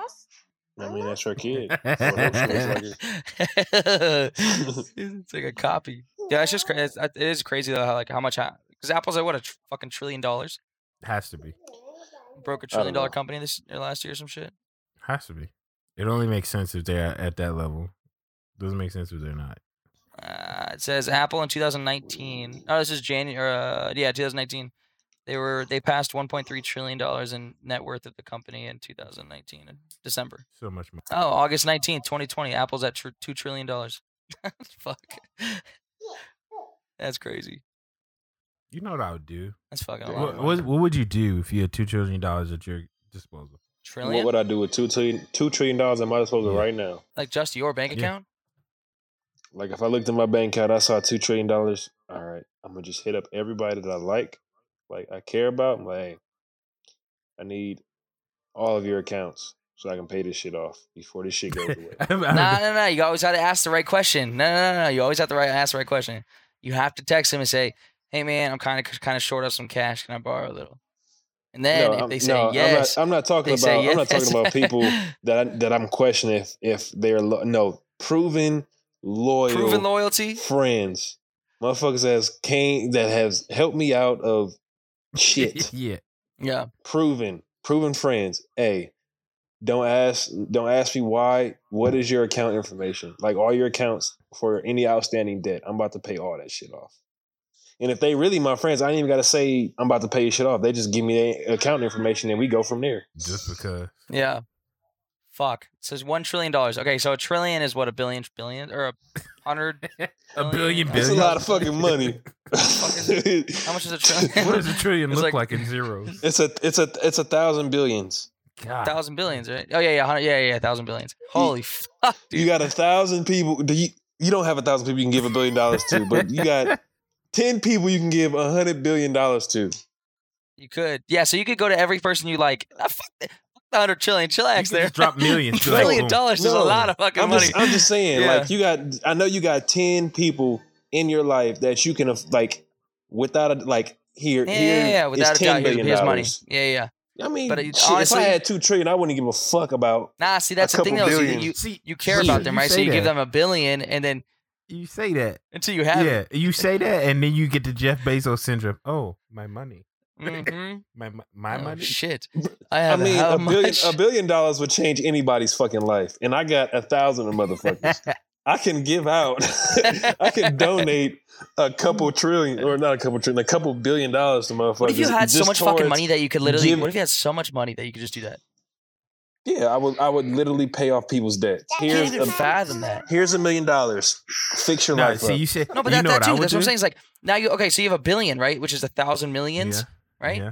Speaker 2: I mean, that's her kid.
Speaker 1: it's like a copy. Yeah, it's just cra- it's, it is crazy though how like how much because Apple's like what a tr- fucking trillion dollars
Speaker 3: Has to be.
Speaker 1: broke a trillion
Speaker 2: know.
Speaker 1: dollar company this or last year or some shit.
Speaker 3: Has to be. It only makes sense if they're at that level. Doesn't make sense if they're not.
Speaker 1: Uh, it says Apple in 2019. Oh, this is January. Uh, yeah, 2019. They were they passed 1.3 trillion dollars in net worth of the company in 2019 in December.
Speaker 3: So much money.
Speaker 1: Oh, August 19th, 2020. Apple's at tr- $2 trillion. Fuck. That's crazy.
Speaker 3: You know what I would do?
Speaker 1: That's fucking a lot.
Speaker 3: What,
Speaker 1: of
Speaker 2: Well,
Speaker 1: money.
Speaker 3: what, what would you do if you had $2 trillion at your disposal?
Speaker 1: Trillion?
Speaker 2: What would I do with two trillion two trillion dollars at my disposal
Speaker 3: Yeah.
Speaker 2: right now?
Speaker 1: like just your bank
Speaker 3: Yeah.
Speaker 1: account?
Speaker 2: Like if I looked at my bank account, I saw two trillion dollars. All right, I'm gonna just hit up everybody that I like, like I care about. I'm like, hey, I need all of your accounts so I can pay this shit off before this shit goes away.
Speaker 1: No, no, no. You always have to ask the right question. No, no, no, no. You always have to right, ask the right question. You have to text him and say, hey, man, I'm kind of kind of short of some cash. Can I borrow a little? And then
Speaker 2: no,
Speaker 1: if
Speaker 2: I'm-
Speaker 1: they say
Speaker 2: no,
Speaker 1: yes,
Speaker 2: I'm not, I'm not
Speaker 1: they
Speaker 2: talking about.
Speaker 1: say yes.
Speaker 2: I'm not talking about people that I, that I'm questioning if if they're lo- no proven loyal,
Speaker 1: Proven loyalty?
Speaker 2: friends, motherfuckers has came that has helped me out of shit.
Speaker 3: yeah.
Speaker 1: Yeah.
Speaker 2: proven proven friends hey don't ask don't ask me why what is your account information like all your accounts for any outstanding debt i'm about to pay all that shit off and if they really my friends i ain't even gotta say i'm about to pay your shit off they just give me their account information and we go from there
Speaker 3: Just because.
Speaker 1: Yeah. Fuck. It says $1 trillion. Okay, so a trillion is what, a billion, billion? Or a hundred?
Speaker 3: A billion
Speaker 1: Oh, That's
Speaker 2: that's
Speaker 3: billion.
Speaker 2: a lot of fucking money
Speaker 1: is How much is a trillion?
Speaker 3: what does a trillion
Speaker 1: It's
Speaker 3: look
Speaker 1: like-
Speaker 3: like, in zeros?
Speaker 2: it's a it's a it's a thousand billions
Speaker 3: God.
Speaker 1: thousand billions, right? Oh yeah, yeah, hundred, yeah, yeah, yeah, thousand billions. Holy fuck, dude!
Speaker 2: you got a thousand people do you you don't have a thousand people you can give a billion dollars to but you got 10 people you can give a hundred billion dollars to
Speaker 1: you could, yeah. So you could go to every person you like. Ah, fuck that- fuck the hundred trillion, chillax.
Speaker 3: You could
Speaker 1: There,
Speaker 3: just drop millions, be like,
Speaker 1: Trillion
Speaker 3: boom.
Speaker 1: dollars is a
Speaker 2: No,
Speaker 1: lot of fucking
Speaker 2: I'm
Speaker 1: money.
Speaker 2: just, I'm just saying,
Speaker 1: Yeah.
Speaker 2: like you got, I know you got ten people in your life that you can, aff- like, without a, like, here,
Speaker 1: yeah,
Speaker 2: here
Speaker 1: yeah, yeah,
Speaker 2: is
Speaker 1: without a doubt,
Speaker 2: ten
Speaker 1: here's,
Speaker 2: billion
Speaker 1: here's money.
Speaker 2: dollars.
Speaker 1: Yeah, yeah.
Speaker 2: I mean,
Speaker 1: But
Speaker 2: but
Speaker 1: it-
Speaker 2: if I
Speaker 1: honestly-
Speaker 2: had two trillion, I wouldn't give a fuck about.
Speaker 1: Nah, see, that's
Speaker 2: A
Speaker 1: the thing though.
Speaker 2: couple
Speaker 1: is You,
Speaker 2: billion.
Speaker 1: you
Speaker 3: See,
Speaker 1: you care
Speaker 3: see,
Speaker 1: about them, right? So
Speaker 3: say
Speaker 1: you give
Speaker 3: that.
Speaker 1: them a billion, and then
Speaker 3: You say that.
Speaker 1: until you have
Speaker 3: yeah, you say that, and then you get the Jeff Bezos syndrome. Oh, my money,
Speaker 1: it. hmm
Speaker 3: my my, my
Speaker 1: oh,
Speaker 3: money.
Speaker 1: shit. I
Speaker 2: I
Speaker 1: have
Speaker 2: mean,
Speaker 1: how
Speaker 2: a billion,
Speaker 1: much?
Speaker 2: a billion dollars would change anybody's fucking life, and I got a thousand of motherfuckers. I can give out, I can donate a couple trillion, or not a couple trillion, a couple billion dollars to motherfuckers.
Speaker 1: What if you had so
Speaker 2: just
Speaker 1: much fucking
Speaker 2: towards-
Speaker 1: money that you could literally?
Speaker 2: give-
Speaker 1: What if you had so much money that you could just do that?
Speaker 2: Yeah, I would, I would literally pay off people's debts.
Speaker 1: I
Speaker 2: Here's
Speaker 1: can't even
Speaker 2: a
Speaker 1: fathom that.
Speaker 2: Here's a million dollars. Fix your
Speaker 3: No,
Speaker 2: life.
Speaker 3: see,
Speaker 2: up.
Speaker 3: you said
Speaker 1: No, but
Speaker 3: you
Speaker 1: that,
Speaker 3: know
Speaker 1: that
Speaker 3: what I
Speaker 1: too.
Speaker 3: would
Speaker 1: That's what I'm
Speaker 3: do?
Speaker 1: saying. It's like now you okay. So you have a billion, right? Which is a thousand millions,
Speaker 3: Yeah,
Speaker 1: right?
Speaker 3: Yeah.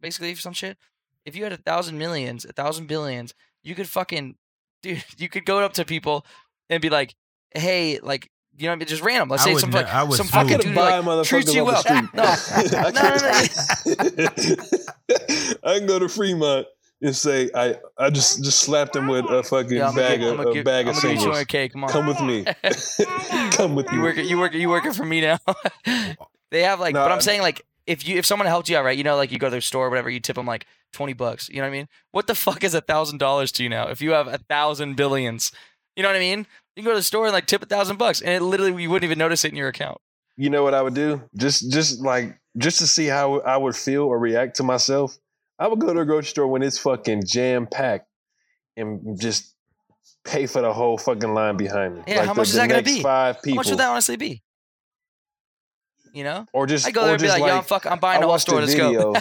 Speaker 1: Basically, for some shit. If you had a thousand millions, a thousand billions, you could fucking, dude. You could go up to people and be like, "Hey, like, you know, what I mean? just random. Let's
Speaker 3: I
Speaker 1: say
Speaker 3: would
Speaker 1: some
Speaker 3: ne-
Speaker 1: like,
Speaker 3: I would
Speaker 1: some
Speaker 3: smooth.
Speaker 2: I
Speaker 1: fucking
Speaker 2: could
Speaker 1: dude
Speaker 2: buy
Speaker 1: like, treats
Speaker 2: motherfuckers
Speaker 1: you
Speaker 2: off
Speaker 1: well.
Speaker 2: the street.
Speaker 1: No, no,
Speaker 2: no, no, I can go to Fremont and say I, I just just slapped them with a fucking
Speaker 1: yeah, I'm gonna
Speaker 2: bag
Speaker 1: give, I'm
Speaker 2: of
Speaker 1: gonna
Speaker 2: a
Speaker 1: give,
Speaker 2: bag
Speaker 1: I'm
Speaker 2: of
Speaker 1: gonna give you
Speaker 2: singles.
Speaker 1: 200K, Come on,
Speaker 2: Come with me. Come with
Speaker 1: you
Speaker 2: me.
Speaker 1: work, you work, you working for me now. they have like, but
Speaker 2: Nah.
Speaker 1: I'm saying like, if you if someone helped you out, right? You know, like you go to their store, or whatever, you tip them like twenty bucks. You know what I mean? What the fuck is a thousand dollars to you now? If you have a thousand billions, you know what I mean? You can go to the store and like tip a thousand bucks, and it literally you wouldn't even notice it in your account.
Speaker 2: You know what I would do? Just just like just to see how I would feel or react to myself. I would go to a grocery store when it's fucking jam packed and just pay for the whole fucking line behind me.
Speaker 1: Yeah,
Speaker 2: like
Speaker 1: how
Speaker 2: the,
Speaker 1: much is
Speaker 2: the
Speaker 1: that gonna
Speaker 2: next
Speaker 1: be?
Speaker 2: Five people.
Speaker 1: How much would that honestly be? You know,
Speaker 2: Or just
Speaker 1: I go there
Speaker 2: or
Speaker 1: and be
Speaker 2: just
Speaker 1: like, yo, I'm fuck, I'm buying
Speaker 2: I
Speaker 1: the whole
Speaker 2: watched
Speaker 1: store.
Speaker 2: a
Speaker 1: Let's
Speaker 2: video.
Speaker 1: go.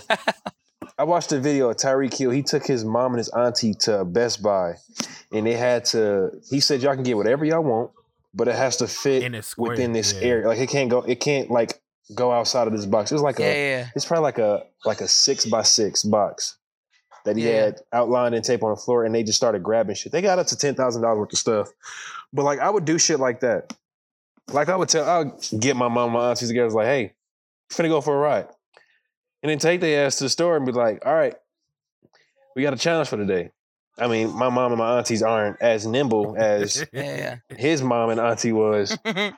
Speaker 2: I watched a video of Tyreek Hill. He took his mom and his auntie to Best Buy, and they had to. He said, "Y'all can get whatever y'all want, but it has to fit
Speaker 3: In a square
Speaker 2: within this
Speaker 3: yeah.
Speaker 2: area. Like it can't go. It can't like go outside of this box. It was like
Speaker 1: Yeah,
Speaker 2: a
Speaker 1: yeah, yeah.
Speaker 2: it's probably like a like a six by six box that he
Speaker 1: Yeah, yeah.
Speaker 2: had outlined and tape on the floor, and they just started grabbing shit. They got up to ten thousand dollars worth of stuff, but like I would do shit like that. Like I would tell, I'll get my mom, and my aunties together, I was like, "Hey, finna go for a ride," and then take their ass to the store and be like, "All right, we got a challenge for today." I mean, my mom and my aunties aren't as nimble as
Speaker 1: Yeah,
Speaker 2: his mom and auntie was,
Speaker 1: yeah.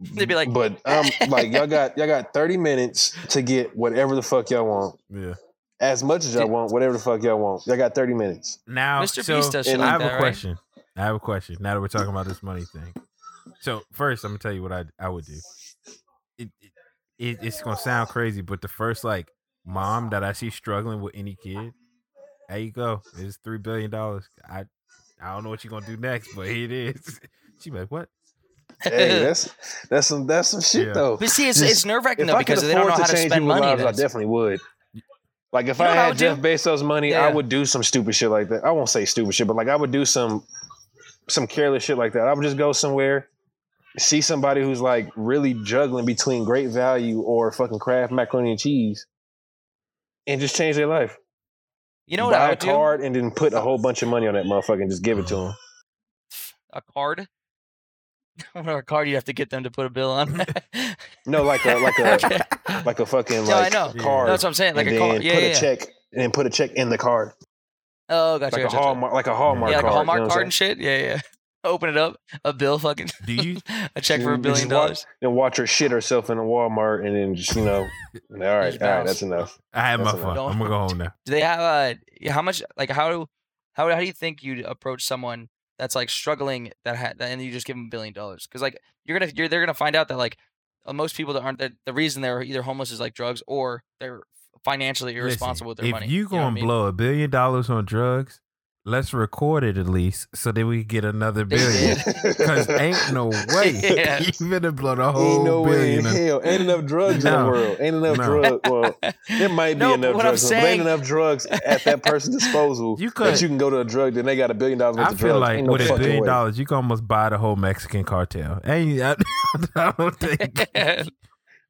Speaker 1: They'd be like-
Speaker 2: but um, like y'all got y'all got thirty minutes to get whatever the fuck y'all want,
Speaker 3: Yeah.
Speaker 2: as much as y'all
Speaker 1: Did-
Speaker 2: want, whatever the fuck y'all want. Y'all got thirty minutes.
Speaker 3: Now,
Speaker 1: Mr.
Speaker 3: so-
Speaker 1: Beast does shit
Speaker 2: and
Speaker 1: like
Speaker 3: I have
Speaker 1: that,
Speaker 3: a
Speaker 1: right?
Speaker 3: question. I have a question. Now that we're talking about this money thing, so first I'm gonna tell you what I I would do. It, it, it it's gonna sound crazy, but the first like mom that I see struggling with any kid, there you go. It's three billion dollars. I I don't know what you're gonna do next, but here it is. She be like, what?
Speaker 2: Hey, that's that's some that's some shit
Speaker 3: Yeah.
Speaker 2: though.
Speaker 1: But see, it's,
Speaker 2: Just-
Speaker 1: it's nerve wracking though because they don't know how to spend money.
Speaker 2: lives, I
Speaker 1: then.
Speaker 2: definitely would. Like if
Speaker 1: You know
Speaker 2: I
Speaker 1: what I
Speaker 2: had
Speaker 1: would
Speaker 2: Jeff
Speaker 1: do?
Speaker 2: Bezos money,
Speaker 1: Yeah.
Speaker 2: I would do some stupid shit like that. I won't say stupid shit, but like I would do some some careless shit like that. I would just go somewhere, see somebody who's like really juggling between great value or fucking Kraft macaroni and cheese, and just change their life.
Speaker 1: You know what
Speaker 2: Buy
Speaker 1: I
Speaker 2: a
Speaker 1: would do?
Speaker 2: card and then put a whole bunch of money on that motherfucker and just give it to him.
Speaker 1: A card. What a card you have to get them to put a bill on.
Speaker 2: No, like a like a
Speaker 1: Okay.
Speaker 2: like a fucking
Speaker 1: No, I
Speaker 2: like
Speaker 1: know.
Speaker 2: card.
Speaker 1: That's what I'm saying. Like
Speaker 2: and
Speaker 1: a
Speaker 2: then
Speaker 1: card. Yeah,
Speaker 2: put
Speaker 1: yeah,
Speaker 2: a
Speaker 1: yeah.
Speaker 2: check and then put a check in the card.
Speaker 1: Oh, gotcha.
Speaker 2: Like a
Speaker 1: gotcha, gotcha.
Speaker 2: hallmark like a hallmark
Speaker 1: yeah, like a
Speaker 2: card. you know
Speaker 1: Hallmark
Speaker 2: what I'm
Speaker 1: card
Speaker 2: saying?
Speaker 1: and shit. Yeah, yeah. Open it up, a bill, fucking
Speaker 3: Do you
Speaker 1: a check for a
Speaker 2: Mm,
Speaker 1: billion
Speaker 2: just walk-
Speaker 1: dollars.
Speaker 2: Then watch her shit herself in a Walmart and then just, you know, all right, all right,
Speaker 1: bounce.
Speaker 2: that's enough.
Speaker 3: I had my
Speaker 2: That's
Speaker 3: fun.
Speaker 1: enough.
Speaker 3: I'm gonna go home now.
Speaker 1: Do they have a yeah, how much? Like how do how how do you think you'd approach someone that's like struggling that ha- and you just give them a billion dollars? Because like you're gonna you're they're gonna find out that like uh, most people that aren't that the reason they're either homeless is like drugs or they're financially
Speaker 3: Listen,
Speaker 1: irresponsible with their
Speaker 3: if
Speaker 1: money.
Speaker 3: you
Speaker 1: know what I
Speaker 3: gonna
Speaker 1: mean?
Speaker 3: blow a billion dollars on drugs, let's record it at least so that we get another
Speaker 1: They
Speaker 3: billion.
Speaker 1: did.
Speaker 3: Cause ain't no way
Speaker 1: Yeah.
Speaker 3: you better blow the whole
Speaker 2: Ain't no way in
Speaker 3: billion. of-
Speaker 2: hell. Ain't enough drugs in
Speaker 3: No.
Speaker 2: the world. Ain't enough
Speaker 3: No.
Speaker 2: drugs. Well, there might be
Speaker 1: No, but
Speaker 2: enough
Speaker 1: what I'm
Speaker 2: drugs, in the- but ain't
Speaker 1: saying-
Speaker 2: enough drugs at that person's disposal
Speaker 3: You
Speaker 2: that
Speaker 3: could-
Speaker 2: you can go to a drug, then they got a billion dollars worth
Speaker 3: I
Speaker 2: of
Speaker 3: feel
Speaker 2: drugs.
Speaker 3: like
Speaker 2: ain't no
Speaker 3: with a
Speaker 2: fucking
Speaker 3: billion
Speaker 2: way.
Speaker 3: dollars, you can almost buy the whole Mexican cartel. Ain't I, I don't think.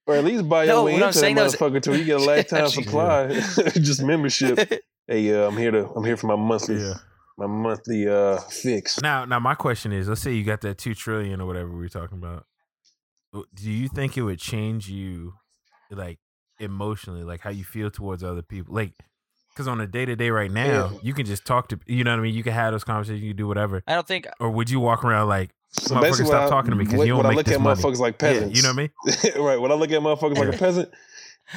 Speaker 2: Or at least buy your
Speaker 1: No,
Speaker 2: way
Speaker 1: what I'm
Speaker 2: into that
Speaker 1: saying though is-
Speaker 2: motherfucker till you get a lifetime supply. just membership. Hey, uh, I'm here to I'm here for my monthly
Speaker 3: Yeah.
Speaker 2: my monthly uh fix.
Speaker 3: Now, now my question is: Let's say you got that two trillion or whatever we were talking about. W- Do you think it would change you, like emotionally, like how you feel towards other people, like? Because on a day to day right now,
Speaker 2: Yeah.
Speaker 3: you can just talk to you know what I mean. You can have those conversations. You can do whatever.
Speaker 1: I don't think
Speaker 3: Or would you walk around like
Speaker 2: So
Speaker 3: Motherfucker,
Speaker 2: basically,
Speaker 3: stop
Speaker 2: what I-
Speaker 3: talking to me 'cause
Speaker 2: what-
Speaker 3: you don't
Speaker 2: When I
Speaker 3: make
Speaker 2: look
Speaker 3: this
Speaker 2: at
Speaker 3: money.
Speaker 2: motherfuckers like
Speaker 3: yeah,
Speaker 2: peasants,
Speaker 3: you know what I mean?
Speaker 2: right. When I look at motherfuckers like a
Speaker 3: Yeah.
Speaker 2: peasant,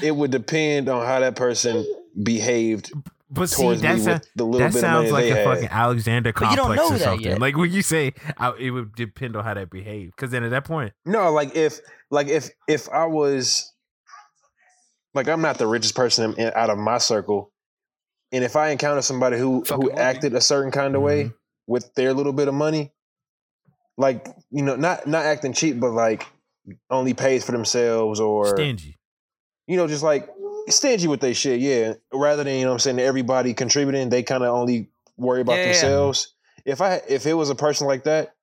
Speaker 2: it would depend on how that person behaved
Speaker 3: But see,
Speaker 2: towards me
Speaker 3: that's a,
Speaker 2: with the little
Speaker 3: that
Speaker 2: bit of money
Speaker 3: sounds like
Speaker 2: they
Speaker 3: a
Speaker 2: had.
Speaker 3: fucking Alexander
Speaker 1: But you don't
Speaker 3: complex
Speaker 1: know
Speaker 3: or
Speaker 1: that
Speaker 3: something.
Speaker 1: yet.
Speaker 3: Like when you say I, it would depend on how that behaved. Because then at that point,
Speaker 2: No, like if like if if I was like I'm not the richest person in, out of my circle, and if I encounter somebody who
Speaker 1: Fucking
Speaker 2: who
Speaker 1: wealthy.
Speaker 2: acted a certain kind of way with their little bit of money, like you know, not not acting cheap, but like only pays for themselves or
Speaker 3: stingy.
Speaker 2: you know, just like stingy with their shit, yeah. Rather than, you know what I'm saying, everybody contributing, they kind of only worry about
Speaker 1: Yeah, yeah.
Speaker 2: themselves. If I if it was a person like that,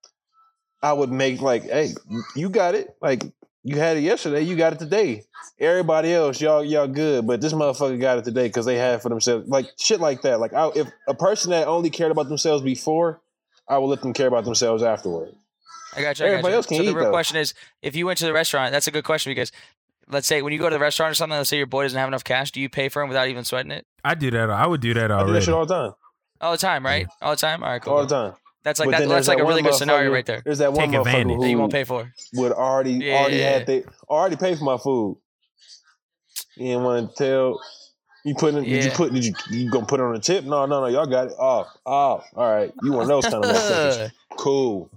Speaker 2: I would make like, hey, you got it. Like you had it yesterday, you got it today. Everybody else, y'all y'all good, but this motherfucker got it today cuz they had it for themselves. Like shit like that. Like I, if a person that only cared about themselves before, I would let them care about themselves afterward.
Speaker 1: I got you. I got
Speaker 2: Everybody
Speaker 1: you.
Speaker 2: else can
Speaker 1: so
Speaker 2: eat,
Speaker 1: the real
Speaker 2: though.
Speaker 1: question is, if you went to the restaurant, that's a good question because let's say when you go to the restaurant or something, let's say your boy doesn't have enough cash, do you pay for him without even sweating it
Speaker 3: I do that. I would do
Speaker 2: I
Speaker 3: that
Speaker 2: do that
Speaker 3: already.
Speaker 2: shit all the time.
Speaker 1: all the time, right? All the time. All right, cool.
Speaker 2: All
Speaker 1: cool.
Speaker 2: the time.
Speaker 1: That's like
Speaker 2: But
Speaker 1: that,
Speaker 2: then
Speaker 1: that's
Speaker 2: there's
Speaker 1: like
Speaker 2: that
Speaker 1: a really
Speaker 2: one
Speaker 1: good scenario
Speaker 2: motherfucker-
Speaker 1: right there
Speaker 2: There's that one
Speaker 3: Take
Speaker 2: motherfucker
Speaker 3: advantage.
Speaker 2: who
Speaker 1: that you won't pay for.
Speaker 2: would already
Speaker 1: Yeah,
Speaker 2: already
Speaker 1: yeah,
Speaker 2: had they already paid for my food. You didn't want to tell you put in, did you
Speaker 1: Yeah.
Speaker 2: put did you you gonna put it on a tip? No, no, no, y'all got it. Oh, oh, all right. You want those kind of motherfuckers. Cool.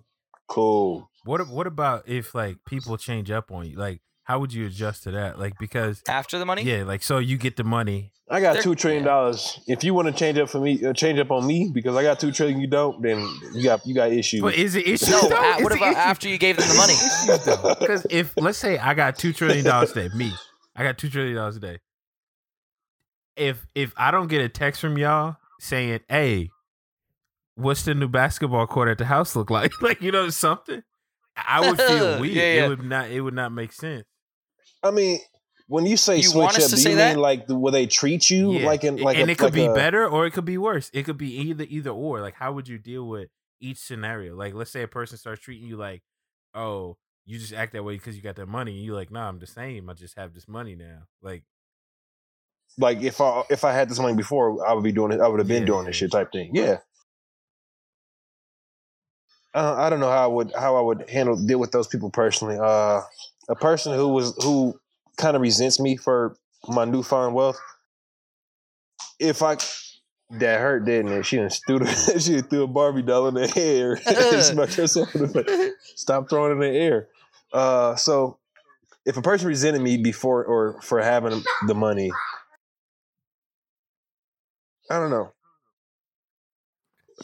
Speaker 2: Cool.
Speaker 3: What What about if like people change up on you? Like, how would you adjust to that? Like, because
Speaker 1: After the money?
Speaker 3: yeah, like so you get the money.
Speaker 2: I got
Speaker 1: They're-
Speaker 2: two trillion dollars. If you want to change up for me, uh, change up on me because I got two trillion. You don't, then you got you got issues.
Speaker 3: But is it issues?
Speaker 1: No,
Speaker 3: though?
Speaker 1: a-
Speaker 3: Is
Speaker 1: what
Speaker 3: it
Speaker 1: about
Speaker 3: issues?
Speaker 1: after you gave them the money?
Speaker 3: Because if let's say I got two trillion dollars today, me, I got two trillion dollars today. If if I don't get a text from y'all saying, "Hey, what's the new basketball court at the house look like?" like you know something, I would feel
Speaker 1: Yeah,
Speaker 3: weird.
Speaker 1: yeah.
Speaker 3: It would not. It would not make sense.
Speaker 2: I mean, when you say
Speaker 1: You want
Speaker 2: switch
Speaker 1: us
Speaker 2: up,
Speaker 1: to
Speaker 2: do
Speaker 1: say
Speaker 2: you
Speaker 1: that?
Speaker 2: mean like the, will they treat you
Speaker 3: Yeah.
Speaker 2: like in like
Speaker 3: and
Speaker 2: a,
Speaker 3: it could
Speaker 2: like
Speaker 3: be
Speaker 2: a-
Speaker 3: better or it could be worse. It could be either either or. Like how would you deal with each scenario? Like let's say a person starts treating you like, oh, you just act that way because you got that money. And you like, nah, I'm the same. I just have this money now. Like
Speaker 2: Like if I if I had this money before, I would be doing it. I would have been
Speaker 3: Yeah.
Speaker 2: doing this shit type thing. Yeah. Uh, I don't know how I would how I would handle deal with those people personally. Uh, a person who was who kind of resents me for my newfound wealth. If I that hurt, didn't it? She done threw the, she done threw a Barbie doll in the air. and smacked herself in the face. Stop throwing it in the air. Uh, so if a person resented me before or for having the money, I don't know.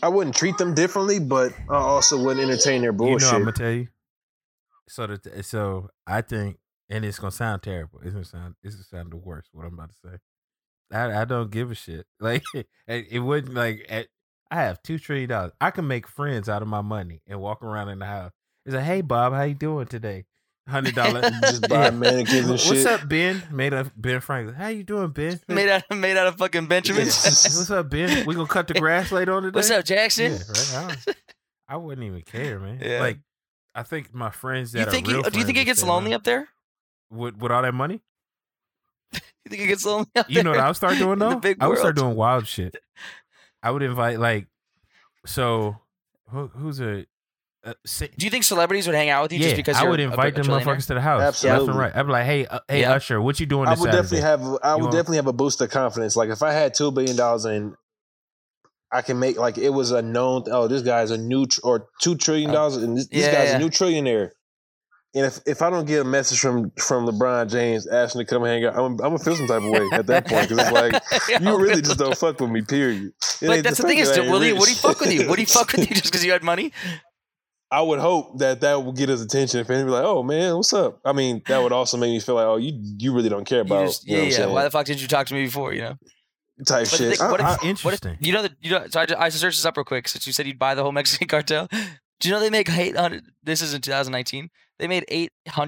Speaker 2: I wouldn't treat them differently, but I also wouldn't entertain their bullshit.
Speaker 3: you know, I'm gonna tell you. So the th- so I think, and it's gonna sound terrible. It's gonna sound it's gonna sound the worst. What I'm about to say. I, I don't give a shit. Like it, it wouldn't like at, I have two trillion dollars. I can make friends out of my money and walk around in the house. It's like, hey Bob, how you doing today? Hundred dollar.
Speaker 1: Just
Speaker 2: buy mannequins and
Speaker 3: What's
Speaker 2: shit.
Speaker 3: up, Ben? Made up Ben Franklin. How you doing, Ben?
Speaker 1: made out made out of fucking Benjamins.
Speaker 3: What's up, Ben? We gonna cut the grass later on today.
Speaker 1: What's up, Jackson?
Speaker 3: Yeah, right? I, don't- I wouldn't even care, man.
Speaker 1: Yeah.
Speaker 3: Like, I think my friends that
Speaker 1: You think
Speaker 3: are real
Speaker 1: it, do you think
Speaker 3: friends
Speaker 1: it gets
Speaker 3: would say,
Speaker 1: lonely
Speaker 3: "Man,
Speaker 1: up there?
Speaker 3: with with all that money?
Speaker 1: You think it gets lonely up
Speaker 3: You know what
Speaker 1: there?
Speaker 3: I would start doing
Speaker 1: in the
Speaker 3: though?
Speaker 1: big
Speaker 3: I would start
Speaker 1: world.
Speaker 3: doing wild shit. I would invite like, so who, who's a, a si-
Speaker 1: Do you think celebrities would hang out with you
Speaker 3: yeah?
Speaker 1: just because
Speaker 3: I
Speaker 1: you're
Speaker 3: would
Speaker 1: a-
Speaker 3: invite
Speaker 1: a,
Speaker 3: them
Speaker 1: trillionaire?
Speaker 3: motherfuckers to the house. Left
Speaker 2: Absolutely.
Speaker 3: and right. I'd be like, hey, uh, hey
Speaker 1: Yeah.
Speaker 3: Usher, what you doing?
Speaker 2: I
Speaker 3: This
Speaker 2: would
Speaker 3: Saturday?
Speaker 2: definitely have I
Speaker 3: You
Speaker 2: would
Speaker 3: want-
Speaker 2: definitely have a boost of confidence. Like if I had two billion dollars and I can make like it was a known oh this guy's a new tr- or two trillion
Speaker 3: Uh,
Speaker 2: dollars and this, this
Speaker 1: Yeah,
Speaker 2: guy's
Speaker 1: yeah.
Speaker 2: a new trillionaire. And if, if I don't get a message from from LeBron James asking to come hang out, I'm, I'm gonna feel some type of way at that point because it's like you really just don't fuck with me. Period. It
Speaker 1: Like
Speaker 2: ain't
Speaker 1: that's the
Speaker 2: fact
Speaker 1: thing is,
Speaker 2: that I
Speaker 1: do-
Speaker 2: ain't
Speaker 1: will he?
Speaker 2: rich.
Speaker 1: Would he fuck with you? Would he fuck with you just because you had money?
Speaker 2: I would hope that that would get his attention. If he'd be like, "Oh man, what's up?" I mean, that would also make me feel like, "Oh, you you really don't care
Speaker 1: You
Speaker 2: about
Speaker 1: just-
Speaker 2: you know
Speaker 1: yeah, yeah.
Speaker 2: what
Speaker 1: Why
Speaker 2: I'm
Speaker 1: the fuck didn't you talk to me before? You know,
Speaker 2: saying?" type
Speaker 1: the
Speaker 2: shit."
Speaker 1: thing- what if-
Speaker 2: I- I-
Speaker 3: How Ah, interesting.
Speaker 1: you know that you know. So I just, I just searched this up real quick since you said you'd buy the whole Mexican cartel. Do you know they make eight hundred? This is in 2019. They made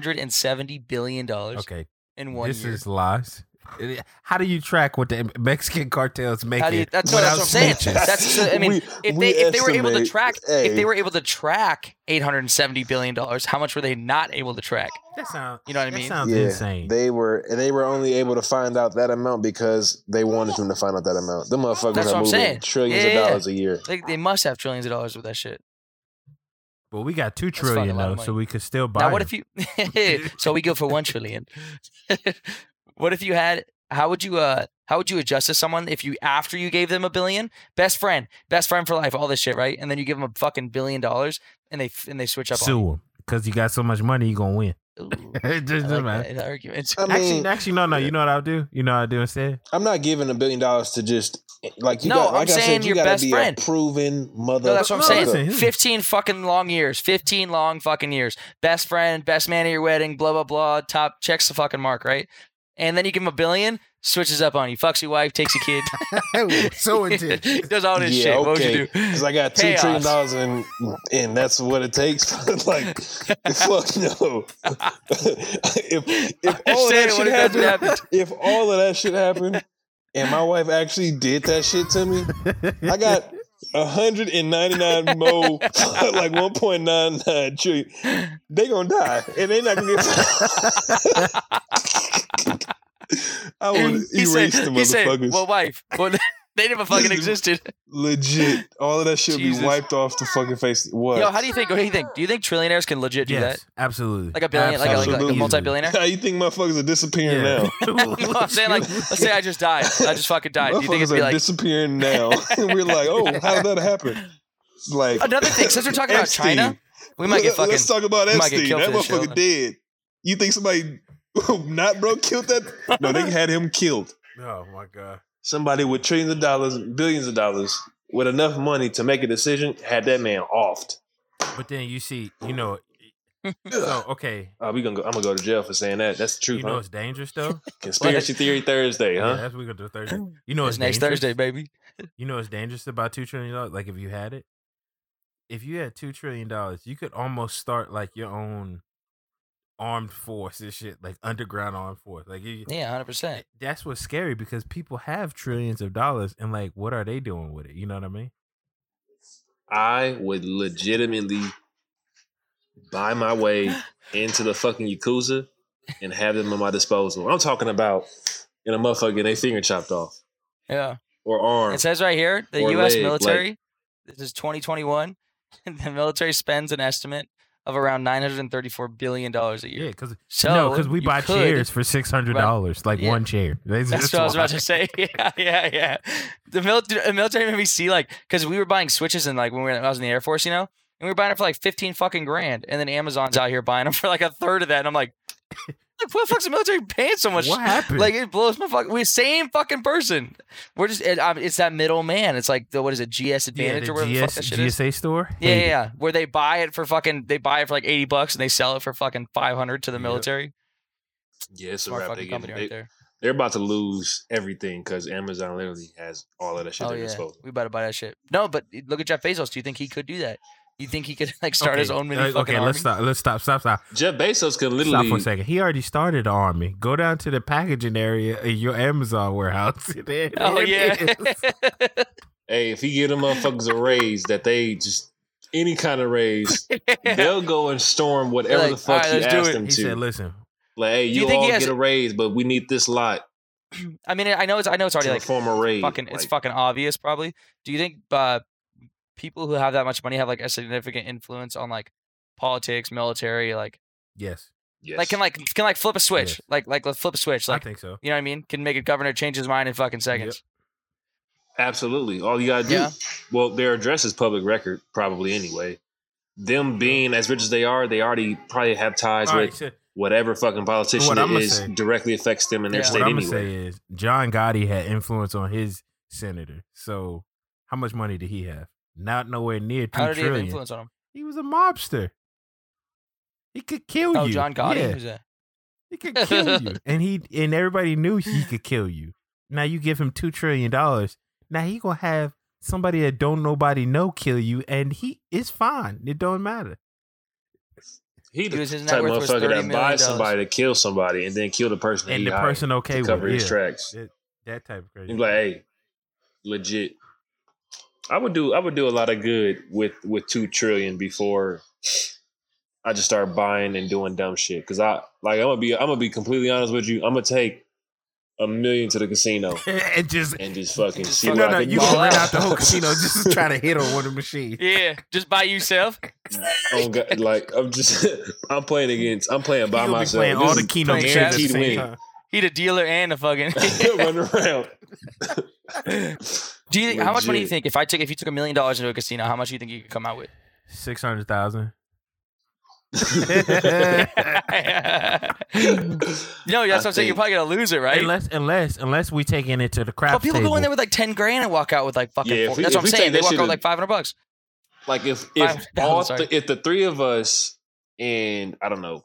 Speaker 1: 870 billion dollars
Speaker 3: okay,
Speaker 1: in one
Speaker 3: this
Speaker 1: year.
Speaker 3: is lies. It- How do you track what the Mexican cartels make?
Speaker 1: How do you, that's what
Speaker 3: without
Speaker 1: I'm saying.
Speaker 3: snitches?
Speaker 1: That's the- I mean,
Speaker 2: We-
Speaker 1: if
Speaker 2: we
Speaker 1: they if they were able to
Speaker 2: estimate-
Speaker 1: track if
Speaker 2: hey.
Speaker 1: they were able to track 870 billion dollars, how much were they not able to track?
Speaker 3: That sounds.
Speaker 1: You know what I
Speaker 3: That
Speaker 1: mean?
Speaker 3: sounds
Speaker 2: Yeah,
Speaker 3: insane.
Speaker 2: They were and they were only able to find out that amount because they wanted them to find out that amount. The motherfuckers
Speaker 1: That's what
Speaker 2: are
Speaker 1: I'm
Speaker 2: moving
Speaker 1: saying.
Speaker 2: trillions
Speaker 1: Yeah, yeah,
Speaker 2: of
Speaker 1: yeah.
Speaker 2: dollars a year.
Speaker 1: Like they must have trillions of dollars with that shit.
Speaker 3: But we got two
Speaker 1: That's fucking
Speaker 3: trillion
Speaker 1: a lot
Speaker 3: though,
Speaker 1: of
Speaker 3: so
Speaker 1: money.
Speaker 3: we could still buy.
Speaker 1: Now, what
Speaker 3: them.
Speaker 1: if you? so we go for one trillion. what if you had? How would you? Uh, how would you adjust to someone if you after you gave them a billion, best friend, best friend for life, all this shit, right? And then you give them a fucking billion dollars, and they f- and they switch up.
Speaker 3: sue him because you got so much money, you gonna win.
Speaker 1: on you. Ooh,
Speaker 3: It
Speaker 1: I
Speaker 3: doesn't
Speaker 1: like
Speaker 3: matter.
Speaker 1: that, that argument.
Speaker 2: I mean,
Speaker 3: actually, actually, no, no. You know what I'll do? You know what I'll do instead?
Speaker 2: I'm not giving a billion dollars to just eh, like you
Speaker 1: No,
Speaker 2: got,
Speaker 1: I'm
Speaker 2: like I
Speaker 1: saying
Speaker 2: said, you
Speaker 1: your
Speaker 2: gotta
Speaker 1: best
Speaker 2: be
Speaker 1: friend.
Speaker 2: a proven mother.
Speaker 1: No, that's what I'm saying.
Speaker 3: listen, here's-
Speaker 1: Fifteen fucking long years. Fifteen long fucking years. Best friend, best man at your wedding, blah blah blah. Top checks the fucking mark, right? And then you give him a billion, switches up on you, fucks your wife, takes your kid,
Speaker 3: so
Speaker 1: does all this
Speaker 2: Yeah,
Speaker 1: shit. What would
Speaker 2: okay.
Speaker 1: you do?
Speaker 2: Because I got two
Speaker 1: Chaos.
Speaker 2: trillion dollars and and that's what it takes. like fuck no. if if all of that
Speaker 1: Understand
Speaker 2: shit
Speaker 1: what if
Speaker 2: happened,
Speaker 1: that happened.
Speaker 2: if all of that shit happened, and my wife actually did that shit to me, I got hundred and ninety nine mo like one point nine nine trillion. They gonna die, and they not gonna get. I would
Speaker 1: he
Speaker 2: erase
Speaker 1: said,
Speaker 2: the
Speaker 1: he said,
Speaker 2: motherfuckers.
Speaker 1: well, wife, well, they never fucking existed.
Speaker 2: Legit, all of that shit
Speaker 1: Jesus.
Speaker 2: be wiped off the fucking face. What?
Speaker 1: Yo, how do you think? What do you think? Do you think trillionaires can legit do
Speaker 3: yes,
Speaker 1: that?
Speaker 3: absolutely.
Speaker 1: Like a billion, like a, like a- like a
Speaker 2: Absolutely.
Speaker 1: multi-billionaire?
Speaker 2: How you think motherfuckers are disappearing now?
Speaker 1: You know what I'm saying? Like, let's say I just died. I just fucking died. Do you think
Speaker 2: motherfuckers
Speaker 1: it'd
Speaker 2: are
Speaker 1: be like
Speaker 2: disappearing now. and we're like, oh, how did that happen? Like
Speaker 1: another thing? Since we're talking about
Speaker 2: Epstein.
Speaker 1: China, we might get
Speaker 2: Let-
Speaker 1: fucking.
Speaker 2: Let's talk about
Speaker 1: we might get
Speaker 2: Epstein.
Speaker 1: killed
Speaker 2: That
Speaker 1: for this shit,
Speaker 2: motherfucker
Speaker 1: hold on.
Speaker 2: dead. You think somebody not bro killed that? No, they had him killed.
Speaker 3: oh my god.
Speaker 2: Somebody with trillions of dollars, billions of dollars, with enough money to make a decision, had that man offed.
Speaker 3: But then you see, you know, so okay,
Speaker 2: Oh, we gonna go, I'm gonna go to jail for saying that. That's the truth,
Speaker 3: you know
Speaker 2: huh?
Speaker 3: it's dangerous though.
Speaker 2: Conspiracy theory Thursday,
Speaker 3: Yeah,
Speaker 2: huh?
Speaker 3: that's what we gonna do Thursday. You know
Speaker 1: It's
Speaker 3: it's
Speaker 1: next
Speaker 3: dangerous?
Speaker 1: Thursday, baby.
Speaker 3: You know it's dangerous about two trillion dollars. Like if you had it, if you had two trillion dollars, you could almost start like your own armed force and shit, like underground armed force. Like you, eh,
Speaker 1: Yeah, hundred percent.
Speaker 3: that's what's scary because people have trillions of dollars and like what are they doing with it? You know what I mean?
Speaker 2: I would legitimately buy my way into the fucking Yakuza and have them at my disposal. I'm talking about in a motherfucker getting their finger chopped off
Speaker 1: Yeah.
Speaker 2: or arm.
Speaker 1: It says right here the
Speaker 2: Or
Speaker 1: U.S.
Speaker 2: leg, like-
Speaker 1: military. this is 2021. the military spends an estimate of around 934 billion dollars a year.
Speaker 3: Yeah, because
Speaker 1: So
Speaker 3: no, because we
Speaker 1: you
Speaker 3: buy
Speaker 1: could-
Speaker 3: chairs for six hundred dollars, like
Speaker 1: Yeah.
Speaker 3: one chair. That's,
Speaker 1: That's
Speaker 3: that's
Speaker 1: what I was about
Speaker 3: why.
Speaker 1: to say. Yeah, yeah, yeah. The military, the military made me see like because we were buying switches and like when, we were, I was in the Air Force, you know, and we were buying it for like fifteen fucking grand, and then Amazon's out here buying them for like a third of that, and I'm like, like what the fuck's the military paying so much?
Speaker 3: What happened?
Speaker 1: Like it blows my fuck. We're the same fucking person. We're just it, um, it's that middle man. It's like the what is it GS
Speaker 3: yeah,
Speaker 1: Advantage
Speaker 3: the
Speaker 1: or whatever the fuck
Speaker 3: GS,
Speaker 1: that shit is.
Speaker 3: GSA store.
Speaker 1: Yeah,
Speaker 3: Hate
Speaker 1: yeah,
Speaker 3: it.
Speaker 1: yeah. Where they buy it for fucking they buy it for like eighty bucks and they sell it for fucking five hundred to the
Speaker 3: Yep.
Speaker 1: military.
Speaker 2: yeah, it's a
Speaker 1: Smart
Speaker 2: wrap. They
Speaker 1: fucking company right
Speaker 2: they,
Speaker 1: there.
Speaker 2: they're about to lose everything because Amazon literally has all of that shit at
Speaker 1: Oh
Speaker 2: their
Speaker 1: yeah,
Speaker 2: disposal.
Speaker 1: we better buy that shit. No, but look at Jeff Bezos. Do you think he could do that? You think he could like start his
Speaker 3: Okay,
Speaker 1: own mini
Speaker 3: uh,
Speaker 1: fucking
Speaker 3: okay,
Speaker 1: army?
Speaker 3: let's stop. Let's stop. Stop. Stop.
Speaker 2: Jeff Bezos could
Speaker 3: Stop for a
Speaker 2: literally
Speaker 3: second. He already started the army. Go down to the packaging area in your Amazon warehouse. There it
Speaker 1: Oh yeah,
Speaker 3: is.
Speaker 2: Hey, if he give them motherfuckers a raise that they just any kind of raise, they'll go and storm whatever
Speaker 1: Like,
Speaker 2: the fuck
Speaker 1: "All right,
Speaker 2: you
Speaker 1: let's do
Speaker 2: ask
Speaker 1: it."
Speaker 2: them
Speaker 3: he
Speaker 2: to.
Speaker 3: said, "Listen,
Speaker 2: like, hey,
Speaker 1: Do you
Speaker 2: you,
Speaker 1: think
Speaker 2: all
Speaker 1: he has-
Speaker 2: get a raise, but we need this lot
Speaker 1: I mean, I know it's I know it's
Speaker 2: to
Speaker 1: already like
Speaker 2: perform a raid.
Speaker 1: fucking it's
Speaker 2: Like,
Speaker 1: fucking obvious probably. Do you think uh, people who have that much money have like a significant influence on like politics, military, like
Speaker 3: yes,
Speaker 2: yes.
Speaker 1: like can like can like flip a switch,
Speaker 3: Yes.
Speaker 1: like like let's flip a switch,
Speaker 3: I
Speaker 1: like
Speaker 3: think so."
Speaker 1: you know what I mean? Can make a governor change his mind in fucking seconds.
Speaker 2: absolutely. All you gotta do.
Speaker 1: Yeah.
Speaker 2: Well, their address is public record, probably anyway.
Speaker 1: Mm-hmm.
Speaker 2: Them being as rich as they are, they already probably have ties
Speaker 3: All right,
Speaker 2: with
Speaker 3: so
Speaker 2: whatever fucking politician
Speaker 3: What
Speaker 2: it
Speaker 3: I'ma
Speaker 2: is
Speaker 3: say-
Speaker 2: directly affects them in their
Speaker 1: Yeah.
Speaker 2: state
Speaker 3: what I'm gonna say
Speaker 2: anyway.
Speaker 3: is John Gotti had influence on his senator. So how much money did he have? Not nowhere near two
Speaker 1: How did he have
Speaker 3: trillion.
Speaker 1: influence on him?
Speaker 3: He was a mobster. He could kill
Speaker 1: Oh,
Speaker 3: you.
Speaker 1: John Gotti.
Speaker 3: Yeah,
Speaker 1: Who's that?
Speaker 3: he could kill you, and he and everybody knew he could kill you. Now you give him two trillion dollars. Now he gonna have somebody that don't nobody know kill you, and he is fine. It don't matter.
Speaker 2: He
Speaker 1: He was- his
Speaker 2: the
Speaker 1: net
Speaker 2: type
Speaker 1: worth was
Speaker 2: motherfucker
Speaker 1: $30
Speaker 2: that
Speaker 1: million
Speaker 2: buys somebody to kill somebody and then kill the person
Speaker 3: And
Speaker 2: he
Speaker 3: the
Speaker 2: hired
Speaker 3: person okay
Speaker 2: to
Speaker 3: with
Speaker 2: cover
Speaker 3: it.
Speaker 2: his
Speaker 3: yeah.
Speaker 2: tracks.
Speaker 3: That, that type of crazy.
Speaker 2: He's like, hey, legit. I would do I would do a lot of good with with two trillion before I just start buying and doing dumb shit. Cause I like I'm gonna be I'm gonna be completely honest with you. I'm gonna take a million to the casino
Speaker 3: and just
Speaker 2: and just fucking
Speaker 1: Just
Speaker 2: see
Speaker 1: fucking-
Speaker 2: what
Speaker 3: no,
Speaker 2: I
Speaker 3: no,
Speaker 2: can
Speaker 3: you
Speaker 2: do.
Speaker 3: gonna rent out the whole casino just to try to hit on one of the machines.
Speaker 1: Yeah, just by yourself.
Speaker 2: Oh, God, like I'm just I'm playing against I'm playing by
Speaker 3: You gonna be
Speaker 2: myself.
Speaker 3: playing all
Speaker 2: This
Speaker 3: the Keno
Speaker 1: playing
Speaker 3: games at the
Speaker 2: guaranteed
Speaker 3: same
Speaker 2: win.
Speaker 3: time.
Speaker 1: He the dealer and the fucking.
Speaker 2: Run around.
Speaker 1: Do you, how much money do you
Speaker 2: Legit.
Speaker 1: think if I took if you took a million dollars into a casino, how much do you think you could come out with?
Speaker 3: Six hundred thousand.
Speaker 1: no, that's what I'm saying. You're
Speaker 2: think-
Speaker 1: probably gonna lose it, right?
Speaker 3: Unless, unless, unless we taking it to the crap
Speaker 1: but people
Speaker 3: table.
Speaker 1: go in there with like ten grand and walk out with like fucking.
Speaker 2: Yeah, if
Speaker 1: four.
Speaker 2: we-
Speaker 1: that's what
Speaker 2: if
Speaker 1: I'm
Speaker 2: we
Speaker 1: saying.
Speaker 2: take
Speaker 1: They
Speaker 2: that
Speaker 1: walk
Speaker 2: shit
Speaker 1: out
Speaker 2: in-
Speaker 1: with like five hundred bucks.
Speaker 2: Like if
Speaker 1: Five
Speaker 2: if all
Speaker 1: thousand,
Speaker 2: th- if the three of us and I don't know,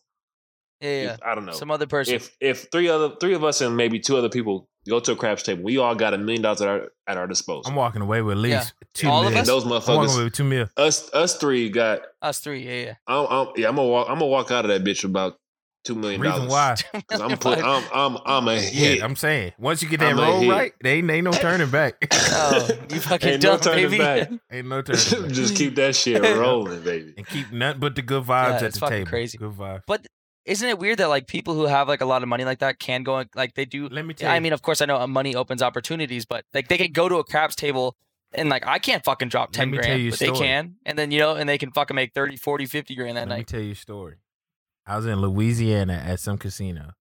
Speaker 1: Yeah, yeah,
Speaker 2: if, I don't know,
Speaker 1: yeah. Some other person.
Speaker 2: if if three other three of us and maybe two other people go to a craps table, we all got a million dollars at our at our disposal.
Speaker 3: I'm walking away with at
Speaker 1: Yeah.
Speaker 3: least two
Speaker 1: All of
Speaker 3: mil.
Speaker 2: and
Speaker 1: us?
Speaker 2: those
Speaker 3: I'm walking away
Speaker 2: motherfuckers,
Speaker 3: with two mil.
Speaker 2: us us three got.
Speaker 1: Us three. Yeah,
Speaker 2: I'm, I'm yeah. I'm gonna walk. I'm gonna walk out of that bitch with about two million dollars.
Speaker 3: Reason why?
Speaker 1: yeah.
Speaker 2: 'Cause I'm put, I'm I'm I'm a hit.
Speaker 3: Yeah, I'm saying once you get that
Speaker 2: I'm a
Speaker 3: roll
Speaker 2: hit.
Speaker 3: right, they ain't, ain't no turning back.
Speaker 1: oh, you fucking
Speaker 2: Ain't no
Speaker 1: dumb,
Speaker 2: turning
Speaker 1: baby.
Speaker 2: back.
Speaker 3: ain't no turning back.
Speaker 2: Just keep that shit rolling, baby.
Speaker 3: And keep nothing but the good vibes at
Speaker 1: it's
Speaker 3: the
Speaker 1: fucking
Speaker 3: table.
Speaker 1: crazy.
Speaker 3: Good vibes.
Speaker 1: Isn't it weird that like people who have like a lot of money like that can go and like they do
Speaker 3: Let me tell
Speaker 1: Yeah, I
Speaker 3: you.
Speaker 1: mean, of course, I know uh, money opens opportunities, but like they could go to a craps table and like I can't fucking drop
Speaker 3: Let
Speaker 1: 10
Speaker 3: me tell
Speaker 1: grand,
Speaker 3: you a
Speaker 1: but they
Speaker 3: story.
Speaker 1: can. And then, you know, and they can fucking make 30, 40, 50 grand that
Speaker 3: Let me
Speaker 1: night.
Speaker 3: tell you a story. I was in Louisiana at some casino,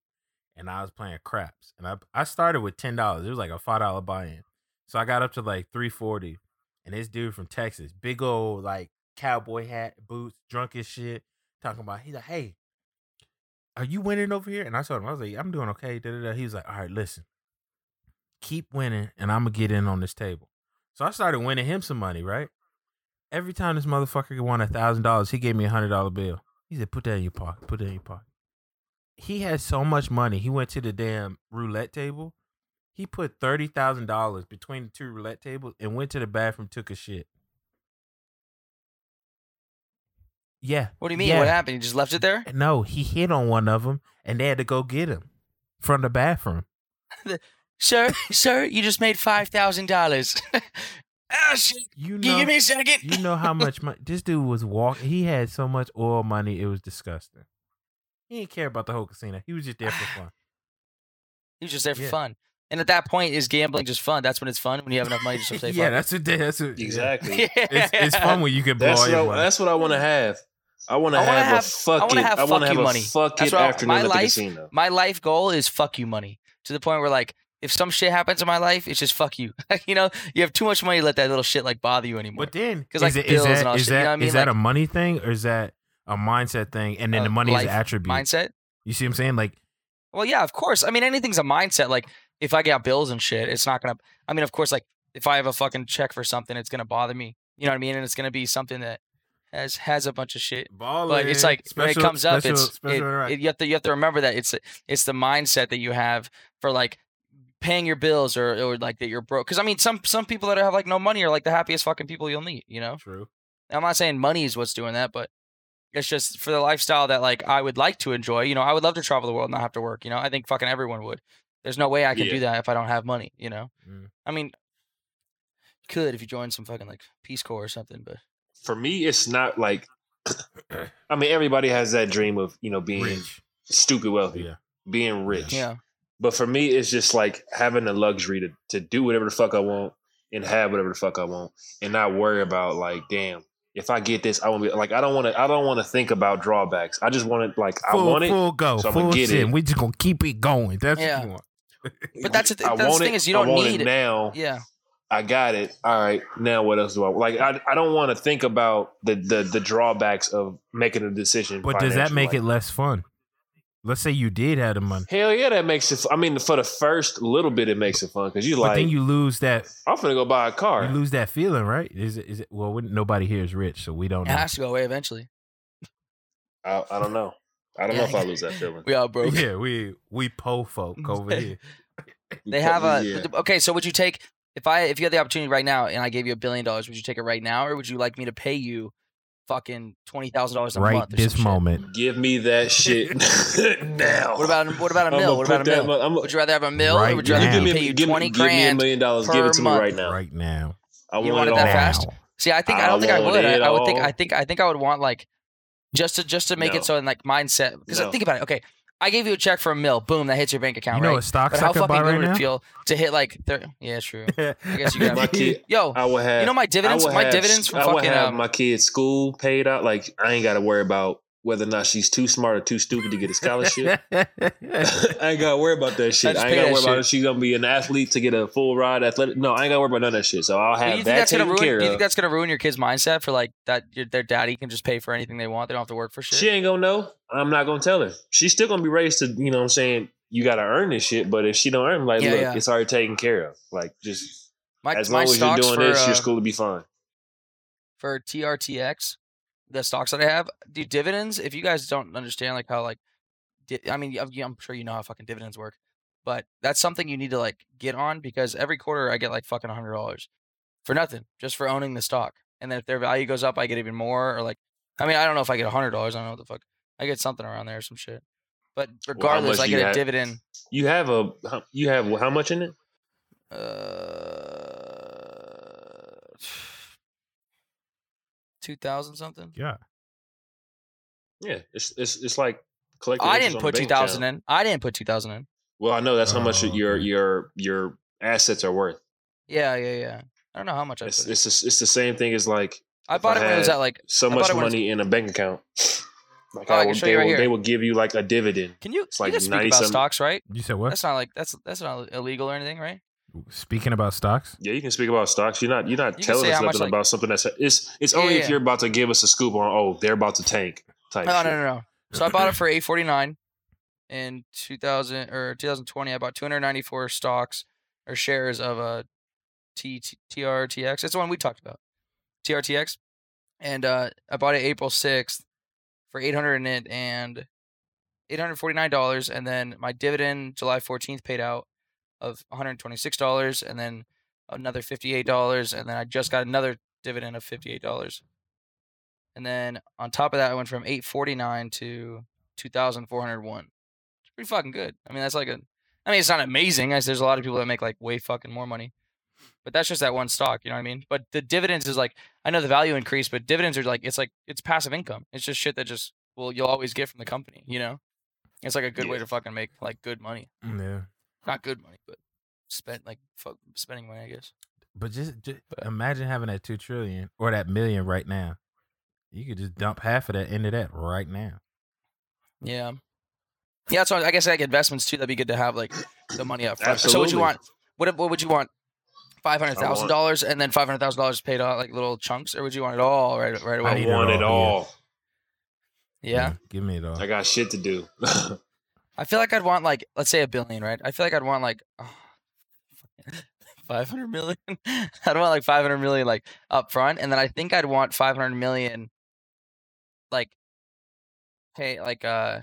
Speaker 3: and I was playing craps, and I I started with ten dollars. It was like a five dollar buy in, so I got up to like three forty, and this dude from Texas, big old like cowboy hat, boots, drunk as shit, talking about he's like, hey, are you winning over here? And I told him I was like, I'm doing okay. Da, da, da. He was like, all right, listen, keep winning, and I'm gonna get in on this table. So I started winning him some money, right? Every time this motherfucker won a thousand dollars, he gave me a hundred dollar bill. He said, "Put that in your pocket. Put that in your pocket." He had so much money. He went to the damn roulette table. He put thirty thousand dollars between the two roulette tables and went to the bathroom, took a shit. Yeah.
Speaker 1: What do you mean?
Speaker 3: Yeah.
Speaker 1: What happened? You just left it there?
Speaker 3: No, he hit on one of them, and they had to go get him from the bathroom.
Speaker 1: Sir, sir, you just made five thousand dollars. Ah shit.
Speaker 3: You
Speaker 1: Can you
Speaker 3: know,
Speaker 1: give me a second?
Speaker 3: you know how much money this dude was walking. He had so much oil money, it was disgusting. He didn't care about the whole casino. He was just there for fun.
Speaker 1: He was just there for
Speaker 3: Yeah.
Speaker 1: fun. And at that point, is gambling just fun? That's when it's fun when you have enough money just to play
Speaker 3: yeah,
Speaker 1: fun.
Speaker 3: that's what. they- That's what. yeah.
Speaker 2: Exactly.
Speaker 1: Yeah.
Speaker 3: It's, it's fun when you can blow
Speaker 2: That's
Speaker 3: all
Speaker 2: what,
Speaker 3: your
Speaker 2: I,
Speaker 3: money.
Speaker 2: that's what I want to have. I want to
Speaker 1: I wanna
Speaker 2: have,
Speaker 1: have-
Speaker 2: a fuck
Speaker 1: I wanna
Speaker 2: it.
Speaker 1: have
Speaker 2: I want
Speaker 1: fuck
Speaker 2: to have
Speaker 1: you
Speaker 2: a
Speaker 1: money.
Speaker 2: fuck
Speaker 1: That's
Speaker 2: it
Speaker 1: what I-
Speaker 2: afternoon
Speaker 1: my
Speaker 2: at the
Speaker 1: life-
Speaker 2: casino.
Speaker 1: My life goal is fuck you money to the point where like if some shit happens in my life, it's just fuck you. you know, you have too much money to let that little shit like bother you anymore.
Speaker 3: But then,
Speaker 1: 'Cause,
Speaker 3: is,
Speaker 1: like,
Speaker 3: it, is
Speaker 1: bills
Speaker 3: that,
Speaker 1: and all
Speaker 3: is
Speaker 1: shit, you know
Speaker 3: that-
Speaker 1: what I mean?
Speaker 3: is
Speaker 1: Like-
Speaker 3: that a money thing or is that a mindset thing? And then
Speaker 1: Uh,
Speaker 3: the money is
Speaker 1: life
Speaker 3: an attribute.
Speaker 1: mindset.
Speaker 3: You see what I'm saying? Like,
Speaker 1: Well, yeah, of course. I mean, anything's a mindset. Like, if I got bills and shit, it's not gonna. I mean, of course, like if I have a fucking check for something, it's gonna bother me. You know what I mean? And it's gonna be something that has has a bunch of shit.
Speaker 3: balling.
Speaker 1: But it's like when it comes up, it's it- it- you have to you have to remember that it's it's the mindset that you have for like paying your bills or or like that you're broke. Because I mean, some some people that have like no money are like the happiest fucking people you'll meet. You know.
Speaker 3: true.
Speaker 1: I'm not saying money is what's doing that, but it's just for the lifestyle that like I would like to enjoy. You know, I would love to travel the world and not have to work. You know, I think fucking everyone would. There's no way I can do
Speaker 2: Yeah.
Speaker 1: that if I don't have money. You know,
Speaker 3: Mm.
Speaker 1: I mean, you could if you joined some fucking like Peace Corps or something, but
Speaker 2: For me, it's not like. I mean, everybody has that dream of you know being
Speaker 3: Rich.
Speaker 2: stupid wealthy,
Speaker 3: Yeah.
Speaker 2: being rich.
Speaker 1: yeah,
Speaker 2: But for me, it's just like having the luxury to, to do whatever the fuck I want and have whatever the fuck I want and not worry about like, damn, if I get this, I want to be like, I don't want to, I don't want to think about drawbacks. I just want to like, I
Speaker 3: Full,
Speaker 2: want it.
Speaker 3: full go.
Speaker 2: so I'ma
Speaker 3: full
Speaker 2: get
Speaker 3: sit.
Speaker 2: it.
Speaker 3: We just gonna keep it going. That's
Speaker 1: Yeah.
Speaker 3: what you want.
Speaker 1: But that's the thi-
Speaker 2: I
Speaker 1: that's the
Speaker 2: want
Speaker 1: thing
Speaker 2: it,
Speaker 1: is you don't
Speaker 2: I want
Speaker 1: need it.
Speaker 2: it now.
Speaker 1: yeah.
Speaker 2: I got it. All right. Now what else do I like? I, I don't want to think about the, the the drawbacks of making a decision.
Speaker 3: But does that
Speaker 2: financially.
Speaker 3: make
Speaker 2: Like,
Speaker 3: it less fun? Let's say you did have the money,
Speaker 2: Hell yeah, that makes it. f- I mean, for the first little bit, it makes it fun because you
Speaker 3: but
Speaker 2: like.
Speaker 3: then you lose that.
Speaker 2: I'm gonna go buy a car.
Speaker 3: You lose that feeling, right? Is it? Is it? Well, wouldn't- nobody here is rich, so we
Speaker 2: Oh,
Speaker 3: don't
Speaker 1: It
Speaker 3: know.
Speaker 1: has to go away eventually.
Speaker 2: I, I don't know. I don't know if I lose that feeling.
Speaker 1: We all broke.
Speaker 3: Yeah, we we po folk over here.
Speaker 1: They have a
Speaker 2: Yeah.
Speaker 1: okay. So would you take if I if you had the opportunity right now and I gave you a billion dollars, would you take it right now, or would you like me to pay you fucking twenty thousand dollars a
Speaker 3: Right
Speaker 1: month? or some
Speaker 3: this
Speaker 1: shit?
Speaker 3: moment,
Speaker 2: Give me that shit now.
Speaker 1: What about what about a
Speaker 2: I'ma
Speaker 1: mill? What
Speaker 2: put
Speaker 1: about a
Speaker 2: that
Speaker 1: mill?
Speaker 2: mo- I'ma-
Speaker 1: Would you rather have a mill or
Speaker 3: Right
Speaker 1: would you rather
Speaker 3: now.
Speaker 1: me
Speaker 2: give,
Speaker 1: pay
Speaker 2: me,
Speaker 1: you
Speaker 2: give,
Speaker 1: twenty
Speaker 2: me, give me a
Speaker 1: grand?
Speaker 2: million dollars.
Speaker 1: per
Speaker 2: Give it to
Speaker 1: month.
Speaker 2: me right now.
Speaker 3: right now,
Speaker 2: I
Speaker 1: You
Speaker 2: want
Speaker 1: wanted
Speaker 2: it all
Speaker 1: that
Speaker 2: now.
Speaker 1: fast? See, I think I
Speaker 2: I
Speaker 1: don't think I
Speaker 2: want
Speaker 1: would. I,
Speaker 2: it
Speaker 1: I would think
Speaker 2: all.
Speaker 1: I think I think I would want like just to just to make
Speaker 2: No.
Speaker 1: it so in like mindset because
Speaker 2: No.
Speaker 1: think about it. Okay, I gave you a check for a mill. Boom, that hits your bank
Speaker 3: you
Speaker 1: account.
Speaker 3: know
Speaker 1: right?
Speaker 3: what stocks
Speaker 1: But
Speaker 3: I
Speaker 1: how
Speaker 3: could
Speaker 1: fucking
Speaker 3: buy
Speaker 1: good
Speaker 3: right
Speaker 1: would it
Speaker 3: now.
Speaker 1: feel to hit like thir- yeah, true.
Speaker 3: I
Speaker 1: guess you got
Speaker 2: My kid,
Speaker 1: Yo,
Speaker 2: I will have.
Speaker 1: you know my dividends,
Speaker 2: I would
Speaker 1: my
Speaker 2: have-
Speaker 1: dividends from
Speaker 2: I would
Speaker 1: fucking
Speaker 2: have
Speaker 1: um,
Speaker 2: my kid's school paid out. Like I ain't got to worry about whether or not she's too smart or too stupid to get a scholarship. I ain't gotta worry about that shit.
Speaker 1: just
Speaker 2: I
Speaker 1: pay
Speaker 2: ain't
Speaker 1: that
Speaker 2: gotta worry about
Speaker 1: shit.
Speaker 2: if she's gonna be an athlete to get a full ride athletic. No, I ain't gotta worry about none of that shit. So I'll
Speaker 1: do
Speaker 2: have
Speaker 1: you think
Speaker 2: that
Speaker 1: that's gonna
Speaker 2: taken
Speaker 1: ruin? Do
Speaker 2: care
Speaker 1: you
Speaker 2: of.
Speaker 1: think that's gonna ruin your kid's mindset for like that? Your, their daddy can just pay for anything they want. They don't have to work for shit.
Speaker 2: She ain't gonna know. I'm not gonna tell her. She's still gonna be raised to, you know what I'm saying, you gotta earn this shit. But if she don't earn, like,
Speaker 1: Yeah,
Speaker 2: look,
Speaker 1: yeah.
Speaker 2: it's already taken care of. Like, just
Speaker 1: My,
Speaker 2: as
Speaker 1: my
Speaker 2: long as you're
Speaker 1: stocks
Speaker 2: doing
Speaker 1: for,
Speaker 2: this,
Speaker 1: uh,
Speaker 2: your school will be fine.
Speaker 1: for TRTX, the stocks that I have, do dividends. If you guys don't understand like how like, di- I mean, I'm I'm sure you know how fucking dividends work, but that's something you need to like get on because every quarter I get like fucking hundred dollars for nothing, just for owning the stock. And then if their value goes up, I get even more. Or like, I mean, I don't know if I get hundred dollars. I don't know what the fuck. I get something around there, some shit. But regardless,
Speaker 2: much
Speaker 1: I
Speaker 2: do
Speaker 1: get
Speaker 2: you
Speaker 1: a
Speaker 2: have?
Speaker 1: dividend.
Speaker 2: You have a, you have how much in it?
Speaker 1: Uh, two thousand something.
Speaker 3: yeah,
Speaker 2: Yeah, it's it's it's like collecting.
Speaker 1: Oh, I
Speaker 2: interest
Speaker 1: didn't
Speaker 2: on a
Speaker 1: put two
Speaker 2: bank
Speaker 1: thousand
Speaker 2: account.
Speaker 1: in. I didn't put two thousand in.
Speaker 2: Well, I know that's how much
Speaker 3: Oh,
Speaker 2: your
Speaker 3: okay.
Speaker 2: your your assets are worth.
Speaker 1: Yeah, yeah, yeah. I don't know how much I
Speaker 2: It's
Speaker 1: put. in.
Speaker 2: it's the- it's the same thing as like
Speaker 1: I
Speaker 2: if
Speaker 1: bought
Speaker 2: I
Speaker 1: it when it was
Speaker 2: had
Speaker 1: at like.
Speaker 2: so
Speaker 1: I
Speaker 2: much
Speaker 1: bought it when it's-
Speaker 2: money in a bank account. Like
Speaker 1: Oh, I
Speaker 2: I
Speaker 1: can
Speaker 2: will-
Speaker 1: show
Speaker 2: they
Speaker 1: you right
Speaker 2: will
Speaker 1: here.
Speaker 2: they will give you like a dividend.
Speaker 1: Can you?
Speaker 2: It's
Speaker 1: you
Speaker 2: like
Speaker 1: can speak
Speaker 2: 90
Speaker 1: about
Speaker 2: some-
Speaker 1: stocks, right?
Speaker 3: you said what?
Speaker 1: That's not like that's that's not illegal or anything, right?
Speaker 3: Speaking about stocks,
Speaker 2: Yeah, you can speak about stocks. You're not you're not
Speaker 1: You can
Speaker 2: telling
Speaker 1: say
Speaker 2: us
Speaker 1: how much,
Speaker 2: nothing
Speaker 1: like-
Speaker 2: about something that's it's it's only
Speaker 1: Yeah, yeah.
Speaker 2: if you're about to give us a scoop on oh they're about to tank type.
Speaker 1: No,
Speaker 2: shit.
Speaker 1: no, no, no. So I bought it for eight forty nine in two thousand or two thousand twenty. I bought two hundred ninety four stocks or shares of a T T- TRTX. That's the one we talked about, TRTX, and uh, I bought it April sixth for eight hundred and eight hundred forty nine dollars, and then my dividend July fourteenth paid out of one hundred twenty six dollars, and then another fifty eight dollars, and then I just got another dividend of fifty eight dollars. And then on top of that, I went from 849 to 2,401. It's pretty fucking good. I mean, that's like a, I mean, it's not amazing. As there's a lot of people that make like way fucking more money, but that's just that one stock. You know what I mean? But the dividends is like, I know the value increase, but dividends are like, it's like, it's passive income. It's just shit that just, well, you'll always get from the company, you know? It's like a good way to fucking make like good money.
Speaker 3: Yeah.
Speaker 1: Not good money, but spend like fuck, spending money, I guess.
Speaker 3: But just, just imagine having that two trillion or that million right now. You could just dump half of that into that right now.
Speaker 1: Yeah. Yeah, that's what I guess like investments too. That'd be good to have like the money up front. So would you
Speaker 2: Absolutely.
Speaker 1: want what what would you want? Five hundred thousand dollars and then five hundred thousand dollars paid off like little chunks, or would you want it all right right
Speaker 5: I
Speaker 1: away?
Speaker 5: need
Speaker 2: I
Speaker 5: it all,
Speaker 2: want it
Speaker 5: yeah.
Speaker 2: all.
Speaker 1: Yeah.
Speaker 3: Give me it all.
Speaker 2: I got shit to do.
Speaker 1: I feel like I'd want like let's say a billion, right? I feel like I'd want like five hundred million. I'd want like five hundred million like up front, and then I think I'd want five hundred million like pay like uh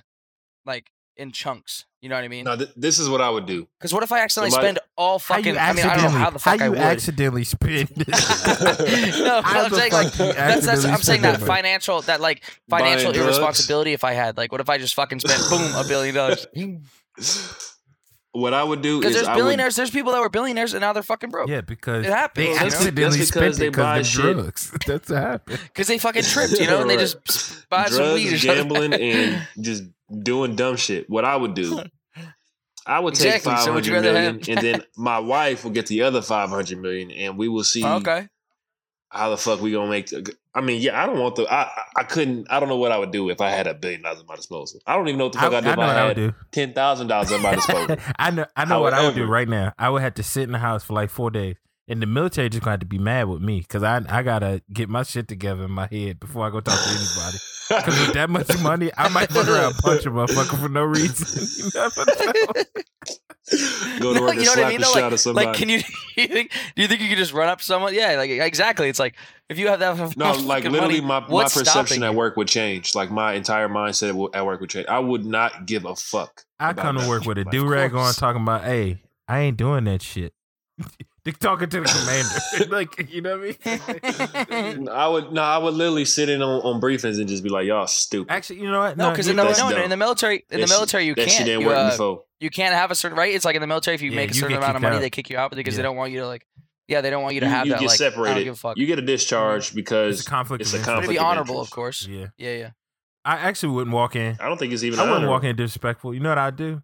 Speaker 1: like in chunks. You know what I mean?
Speaker 2: no, th- this is what I would do.
Speaker 1: Because what if I accidentally
Speaker 2: Somebody-
Speaker 1: spend all fucking? I mean, I don't know how the fuck I
Speaker 3: you
Speaker 1: would.
Speaker 3: accidentally spend
Speaker 1: no, but
Speaker 3: How
Speaker 1: I'm
Speaker 3: the
Speaker 1: saying like
Speaker 3: fuck you
Speaker 1: that's, that's
Speaker 3: accidentally
Speaker 1: I'm saying
Speaker 3: spend
Speaker 1: that
Speaker 3: money?
Speaker 1: financial that like financial
Speaker 2: Buying drugs?
Speaker 1: irresponsibility. If I had like, what if I just fucking spent boom a billion dollars?
Speaker 2: What I would do
Speaker 1: Because
Speaker 2: is
Speaker 1: there's
Speaker 2: I would
Speaker 1: billionaires, there's people that were billionaires and now they're fucking broke.
Speaker 3: Yeah, because
Speaker 1: It happens,
Speaker 3: they
Speaker 1: you know? Just
Speaker 3: accidentally
Speaker 2: because
Speaker 3: spent
Speaker 2: they
Speaker 3: it
Speaker 2: buy
Speaker 3: because of
Speaker 2: shit.
Speaker 3: drugs. That's what happened.
Speaker 1: Because they fucking tripped, you know, and they
Speaker 2: Right.
Speaker 1: just s- buy some
Speaker 2: drugs,
Speaker 1: weed or something.
Speaker 2: gambling, and just doing dumb shit. What I would do, I would take
Speaker 1: Exactly.
Speaker 2: five
Speaker 1: So would you
Speaker 2: hundred
Speaker 1: rather
Speaker 2: million, and then my wife will get the other five hundred million, and we will see
Speaker 1: Oh, okay.
Speaker 2: how the fuck we gonna make. The, I mean, yeah, I don't want the. I I- I couldn't. I don't know what I would do if I had a billion dollars at my disposal. I don't even know what the
Speaker 3: I,
Speaker 2: fuck I,
Speaker 3: I
Speaker 2: would do
Speaker 3: know
Speaker 2: if
Speaker 3: what
Speaker 2: I
Speaker 3: I would
Speaker 2: had
Speaker 3: do.
Speaker 2: ten thousand dollars at my disposal.
Speaker 3: I know. I know what I would do
Speaker 2: However-
Speaker 3: right now. I would have to sit in the house for like four days, and the military just gonna have to be mad with me because I I gotta get my shit together in my head before I go talk to anybody. Because with that much money, I might fuck around and punch a motherfucker for no reason. You never know.
Speaker 2: Go to
Speaker 1: No,
Speaker 2: work and
Speaker 1: you know what I
Speaker 2: slap
Speaker 1: mean,
Speaker 2: the
Speaker 1: though?
Speaker 2: shit out of somebody.
Speaker 1: Like, can you, you think? Do you think you could just run up someone? Yeah, like exactly. It's like if you have that. amount
Speaker 2: No,
Speaker 1: of
Speaker 2: like
Speaker 1: fucking
Speaker 2: literally,
Speaker 1: money,
Speaker 2: my, my
Speaker 1: what's
Speaker 2: perception
Speaker 1: stopping
Speaker 2: at
Speaker 1: you?
Speaker 2: work would change. Like my entire mindset wo- at work would change. I would not give a fuck.
Speaker 3: I
Speaker 2: about
Speaker 3: come to
Speaker 2: that.
Speaker 3: work with a
Speaker 1: Of
Speaker 3: do rag on,
Speaker 1: course.
Speaker 3: talking about, "Hey, I ain't doing that shit." They talking to the commander, like you know what I mean.
Speaker 2: No, I would no, I would literally sit in on, on briefings and just be like, "Y'all stupid."
Speaker 3: Actually, you know what?
Speaker 1: No, because in,
Speaker 3: you-
Speaker 1: the-
Speaker 2: that's
Speaker 1: no, in
Speaker 2: dumb.
Speaker 1: the military, in
Speaker 2: That
Speaker 1: the
Speaker 2: shit-
Speaker 1: military, you
Speaker 2: that shit
Speaker 1: can't.
Speaker 2: didn't
Speaker 1: you,
Speaker 2: work
Speaker 1: uh,
Speaker 2: before.
Speaker 1: you can't have a certain right. It's like in the military, if you
Speaker 3: Yeah,
Speaker 1: make a
Speaker 3: you
Speaker 1: certain
Speaker 3: get
Speaker 1: amount of
Speaker 3: kicked
Speaker 1: money,
Speaker 3: out.
Speaker 1: they kick you out because
Speaker 3: Yeah.
Speaker 1: they don't want you to like. Yeah, they don't want you to
Speaker 2: You-
Speaker 1: have
Speaker 2: you
Speaker 1: that.
Speaker 2: get
Speaker 1: like, I don't
Speaker 2: separated.
Speaker 1: give a fuck. Mm-hmm.
Speaker 2: You get a discharge
Speaker 3: it's
Speaker 2: because
Speaker 3: a conflict.
Speaker 2: it's
Speaker 3: of
Speaker 2: a
Speaker 3: interest.
Speaker 1: But it'd be
Speaker 2: conflict of
Speaker 1: honorable, of
Speaker 2: interest.
Speaker 1: course.
Speaker 3: Yeah,
Speaker 1: Yeah, yeah.
Speaker 3: I actually wouldn't walk in.
Speaker 2: I don't think it's even.
Speaker 3: I wouldn't
Speaker 2: honorable.
Speaker 3: walk in disrespectful. You know what I do?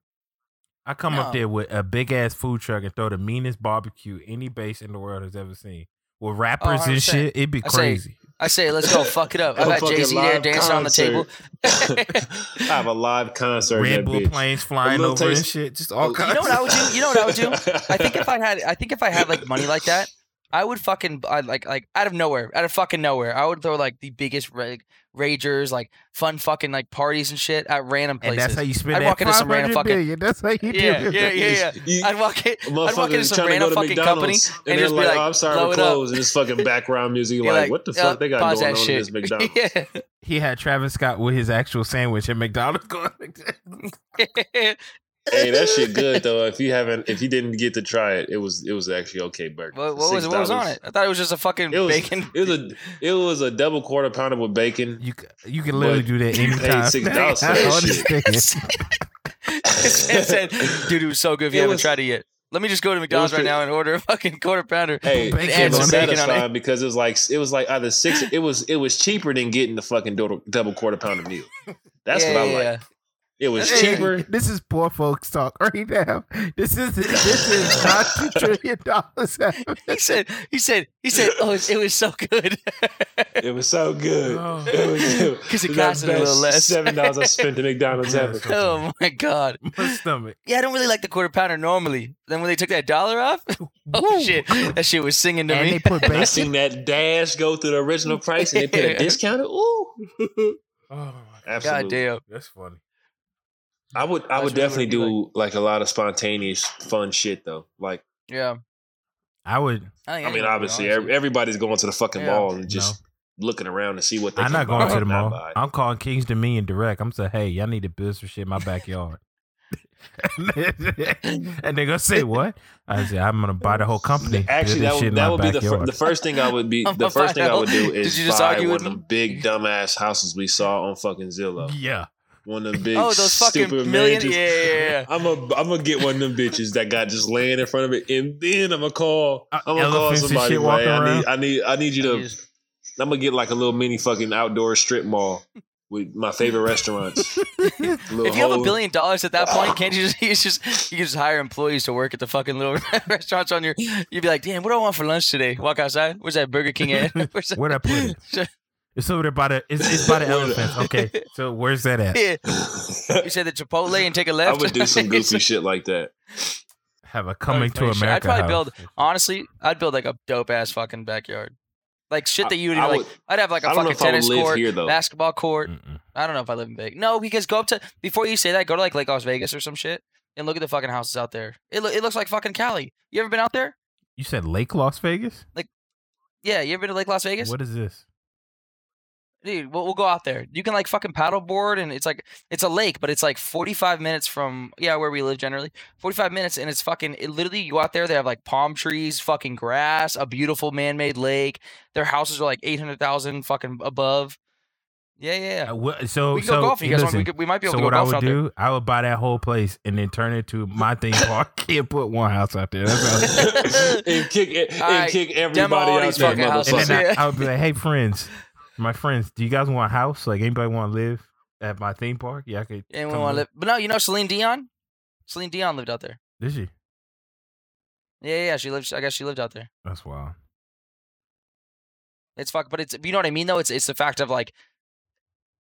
Speaker 3: I come up
Speaker 1: No.
Speaker 3: there with a big ass food truck and throw the meanest barbecue any base in the world has ever seen. With rappers and
Speaker 1: 100%.
Speaker 3: shit, it'd be
Speaker 1: I say-
Speaker 3: crazy.
Speaker 1: I say, let's go fuck it up. I've
Speaker 2: I have a
Speaker 1: had
Speaker 2: fucking
Speaker 1: Jay Z there
Speaker 2: live
Speaker 1: dancing on the table.
Speaker 2: concert. I have a live concert. in
Speaker 3: Red
Speaker 2: that
Speaker 3: Bull
Speaker 2: bitch.
Speaker 3: planes flying
Speaker 2: little
Speaker 3: over and
Speaker 2: taste-
Speaker 3: shit. Just all
Speaker 2: You
Speaker 3: kinds.
Speaker 1: You know what I would do? You know what I would do? I think if
Speaker 2: I
Speaker 1: I had, I think if I had like money like that, I would fucking I like like out of nowhere, out of fucking nowhere, I would throw like the biggest like, ragers, like fun fucking like parties and shit at random
Speaker 3: and
Speaker 1: places.
Speaker 3: that's how you spend
Speaker 1: I'd
Speaker 3: that
Speaker 1: walk into some
Speaker 3: 500
Speaker 1: random fucking-
Speaker 3: billion. That's how you do
Speaker 1: yeah,
Speaker 3: it.
Speaker 1: yeah, yeah,
Speaker 2: You-
Speaker 1: yeah. I'd walk in, I'd walk
Speaker 2: Motherfuckers
Speaker 1: into some
Speaker 2: trying to go
Speaker 1: random
Speaker 2: to
Speaker 1: fucking company.
Speaker 2: McDonald's
Speaker 1: and
Speaker 2: and, they're
Speaker 1: just be
Speaker 2: like,
Speaker 1: like,
Speaker 2: "Oh, I'm sorry,
Speaker 1: "Blow
Speaker 2: we're
Speaker 1: it up."
Speaker 2: closed." And it's fucking background music.
Speaker 1: be
Speaker 2: Like, what the
Speaker 1: "Yeah,
Speaker 2: fuck they got
Speaker 1: pause
Speaker 2: going
Speaker 1: that
Speaker 2: on in this McDonald's?
Speaker 3: He had Travis Scott with his actual sandwich at McDonald's. Going like that.
Speaker 1: yeah.
Speaker 2: hey, that shit good though. If you haven't, if you didn't get to try it, it was it was actually okay burger.
Speaker 1: What,
Speaker 2: For
Speaker 1: what was what was on
Speaker 2: $6.
Speaker 1: it? I thought it was just a fucking
Speaker 2: It was
Speaker 1: bacon.
Speaker 2: It was a it was a double quarter pounder with bacon.
Speaker 3: You c- you can literally
Speaker 2: But
Speaker 3: do that
Speaker 2: you paid
Speaker 3: anytime.
Speaker 2: $6 for
Speaker 3: I
Speaker 2: that shit.
Speaker 3: understand.
Speaker 1: it said, "Dude, it was so good. If you
Speaker 2: It
Speaker 1: haven't
Speaker 2: was-
Speaker 1: tried it yet, let me just go to McDonald's right
Speaker 2: pretty-
Speaker 1: now and order a fucking quarter pounder."
Speaker 2: Hey,
Speaker 3: Bacon
Speaker 2: it was
Speaker 3: on it.
Speaker 2: satisfying because it was like it was like either six. It was it was cheaper than getting the fucking double, double quarter pounder meal. That's
Speaker 1: yeah,
Speaker 2: what I
Speaker 1: yeah,
Speaker 2: like.
Speaker 1: yeah.
Speaker 2: It was
Speaker 3: Hey,
Speaker 2: cheaper.
Speaker 3: This is poor folks talk right now. This is this is not two trillion dollars.
Speaker 1: He said, he said, he said, "Oh, it's- it was so good."
Speaker 2: It was so good.
Speaker 3: Oh.
Speaker 2: It was it
Speaker 1: 'Cause it
Speaker 2: was the
Speaker 1: costed a little
Speaker 2: best
Speaker 1: less.
Speaker 2: Seven dollars I spent at McDonald's ever.
Speaker 1: oh my god!
Speaker 3: My stomach.
Speaker 1: Yeah, I don't really like the quarter pounder normally. Then when they took that dollar off, oh
Speaker 3: Woo.
Speaker 1: shit, that shit was singing to
Speaker 3: And
Speaker 1: me.
Speaker 3: they put
Speaker 2: I
Speaker 3: bacon.
Speaker 2: seen that dash go through the original price and they put a discount. Ooh,
Speaker 3: Oh my
Speaker 2: absolutely.
Speaker 1: God damn.
Speaker 3: that's funny.
Speaker 2: I would I
Speaker 1: That's really
Speaker 2: would
Speaker 1: what
Speaker 2: definitely
Speaker 1: it'd be
Speaker 2: do like a lot of spontaneous fun shit though. Like
Speaker 1: Yeah.
Speaker 3: I would.
Speaker 1: think
Speaker 2: I mean,
Speaker 1: anyone would,
Speaker 2: obviously
Speaker 1: honestly.
Speaker 2: every, everybody's going to the fucking
Speaker 1: Yeah.
Speaker 2: mall and just looking around to see what they.
Speaker 3: I'm
Speaker 2: can
Speaker 3: not
Speaker 2: buy
Speaker 3: going to
Speaker 2: and
Speaker 3: the
Speaker 2: not
Speaker 3: mall.
Speaker 2: buy.
Speaker 3: I'm calling Kings Dominion direct. I'm saying, hey, y'all need to build some shit in my backyard. and they gonna say what? I said I'm gonna buy the whole company. do
Speaker 2: Actually,
Speaker 3: this
Speaker 2: that
Speaker 3: shit in
Speaker 2: would, that
Speaker 3: my
Speaker 2: would be the, fir-
Speaker 3: backyard.
Speaker 2: the first thing I would be.
Speaker 1: I'm
Speaker 2: The
Speaker 1: a
Speaker 2: first thing I would do
Speaker 1: final.
Speaker 2: is
Speaker 1: Did you just
Speaker 2: buy
Speaker 1: argue
Speaker 2: one
Speaker 1: with
Speaker 2: of them
Speaker 1: me?
Speaker 2: big dumbass houses we saw on fucking Zillow.
Speaker 3: yeah.
Speaker 2: One of them big
Speaker 1: oh, those fucking
Speaker 2: stupid
Speaker 1: million. Yeah,
Speaker 2: mansions.
Speaker 1: yeah, yeah, yeah.
Speaker 2: I'm a I'm gonna get one of them bitches that got just laying in front of it, and then I'm gonna call.
Speaker 3: Uh,
Speaker 2: I'm gonna call
Speaker 3: elephants and
Speaker 2: somebody.
Speaker 3: shit
Speaker 2: like,
Speaker 3: walking
Speaker 2: I need
Speaker 3: around?
Speaker 2: I need I need you to.
Speaker 1: Jesus.
Speaker 2: I'm gonna get like a little mini fucking outdoor strip mall with my favorite restaurants. Little
Speaker 1: If you have a
Speaker 2: hole-
Speaker 1: billion dollars at that point, can't you just you just you can just hire employees to work at the fucking little restaurants on your? You'd be like, damn, what do I want for lunch today? Walk outside. Where's that Burger King at? Where's that?
Speaker 3: Where'd I put it? It's over there by the it's, it's by the
Speaker 2: Where-
Speaker 3: elephants. Okay. So where's that at?
Speaker 1: Yeah. You said the Chipotle and take a
Speaker 2: I
Speaker 1: left.
Speaker 2: would do some
Speaker 1: It's
Speaker 2: goofy shit like that.
Speaker 3: Have a coming to
Speaker 1: funny shit. I'd
Speaker 3: America.
Speaker 1: probably
Speaker 3: house.
Speaker 1: Honestly, I'd build like a dope ass fucking backyard, like shit that you would
Speaker 2: I
Speaker 1: like.
Speaker 2: would-
Speaker 1: I'd have like a
Speaker 2: I don't know
Speaker 1: fucking
Speaker 2: if I would
Speaker 1: tennis
Speaker 2: live
Speaker 1: court,
Speaker 2: here though. Mm.
Speaker 1: basketball court.
Speaker 3: Mm-mm.
Speaker 1: I don't know if I live in Vegas. No, because go up to before you say that, go to like Lake Las Vegas or some shit and look at the fucking houses out there. It lo- it looks like fucking Cali. You ever been out there?
Speaker 3: You said Lake Las Vegas?
Speaker 1: Yeah, you ever been to Lake Las Vegas?
Speaker 3: What is this?
Speaker 1: Dude, we'll, we'll go out there. You can like fucking paddleboard, and it's like it's a lake, but it's like forty five minutes from yeah where we live generally. Forty five minutes, and it's fucking. It literally, you go out there, they have like palm trees, fucking grass, a beautiful man made lake. Their houses are like eight hundred thousand fucking above. Yeah, yeah. yeah.
Speaker 3: Uh, what- so
Speaker 1: we can
Speaker 3: so,
Speaker 1: go golfing. You guys want?
Speaker 3: listen,
Speaker 1: We, could, we might be able
Speaker 3: so
Speaker 1: to go
Speaker 3: what I
Speaker 1: golfing
Speaker 3: would
Speaker 1: out there.
Speaker 3: do, I would buy that whole place and then turn it to my theme park. Can't put one house out there. That's what I would do.
Speaker 2: and kick and
Speaker 1: Alright,
Speaker 2: kick
Speaker 1: demo
Speaker 2: everybody
Speaker 1: all
Speaker 2: out
Speaker 1: these
Speaker 2: there,
Speaker 1: fucking houses.
Speaker 2: motherfucker.
Speaker 3: And then
Speaker 1: Yeah.
Speaker 3: I, I would be like, hey, friends, my friends, do you guys want a house? Like, anybody want to live at my theme park? Yeah, I could.
Speaker 1: and we
Speaker 3: come
Speaker 1: want to live, but no, you know Celine Dion. Celine Dion lived out there.
Speaker 3: Did she?
Speaker 1: Yeah, yeah, yeah. She lived. I guess she lived out there.
Speaker 3: That's wild.
Speaker 1: It's fuck, but it's you know what I mean though. It's it's the fact of like,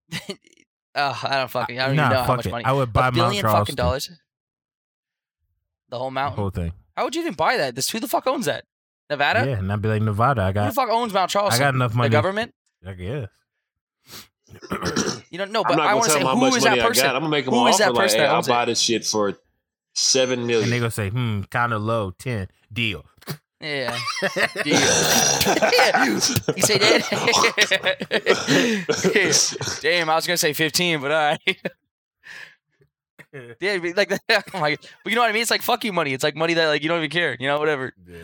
Speaker 1: uh, I don't fucking I don't
Speaker 3: Nah,
Speaker 1: even know
Speaker 3: fuck
Speaker 1: how much
Speaker 3: it.
Speaker 1: money.
Speaker 3: I would buy
Speaker 1: a billion
Speaker 3: Mount
Speaker 1: fucking
Speaker 3: Charleston.
Speaker 1: dollars. The whole
Speaker 3: the
Speaker 1: mountain.
Speaker 3: whole thing.
Speaker 1: how would you even buy that? This who the fuck owns that? Nevada.
Speaker 3: Yeah, and I'd be like, Nevada, I
Speaker 1: who the
Speaker 3: got,
Speaker 1: fuck owns Mount
Speaker 3: I
Speaker 1: Charleston?
Speaker 3: got enough money.
Speaker 1: The government.
Speaker 3: I guess. uh,
Speaker 1: You don't know, but
Speaker 2: I'm not
Speaker 1: I
Speaker 2: gonna
Speaker 1: want to
Speaker 2: tell
Speaker 1: say
Speaker 2: them how
Speaker 1: who
Speaker 2: much
Speaker 1: is
Speaker 2: money
Speaker 1: that
Speaker 2: I got.
Speaker 1: person?
Speaker 2: I'm gonna make them
Speaker 1: Who
Speaker 2: an
Speaker 1: is that
Speaker 2: offer like,
Speaker 1: person
Speaker 2: hey,
Speaker 1: that
Speaker 2: I'll
Speaker 1: owns
Speaker 2: buy this shit for seven
Speaker 3: And they
Speaker 2: million.
Speaker 3: gonna say, hmm, kind of low, ten deal.
Speaker 1: Yeah. Deal. You say that? Damn, I was gonna say fifteen, but I. yeah, but like oh my, but you know what I mean. It's like fuck you money. It's like money that like you don't even care. You know, whatever.
Speaker 3: Yeah.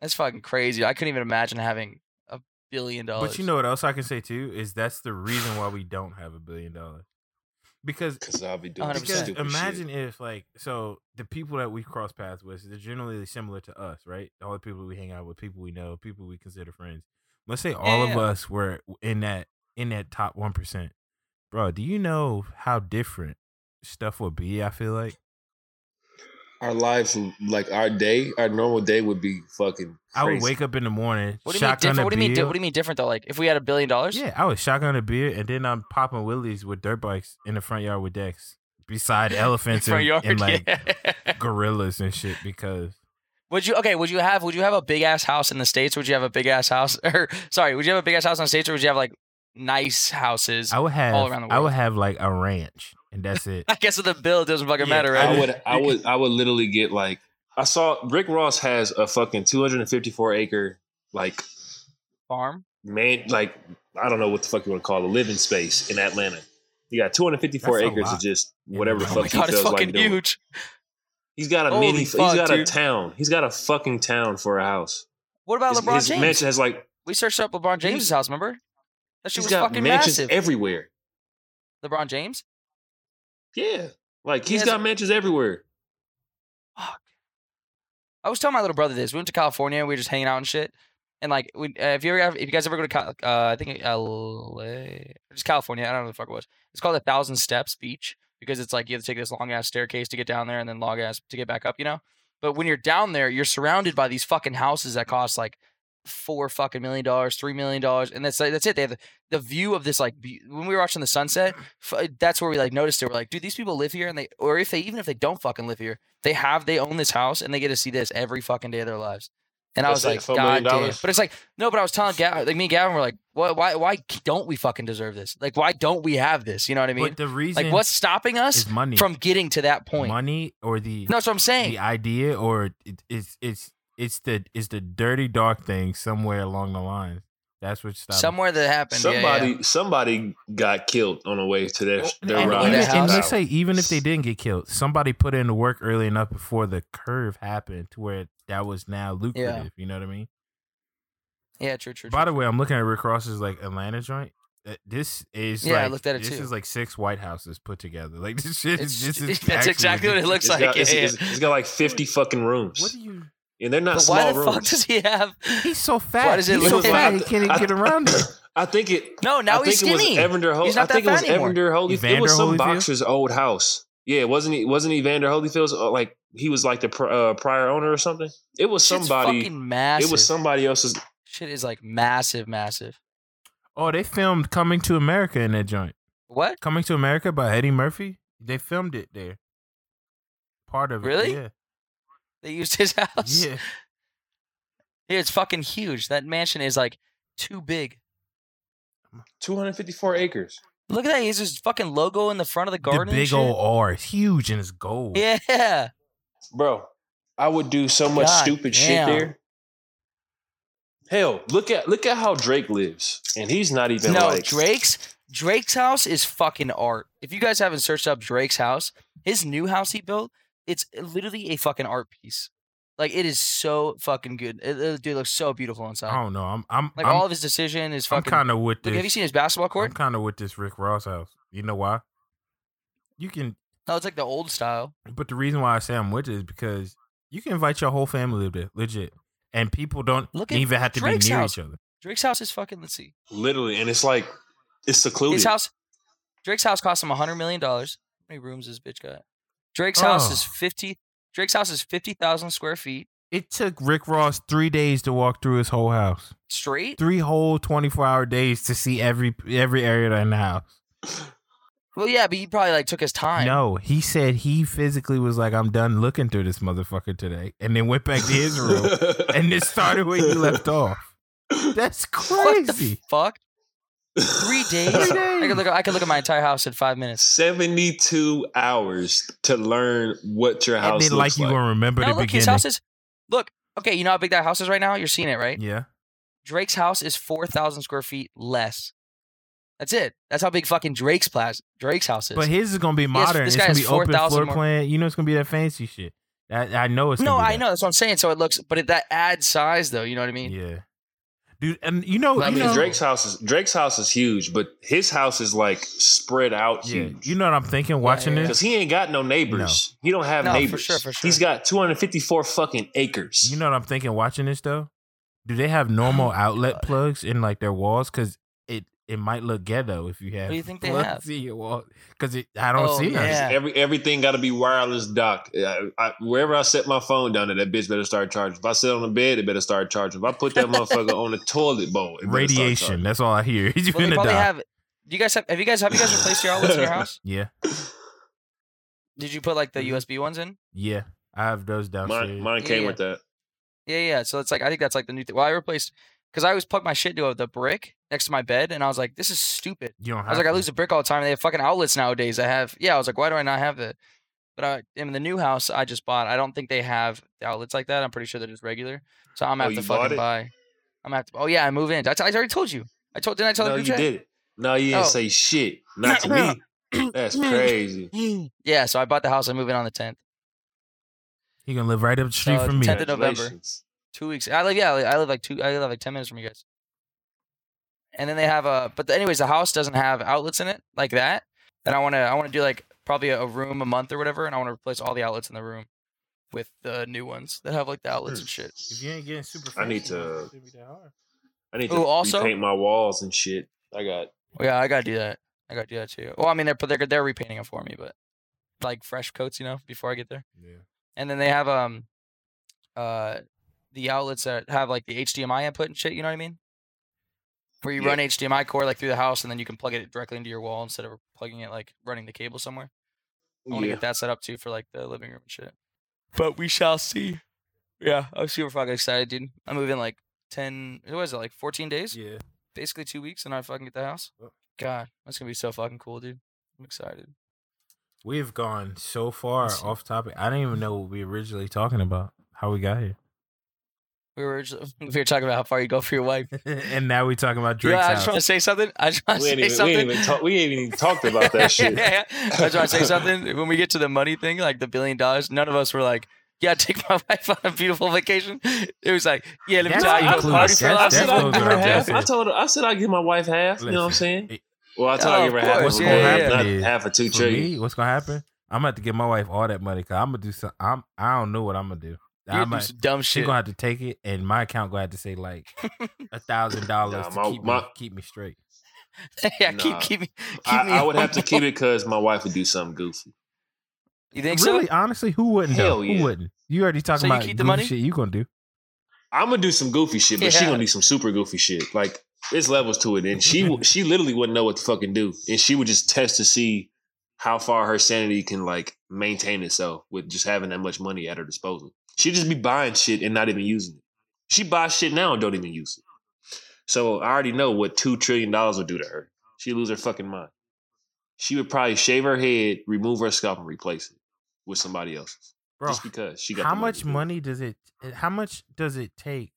Speaker 1: That's fucking crazy. I couldn't even imagine having a billion dollars.
Speaker 3: But you know what else I can say too is that's the reason why we don't have a billion dollars. Because
Speaker 2: Because I'll be doing
Speaker 1: 100%.
Speaker 2: some
Speaker 3: because
Speaker 2: stupid
Speaker 3: imagine if like so the people that we cross paths with they're generally similar to us, right? All the people we hang out with, people we know, people we consider friends. Let's say all of
Speaker 1: Yeah.
Speaker 3: us were in that in that top one percent, bro. Do you know how different stuff would be? I feel like
Speaker 2: shit. Our lives, would- like our day, our normal day would be fucking.
Speaker 3: I would
Speaker 2: crazy.
Speaker 3: wake up in the morning,
Speaker 1: what do you mean
Speaker 3: shotgun
Speaker 1: different?
Speaker 3: a
Speaker 1: What do you mean? di-
Speaker 3: beer.
Speaker 1: What do you mean different though? Like if we had a billion dollars,
Speaker 3: Yeah, I was shotgun a beer, and then I'm popping willies with dirt bikes in the front yard with decks beside elephants
Speaker 1: front
Speaker 3: and,
Speaker 1: yard.
Speaker 3: and like
Speaker 1: yeah.
Speaker 3: gorillas and shit. Because
Speaker 1: Would you okay? Would you have? Would you have a big ass house in the states? Would you have a big ass house? Or sorry, would you have a big ass house in the states, or would you have like nice houses? I,
Speaker 3: I would have,
Speaker 1: All around the
Speaker 3: I
Speaker 1: world.
Speaker 3: would have like a ranch, and that's it.
Speaker 1: guess with the bill, it doesn't fucking
Speaker 3: Yeah,
Speaker 1: matter,
Speaker 2: I
Speaker 1: right?
Speaker 2: would, I would, I would literally get like. I saw Rick Ross has a fucking 254 acre like
Speaker 1: Farm.
Speaker 2: man, like I don't know what the fuck you want to call it, a living space in Atlanta. You got 254
Speaker 3: That's a
Speaker 2: acres
Speaker 3: lot.
Speaker 2: of just
Speaker 3: Yeah,
Speaker 2: whatever the
Speaker 3: that's
Speaker 1: Oh
Speaker 3: a
Speaker 2: fuck
Speaker 1: my
Speaker 2: he
Speaker 1: god, it's
Speaker 2: feels like
Speaker 1: fucking
Speaker 2: doing.
Speaker 1: huge.
Speaker 2: He's got a
Speaker 1: Holy
Speaker 2: mini.
Speaker 1: fuck,
Speaker 2: he's got a
Speaker 1: dude.
Speaker 2: town. He's got a fucking town for a house.
Speaker 1: What about
Speaker 2: His-
Speaker 1: LeBron
Speaker 2: his
Speaker 1: James?
Speaker 2: mansion has like
Speaker 1: we searched up LeBron James' house. Remember? That shit
Speaker 2: he's
Speaker 1: was
Speaker 2: got
Speaker 1: fucking
Speaker 2: mansions
Speaker 1: massive.
Speaker 2: everywhere.
Speaker 1: LeBron James.
Speaker 2: Yeah, like
Speaker 1: He
Speaker 2: he's
Speaker 1: has-
Speaker 2: got mansions everywhere.
Speaker 1: I was telling my little brother this. We went to California. We were just hanging out and shit. And like, we, uh, if you ever, have, if you guys ever go to, Cal- uh, I think LA, just California. I don't know what the fuck it was. It's called a Thousand Steps Beach because it's like you have to take this long ass staircase to get down there and then long ass to get back up. You know. But when you're down there, you're surrounded by these fucking houses that cost like four fucking million dollars, three million dollars, and that's like, that's it. They have the, the view of this like be- when we were watching the sunset. F- uh, that's where we like noticed it. We're like, dude, these people live here, and they or if they even if they don't fucking live here, they have they own this house and they get to see this every fucking day of their lives. And
Speaker 2: That's
Speaker 1: I
Speaker 2: it,
Speaker 1: was
Speaker 2: for a
Speaker 1: like,
Speaker 2: million
Speaker 1: God damn.
Speaker 2: dollars?
Speaker 1: But it's like, no, but I was telling Gav, like me and Gavin were like, what, why, why don't we fucking deserve this? Like, why don't we have this? You know what I mean?
Speaker 3: but the reason
Speaker 1: Like, what's stopping us
Speaker 3: is money
Speaker 1: from getting to that point?
Speaker 3: money or the
Speaker 1: No, that's what I'm saying.
Speaker 3: the idea, or it, it's it's it's the it's the dirty dark thing somewhere along the line That's what stopped.
Speaker 1: Somewhere that happened. yeah, yeah.
Speaker 2: somebody somebody got killed on the way to their their
Speaker 3: and,
Speaker 2: ride.
Speaker 3: even-
Speaker 1: Their
Speaker 3: and
Speaker 1: house.
Speaker 3: let's say even if they didn't get killed, somebody put in the work early enough before the curve happened to where that was now lucrative. You know what I mean?
Speaker 1: Yeah, true, true.
Speaker 3: By
Speaker 1: true.
Speaker 3: the way, I'm looking at Rick Ross's like Atlanta joint. Uh, This is
Speaker 1: Yeah, I
Speaker 3: like-
Speaker 1: looked at it
Speaker 3: This
Speaker 1: too.
Speaker 3: is like six White Houses put together. Like this shit.
Speaker 1: It's-
Speaker 3: Is, this is
Speaker 1: that's
Speaker 3: actually
Speaker 1: exactly what it looks
Speaker 2: It's
Speaker 1: like.
Speaker 2: got,
Speaker 1: yeah,
Speaker 2: it's,
Speaker 1: yeah.
Speaker 2: it's- it's got like fifty fucking rooms,
Speaker 3: What do you?
Speaker 2: and they're not
Speaker 1: But
Speaker 2: small
Speaker 1: why the
Speaker 2: rooms.
Speaker 1: fuck does he have?
Speaker 3: He's so fat.
Speaker 1: does it
Speaker 3: He's so
Speaker 1: look like-
Speaker 3: fat. He can't even
Speaker 2: I-
Speaker 3: get around it.
Speaker 2: I think it.
Speaker 1: No, now
Speaker 2: I
Speaker 1: he's
Speaker 2: think
Speaker 1: skinny.
Speaker 2: It was Evander Holyfield.
Speaker 1: He's not
Speaker 2: I think
Speaker 1: that
Speaker 2: it was
Speaker 1: fat anymore.
Speaker 2: Evander Holy. It
Speaker 3: Evander
Speaker 2: was some
Speaker 3: Holyfield?
Speaker 2: boxer's old house. Yeah, it wasn't he? Wasn't Evander Holyfield's uh, like he was like the pr- uh, prior owner or something? It was
Speaker 1: Shit's
Speaker 2: somebody.
Speaker 1: fucking massive.
Speaker 2: It was somebody else's.
Speaker 1: Shit is like massive, massive.
Speaker 3: Oh, they filmed Coming to America in that joint.
Speaker 1: What?
Speaker 3: Coming to America by Eddie Murphy. They filmed it there. Part of
Speaker 1: Really?
Speaker 3: it.
Speaker 1: They used his house?
Speaker 3: Yeah. Yeah.
Speaker 1: Yeah, it's fucking huge. That mansion is like too big.
Speaker 2: 254 acres.
Speaker 1: Look at that. He has his fucking logo in the front of the garden.
Speaker 3: the
Speaker 1: and
Speaker 3: big
Speaker 1: shit.
Speaker 3: old R. It's huge and it's gold.
Speaker 1: Yeah.
Speaker 2: bro. I would do so much
Speaker 1: God
Speaker 2: stupid
Speaker 1: damn.
Speaker 2: shit there. Hell, look at look at how Drake lives, and he's not even
Speaker 1: No,
Speaker 2: like
Speaker 1: Drake's Drake's house is fucking art. If you guys haven't searched up Drake's house, his new house he built, it's literally a fucking art piece. Like it is so fucking good. It, it- dude looks so beautiful inside.
Speaker 3: I don't know. I'm I'm
Speaker 1: like
Speaker 3: Oh, I'm,
Speaker 1: all of his decision is
Speaker 3: I'm
Speaker 1: fucking.
Speaker 3: kind of with
Speaker 1: Like,
Speaker 3: this.
Speaker 1: have you seen his basketball court?
Speaker 3: I'm kind of with this Rick Ross house. You know why? You can,
Speaker 1: No, it's like the old style.
Speaker 3: but the reason why I say I'm with it is because you can invite your whole family up there, legit, and people don't
Speaker 1: Look at
Speaker 3: even have to
Speaker 1: Drake's
Speaker 3: be near
Speaker 1: house.
Speaker 3: each other.
Speaker 1: Drake's house is fucking. Let's see.
Speaker 2: literally, and it's like it's secluded.
Speaker 1: His house, Drake's house cost him hundred million dollars. How many rooms this bitch got? Drake's house is
Speaker 3: Oh.
Speaker 1: fifty. Drake's house is fifty thousand square feet
Speaker 3: It took Rick Ross three days to walk through his whole house,
Speaker 1: straight.
Speaker 3: three whole 24 hour days to see every every area in the house.
Speaker 1: Well, yeah, but he probably like took his time.
Speaker 3: No, he said he physically was like, "I'm done looking through this motherfucker today," and then went back to his room and it started where you left off. That's
Speaker 1: What the
Speaker 3: crazy.
Speaker 1: fuck? Three days.
Speaker 3: Three
Speaker 1: I could
Speaker 3: days.
Speaker 1: look. I could look at my entire house in five minutes.
Speaker 2: 72 hours to learn what your
Speaker 3: And
Speaker 2: house
Speaker 3: then,
Speaker 2: looks
Speaker 3: like you
Speaker 2: like.
Speaker 3: gonna remember
Speaker 1: Now
Speaker 3: the
Speaker 1: look, his
Speaker 3: beginning.
Speaker 1: house is. Look, okay, you know how big that house is right now. You're seeing it, right?
Speaker 3: yeah.
Speaker 1: Drake's house is four thousand square feet less. That's it. That's how big fucking Drake's plas- Drake's house is.
Speaker 3: But his is gonna be modern.
Speaker 1: this
Speaker 3: it's
Speaker 1: guy
Speaker 3: gonna
Speaker 1: has
Speaker 3: be open
Speaker 1: 4,000
Speaker 3: floor
Speaker 1: more-
Speaker 3: plan. You know, it's gonna be that fancy shit. I, I know it's
Speaker 1: no,
Speaker 3: gonna be
Speaker 1: I
Speaker 3: that.
Speaker 1: know that's what I'm saying. So it looks, but it, that adds size though. You know what I mean?
Speaker 3: Yeah, dude, and you know,
Speaker 2: I
Speaker 3: you
Speaker 2: mean,
Speaker 3: know,
Speaker 2: Drake's house is Drake's house is huge, but his house is like spread out
Speaker 3: yeah,
Speaker 2: huge.
Speaker 3: you know what I'm thinking watching
Speaker 1: yeah, yeah.
Speaker 3: this.
Speaker 2: Because he ain't got no neighbors. He don't have
Speaker 1: No, for
Speaker 2: neighbors.
Speaker 1: sure, for sure.
Speaker 2: He's got 254 fucking acres.
Speaker 3: You know what I'm thinking watching this though. Do they have normal outlet
Speaker 1: God.
Speaker 3: plugs in like their walls? Because it it might look ghetto if you have.
Speaker 1: do you think they
Speaker 3: plugs
Speaker 1: have?
Speaker 3: in your wall? Because I don't
Speaker 1: Oh,
Speaker 3: see none.
Speaker 1: yeah.
Speaker 2: Every everything got to be wireless docked. I, I, wherever I set my phone down, there, that bitch better start charging. If I sit on the bed, it better start charging. If I put that motherfucker on the toilet bowl, it better start
Speaker 3: Radiation. That's all I hear. He's
Speaker 1: Well, they
Speaker 3: gonna
Speaker 1: probably
Speaker 3: die.
Speaker 1: have. Do you guys have? Have you guys have you guys replaced your outlets in your house?
Speaker 3: yeah,
Speaker 1: Did you put like the
Speaker 3: Mhm.
Speaker 1: USB ones in?
Speaker 3: yeah. I have those downstairs.
Speaker 2: charging. Mine, mine came
Speaker 1: Yeah.
Speaker 2: with that.
Speaker 1: Yeah, yeah. So it's like I think that's like the new thing. Well, I replaced because I always plug my shit to the brick next to my bed, and I was like, this is stupid.
Speaker 3: you don't have.
Speaker 1: I
Speaker 2: Uh-huh.
Speaker 1: was like, I
Speaker 3: to.
Speaker 1: lose a brick all the time. They have fucking outlets nowadays. I have, yeah. I was like, why do I not have that? But I, in the new house I just bought, I don't think they have the outlets like that. I'm pretty sure they're just regular. So I'm
Speaker 2: Oh,
Speaker 1: gonna
Speaker 2: you
Speaker 1: have to
Speaker 2: bought
Speaker 1: fucking
Speaker 2: it?
Speaker 1: buy. I'm gonna have to. Oh yeah, I move in. I, t- I already told you. I told. Didn't I tell
Speaker 2: no,
Speaker 1: the
Speaker 2: you
Speaker 1: group chat?
Speaker 2: did it. No, you didn't
Speaker 1: Oh.
Speaker 2: say shit. Not to
Speaker 1: No.
Speaker 2: me. That's crazy.
Speaker 1: Yeah. So I bought the house. I'm moving on the 10th.
Speaker 3: He gonna live right up the street
Speaker 1: Uh,
Speaker 3: from me.
Speaker 1: Tenth of November.
Speaker 2: Congratulations.
Speaker 1: Two weeks. I live. Yeah, I li- I live like two. I live like ten minutes from you guys. And then they have a. But the, anyways, the house doesn't have outlets in it like that. And I want to. I want to do like probably a, a room a month or whatever. And I want to replace all the outlets in the room with the new ones that have like the outlets and shit.
Speaker 3: If you ain't getting super,
Speaker 2: I need fancy, to- it
Speaker 3: Be that hard.
Speaker 2: I need to
Speaker 1: Ooh, also-
Speaker 2: repaint my walls and shit. I got
Speaker 1: Well, yeah, I gotta do that. I gotta do that too. Well, I mean, they're they're they're repainting it for me, but like fresh coats, you know, before I get there.
Speaker 3: Yeah.
Speaker 1: And then they have um, uh, the outlets that have like the HDMI input and shit. You know what I mean? Where you
Speaker 2: Yeah.
Speaker 1: run HDMI core like through the house, and then you can plug it directly into your wall instead of plugging it like running the cable somewhere. I want to
Speaker 2: yeah.
Speaker 1: get that set up too for like the living room and shit. But we shall see. Yeah, I'm super fucking excited, dude. I'm moving like ten. What is it? Like 14 days?
Speaker 3: Yeah.
Speaker 1: basically two weeks and I fucking get the house.
Speaker 3: Yep.
Speaker 1: God, that's gonna be so fucking cool, dude. I'm excited.
Speaker 3: We've gone so far
Speaker 1: Let's see.
Speaker 3: off topic. I didn't even know what we were originally talking about. How we got here.
Speaker 1: We were origi- we were talking about how far you go for your wife.
Speaker 3: and now we talking about Drake's
Speaker 1: Yeah, I just
Speaker 3: house.
Speaker 1: want to say something. I just want to
Speaker 2: We ain't
Speaker 1: say
Speaker 2: even, we
Speaker 1: something.
Speaker 2: ain't even, talk, we ain't even talked about that shit.
Speaker 1: yeah, yeah. I just want to say something. When we get to the money thing, like the billion dollars, none of us were like, "Yeah, take my wife on a beautiful vacation." It was like, "Yeah, let me
Speaker 3: That's
Speaker 1: tell you, go
Speaker 3: included.
Speaker 1: party for
Speaker 3: That's-
Speaker 2: I
Speaker 1: life."
Speaker 2: said
Speaker 3: that's
Speaker 2: I'd
Speaker 3: what
Speaker 2: give her
Speaker 3: I'm
Speaker 2: half.
Speaker 3: saying.
Speaker 2: I told her. I said I'd give my wife half. you know what I'm
Speaker 3: Listen,
Speaker 2: saying?
Speaker 3: it-
Speaker 2: Well, I told
Speaker 1: Oh,
Speaker 2: her I'd give her
Speaker 1: of
Speaker 2: half.
Speaker 1: course,
Speaker 2: What's
Speaker 1: yeah,
Speaker 2: gonna
Speaker 1: yeah,
Speaker 2: happen?
Speaker 1: yeah.
Speaker 2: Not half a two
Speaker 3: for
Speaker 2: trillion.
Speaker 3: me, what's gonna happen? I'm about to give my wife all that money because I'm gonna do some. I'm I don't know what I'm gonna do.
Speaker 1: You're
Speaker 3: I
Speaker 1: gonna do
Speaker 3: might,
Speaker 1: some dumb
Speaker 3: she
Speaker 1: shit.
Speaker 3: gonna have to take it, and my account gonna have to say like a thousand dollars
Speaker 2: Nah, my-
Speaker 3: to keep me
Speaker 2: my-
Speaker 3: keep me straight.
Speaker 1: yeah, keep
Speaker 2: Nah.
Speaker 1: keep me. Keep me
Speaker 2: I, I would have to
Speaker 1: humble.
Speaker 2: keep it because my wife would do something goofy.
Speaker 1: You think
Speaker 3: really,
Speaker 1: so?
Speaker 3: honestly, who wouldn't?
Speaker 2: Hell
Speaker 3: though?
Speaker 2: yeah.
Speaker 3: Who wouldn't? You already
Speaker 1: So
Speaker 3: talking
Speaker 1: you
Speaker 3: about
Speaker 1: keep the
Speaker 3: goofy
Speaker 1: money?
Speaker 3: shit you gonna do?
Speaker 2: I'm gonna do some goofy shit, but she
Speaker 1: Yeah.
Speaker 2: gonna do some super goofy shit. Like it's levels to it, and she w- she literally wouldn't know what to fucking do, and she would just test to see how far her sanity can like maintain itself with just having that much money at her disposal. She just be buying shit and not even using it. She buys shit now and don't even use it. So I already know what two trillion dollars would do to her. She would lose her fucking mind. She would probably shave her head, remove her scalp, and replace it with somebody else's.
Speaker 3: Bro,
Speaker 2: just because she got
Speaker 3: how
Speaker 2: the to
Speaker 3: much
Speaker 2: do it.
Speaker 3: money does it? eh, How much does it take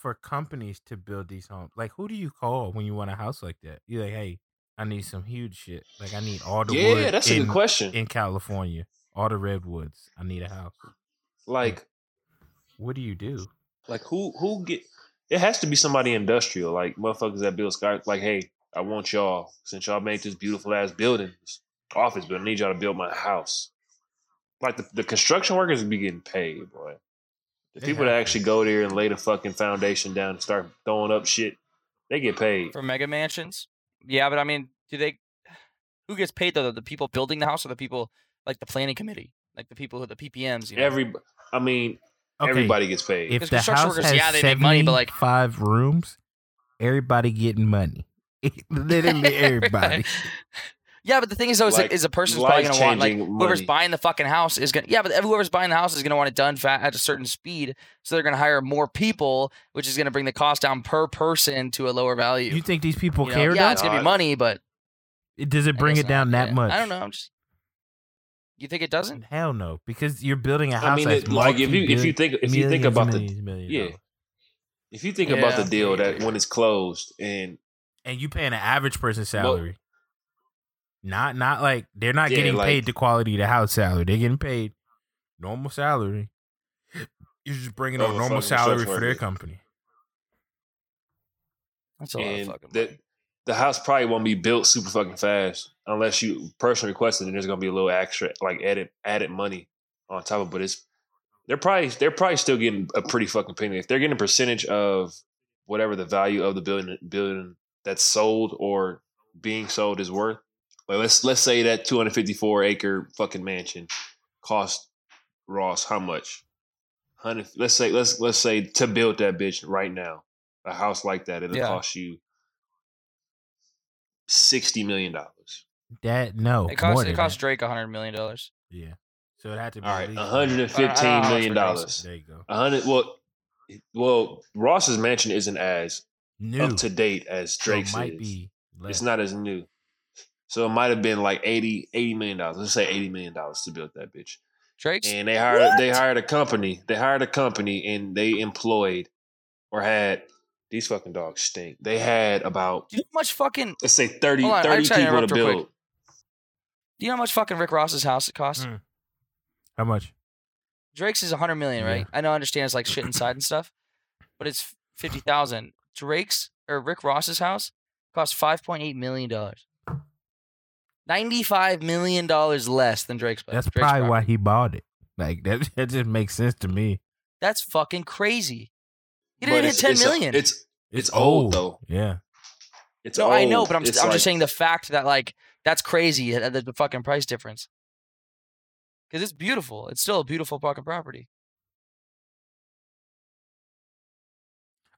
Speaker 3: for companies to build these homes? Like, who do you call when you want a house like that? You're like, hey, I need some huge shit. Like, I need all the
Speaker 2: Yeah,
Speaker 3: wood
Speaker 2: that's a
Speaker 3: in,
Speaker 2: good question.
Speaker 3: in California, all the redwoods. I need a house.
Speaker 2: Like
Speaker 3: What do you do?
Speaker 2: Like who who get it has to be somebody industrial, like motherfuckers that build sky like, hey, I want y'all, since y'all made this beautiful ass building, this office building, I need y'all to build my house. Like the, the construction workers be getting paid, boy. The
Speaker 3: They
Speaker 2: people that
Speaker 3: have to.
Speaker 2: actually go there and lay the fucking foundation down and start throwing up shit, they get paid.
Speaker 1: For mega mansions? Yeah, but I mean, do they? Who gets paid though? The people building the house or the people like the planning committee, like the people who the PPMs? You know?
Speaker 2: Every I mean, everybody gets paid.
Speaker 3: if
Speaker 1: Because
Speaker 3: the
Speaker 1: construction
Speaker 3: house
Speaker 1: workers,
Speaker 3: has
Speaker 1: yeah, they make money, but, like-
Speaker 3: five rooms, everybody getting money. Literally everybody.
Speaker 1: Yeah, but the thing is, though, is like,
Speaker 2: Like,
Speaker 1: is a person's probably gonna want like
Speaker 2: life-changing
Speaker 1: whoever's
Speaker 2: money.
Speaker 1: buying the fucking house is gonna. Yeah, but whoever's buying the house is gonna want it done fat at a certain speed, so they're gonna hire more people, which is gonna bring the cost down per person to a lower value.
Speaker 3: you think these people
Speaker 1: You know?
Speaker 3: care?
Speaker 1: Yeah,
Speaker 3: though?
Speaker 1: it's gonna be
Speaker 2: Nah,
Speaker 1: money, but
Speaker 3: Does it
Speaker 1: I
Speaker 3: bring
Speaker 1: guess
Speaker 3: it down
Speaker 1: not.
Speaker 3: that
Speaker 1: Yeah.
Speaker 3: much?
Speaker 1: I don't know. I'm just. You think it doesn't?
Speaker 3: Hell no, because you're building a house.
Speaker 2: I mean
Speaker 3: that's
Speaker 2: it, like if you if you
Speaker 3: multi-billion-
Speaker 2: think if you think
Speaker 3: millions
Speaker 2: about
Speaker 3: and
Speaker 2: the
Speaker 3: millions, millions
Speaker 2: yeah.
Speaker 3: dollars.
Speaker 2: if you think about
Speaker 1: Yeah.
Speaker 2: the deal that when it's closed and
Speaker 3: and you paying an average person salary, not not like they're not
Speaker 2: Yeah,
Speaker 3: getting
Speaker 2: like-
Speaker 3: paid the quality of the house salary. They're getting paid normal salary. You're just bringing
Speaker 2: Over
Speaker 3: on normal
Speaker 2: Oh, fucking
Speaker 3: salary
Speaker 2: construction
Speaker 3: for their
Speaker 2: workers.
Speaker 3: company.
Speaker 1: That's a lot of
Speaker 2: and
Speaker 1: fucking. money.
Speaker 2: the the house probably won't be built super fucking fast unless you personally request it. And there's gonna be a little extra like added added money on top of. But it's they're probably they're probably still getting a pretty fucking penny if they're getting a percentage of whatever the value of the building building that's sold or being sold is worth. Like let's let's say that 254 acre fucking mansion cost Ross how much? Hundred. Let's say let's let's say to build that bitch right now, a house like that, it'll
Speaker 1: Yeah.
Speaker 2: cost you sixty million dollars.
Speaker 3: That no,
Speaker 1: It costs
Speaker 3: more
Speaker 1: it
Speaker 3: than
Speaker 1: costs
Speaker 3: that.
Speaker 1: Drake hundred million dollars.
Speaker 3: Yeah, so it had to be
Speaker 2: All
Speaker 3: at
Speaker 2: right,
Speaker 3: least-
Speaker 2: one hundred and
Speaker 1: I don't
Speaker 2: fifteen
Speaker 1: know how
Speaker 2: million
Speaker 1: much
Speaker 2: dollars.
Speaker 3: There you go.
Speaker 2: A hundred. Well, well, Ross's mansion isn't as
Speaker 3: New
Speaker 2: up to date as
Speaker 3: so it
Speaker 2: Drake's
Speaker 3: might
Speaker 2: is.
Speaker 3: be. Less.
Speaker 2: It's not as new. So it might have been like 80, 80 million dollars. Let's say eighty million dollars to build that bitch.
Speaker 1: Drake's
Speaker 2: And they hired they hired a company. They hired a company and they employed or had these fucking dogs stink. They had about
Speaker 1: Do you know how much fucking? Do
Speaker 2: let's say 30,
Speaker 1: Hold on, I'm
Speaker 2: 30
Speaker 1: trying to
Speaker 2: people to
Speaker 1: interrupt real
Speaker 2: build.
Speaker 1: quick. you know how much fucking Rick Ross's house it costs?
Speaker 3: Mm. How much?
Speaker 1: Drake's is hundred million,
Speaker 3: Yeah.
Speaker 1: right? I know, I understand it's like shit inside and stuff, but it's fifty thousand. Drake's or Rick Ross's house costs five point eight million dollars. Ninety-five million dollars less than Drake's. place.
Speaker 3: That's
Speaker 1: Drake's
Speaker 3: probably
Speaker 1: property.
Speaker 3: why he bought it. Like that, that just makes sense to me.
Speaker 1: That's fucking crazy. He
Speaker 2: But
Speaker 1: didn't
Speaker 2: it's-
Speaker 1: hit ten
Speaker 2: it's a-
Speaker 1: million.
Speaker 2: It's It's old, though.
Speaker 3: Yeah,
Speaker 2: it's
Speaker 1: no, I know,
Speaker 2: old.
Speaker 1: but I'm
Speaker 2: It's
Speaker 1: just, I'm
Speaker 2: like-
Speaker 1: just saying the fact that like that's crazy. uh, The, the fucking price difference. Because it's beautiful. It's still a beautiful fucking property.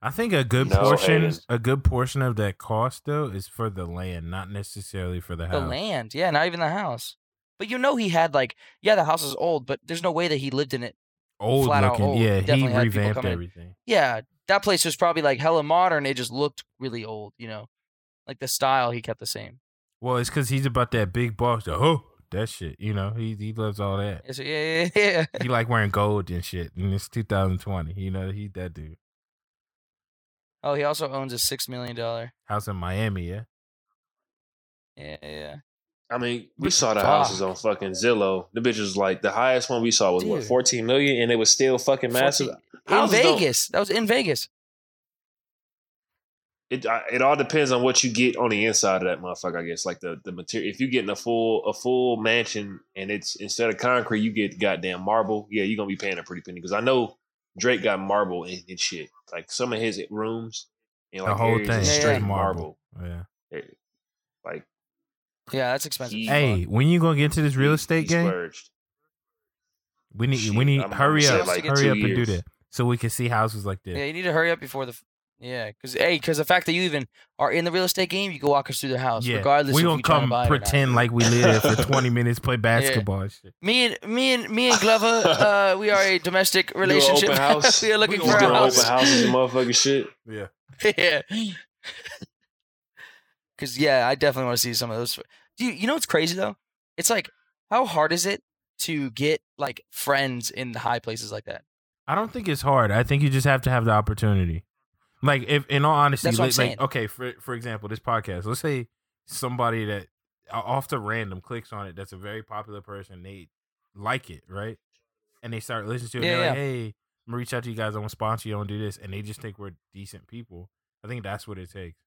Speaker 3: I think a good
Speaker 2: No,
Speaker 3: portion,
Speaker 2: Hayden.
Speaker 3: a good portion of that cost though is for the land, not necessarily for the
Speaker 1: The
Speaker 3: house.
Speaker 1: land, yeah, not even the house. But you know he had like, yeah, the house is old, but there's no way that he lived in it
Speaker 3: Old
Speaker 1: Flat out
Speaker 3: looking,
Speaker 1: old.
Speaker 3: yeah.
Speaker 1: Definitely
Speaker 3: He
Speaker 1: had people
Speaker 3: revamped
Speaker 1: come in.
Speaker 3: everything.
Speaker 1: yeah, that place was probably like hella modern. It just looked really old, you know. Like the style he kept the same.
Speaker 3: Well, it's because he's about that big boss. The, oh, that shit. You know, he he loves all that.
Speaker 1: Yeah, so- yeah, yeah, yeah.
Speaker 3: He like wearing gold and shit. And it's 2020. You know, he that dude.
Speaker 1: Oh, he also owns a six million dollar.
Speaker 3: House in Miami, yeah.
Speaker 1: Yeah, yeah.
Speaker 2: I mean, we saw the houses on fucking Zillow. The bitch was like the highest one we saw was what
Speaker 1: Dude.
Speaker 2: fourteen million, and it was still fucking massive.
Speaker 1: 14 In
Speaker 2: Houses don't-
Speaker 1: Vegas. That was in Vegas.
Speaker 2: It I- it all depends on what you get on the inside of that motherfucker. I guess like the the material. If you getting a full a full mansion and it's instead of concrete, you get goddamn marble. Yeah, you're gonna be paying a pretty penny because I know Drake got marble and, and shit. Like some of his rooms and like
Speaker 3: the whole
Speaker 2: areas
Speaker 3: thing.
Speaker 2: is
Speaker 1: Yeah,
Speaker 2: straight
Speaker 1: yeah.
Speaker 2: marble.
Speaker 3: Yeah.
Speaker 2: Like
Speaker 1: Yeah, that's expensive.
Speaker 2: He-
Speaker 3: Hey, when you gonna get into this real
Speaker 2: he-
Speaker 3: estate
Speaker 2: he
Speaker 3: game?
Speaker 2: splurged.
Speaker 3: We need we
Speaker 2: Shit,
Speaker 3: need
Speaker 2: I'm-
Speaker 3: hurry
Speaker 2: I'm set
Speaker 3: up,
Speaker 2: like
Speaker 3: hurry
Speaker 2: two
Speaker 3: up and do
Speaker 2: years.
Speaker 3: that so we can see houses like this.
Speaker 1: Yeah, you need to hurry up before the. f- Yeah, because hey, because the fact that you even are in the real estate game, you can walk us through the house,
Speaker 3: Yeah,
Speaker 1: regardless.
Speaker 3: we
Speaker 1: if
Speaker 3: gonna
Speaker 1: you trying to
Speaker 3: come
Speaker 1: buy it or not.
Speaker 3: pretend like we live there for 20 minutes, play basketball and shit.
Speaker 1: Me and me and me and Glover, uh, we are a domestic relationship.
Speaker 2: open house.
Speaker 1: we are looking
Speaker 2: He
Speaker 1: for
Speaker 2: was
Speaker 1: a
Speaker 2: doing
Speaker 1: house.
Speaker 2: open houses and motherfucking shit.
Speaker 3: Yeah,
Speaker 1: yeah. Cause yeah, I definitely want to see some of those. Do you, you know what's crazy though? It's like how hard is it to get like friends in the high places like that?
Speaker 3: I don't think it's hard. I think you just have to have the opportunity. Like, if in all honesty,
Speaker 1: That's what I'm
Speaker 3: like, like,
Speaker 1: saying.
Speaker 3: okay, for for example, this podcast. Let's say somebody that uh, off the random clicks on it. That's a very popular person. They like it, right? And they start listening to it.
Speaker 1: Yeah,
Speaker 3: and they're like, hey, I'm gonna reach out to you guys. I want to sponsor you. I want to do this. And they just think we're decent people. I think that's what it takes.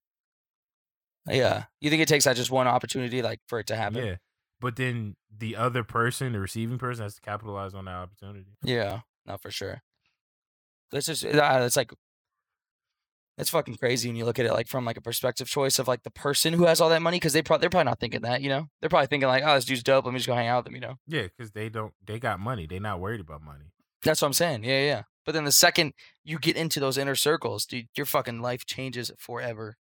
Speaker 1: Yeah, you think it takes that just one opportunity like for it to happen?
Speaker 3: Yeah. But then the other person, the receiving person, has to capitalize on that opportunity.
Speaker 1: Yeah, no, for sure. That's just uh, that's like that's fucking crazy when you look at it like from like a perspective choice of like the person who has all that money because they probably they're probably not thinking that you know they're probably thinking like oh this dude's dope let me just go hang out with him you know
Speaker 3: Yeah, because they don't. They got money. They're not worried about money.
Speaker 1: that's what I'm saying yeah yeah but then the second you get into those inner circles dude your fucking life changes forever.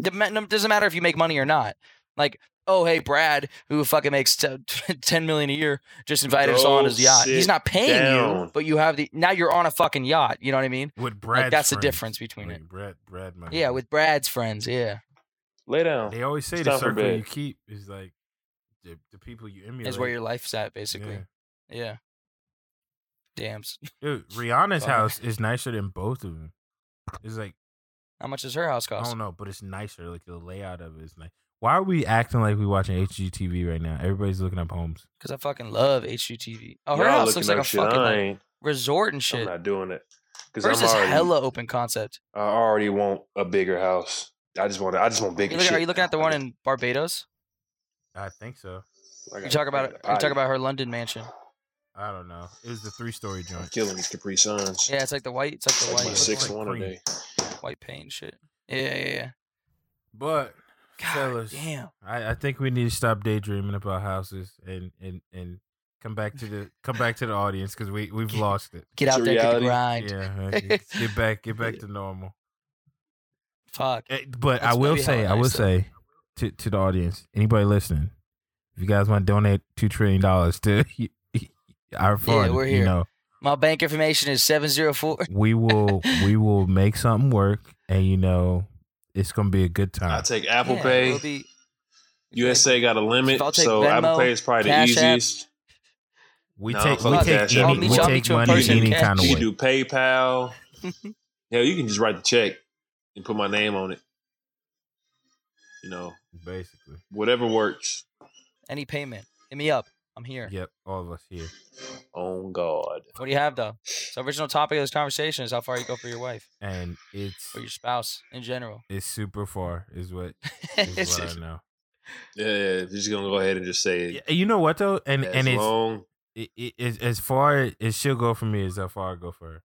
Speaker 1: The ma- no- doesn't matter if you make money or not like. Oh hey, Brad, who fucking makes t- ten million a year, just invited us all on
Speaker 2: Go
Speaker 1: his yacht. He's
Speaker 2: sit
Speaker 1: not paying you,
Speaker 2: down.
Speaker 1: but you have the now you're on a fucking yacht. You know what I mean?
Speaker 3: With Brad,
Speaker 1: Like, that's the difference between it.
Speaker 3: Brad, Brad,
Speaker 2: Uh-huh.
Speaker 3: money.
Speaker 1: Yeah, with Brad's friends. Yeah,
Speaker 2: Lay down.
Speaker 3: they always say
Speaker 2: it's
Speaker 3: the
Speaker 2: time for
Speaker 3: circle
Speaker 2: bed.
Speaker 3: you keep is like the, the people you emulate.
Speaker 1: is where your life's at basically.
Speaker 3: Yeah.
Speaker 1: Yeah. Damn. s-
Speaker 3: Dude, Rihanna's
Speaker 1: Bummer.
Speaker 3: house is nicer than both of them. It's like
Speaker 1: How much does her house
Speaker 3: I
Speaker 1: cost?
Speaker 3: don't know, but it's nicer. Like the layout of it is nice. Why are we acting like we watching HGTV right now? Everybody's looking up homes.
Speaker 1: Because I fucking love HGTV. Oh, her
Speaker 2: Y'all
Speaker 1: house looks
Speaker 2: looking
Speaker 1: like
Speaker 2: up
Speaker 1: a
Speaker 2: shit.
Speaker 1: fucking
Speaker 2: I
Speaker 1: like,
Speaker 2: ain't,
Speaker 1: resort and
Speaker 2: I'm
Speaker 1: shit.
Speaker 2: not doing it because
Speaker 1: Hers
Speaker 2: I'm
Speaker 1: is
Speaker 2: already.
Speaker 1: hella open concept.
Speaker 2: I already want a bigger house. I just want. I just want
Speaker 1: You
Speaker 2: bigger.
Speaker 1: look-
Speaker 2: shit.
Speaker 1: are you looking at the one in Barbados?
Speaker 3: I think so.
Speaker 2: I
Speaker 1: You
Speaker 2: got-
Speaker 1: talk
Speaker 2: I
Speaker 1: about
Speaker 2: got
Speaker 1: you talk
Speaker 2: potty.
Speaker 1: about her London mansion.
Speaker 3: I don't know. It was the three story
Speaker 2: I'm
Speaker 3: joint.
Speaker 2: killing these Capri Suns.
Speaker 1: Yeah, it's like the white. It's like the
Speaker 2: like
Speaker 1: white.
Speaker 2: my
Speaker 1: looks
Speaker 2: sixth
Speaker 3: like
Speaker 2: one
Speaker 3: cream.
Speaker 2: today.
Speaker 1: like white paint shit. Yeah, yeah, yeah.
Speaker 3: But
Speaker 1: God
Speaker 3: fellas,
Speaker 1: damn.
Speaker 3: I, I think we need to stop daydreaming about houses and and and come back to the come back to the audience because we we've lost it.
Speaker 1: Get
Speaker 2: It's
Speaker 1: out
Speaker 2: a
Speaker 1: there, get the
Speaker 2: reality.
Speaker 1: grind.
Speaker 3: Yeah, get back get back to normal.
Speaker 1: Fuck.
Speaker 3: Eh, But
Speaker 1: That's
Speaker 3: I will
Speaker 1: maybe
Speaker 3: say,
Speaker 1: how
Speaker 3: I
Speaker 1: it
Speaker 3: will
Speaker 1: is, though.
Speaker 3: say to to the audience, anybody listening, if you guys want to donate two trillion dollars to our fund,
Speaker 1: we're
Speaker 3: you
Speaker 1: here.
Speaker 3: know,
Speaker 1: My bank information is seven zero four.
Speaker 3: we will we will make something work, and you know, it's gonna be a good
Speaker 2: I
Speaker 3: time.
Speaker 2: take Apple
Speaker 1: Yeah,
Speaker 2: Pay.
Speaker 1: we'll be-
Speaker 2: USA got a limit,
Speaker 1: I'll take
Speaker 2: so Apple
Speaker 1: Venmo,
Speaker 2: Pay is probably the
Speaker 1: Cash App.
Speaker 2: easiest.
Speaker 3: We
Speaker 2: No,
Speaker 3: take
Speaker 2: fuck
Speaker 3: we
Speaker 2: that,
Speaker 3: take
Speaker 2: Jeff. I'll
Speaker 3: any,
Speaker 2: meet
Speaker 3: we
Speaker 2: you- I'll
Speaker 3: take
Speaker 1: meet you in
Speaker 3: money
Speaker 1: person,
Speaker 3: any
Speaker 1: Cash.
Speaker 3: kind of
Speaker 2: You
Speaker 3: way.
Speaker 2: can do PayPal. Hell, you can just write the check and put my name on it. You know,
Speaker 3: Basically,
Speaker 2: whatever works.
Speaker 1: any payment. Hit me up. I'm here.
Speaker 3: yep, all of us here.
Speaker 2: On God.
Speaker 1: What do you have though? So original topic of this conversation is how far you go for your wife
Speaker 3: and it's
Speaker 1: or your spouse in general.
Speaker 3: it's super far is what
Speaker 1: It's
Speaker 3: is what
Speaker 1: just-
Speaker 3: I know.
Speaker 2: Yeah, you're just gonna go ahead and just say it.
Speaker 3: Yeah, You know what though, and
Speaker 2: As
Speaker 3: and it's
Speaker 2: long
Speaker 3: it, it, it's as far as she'll go for me as how far I go for her.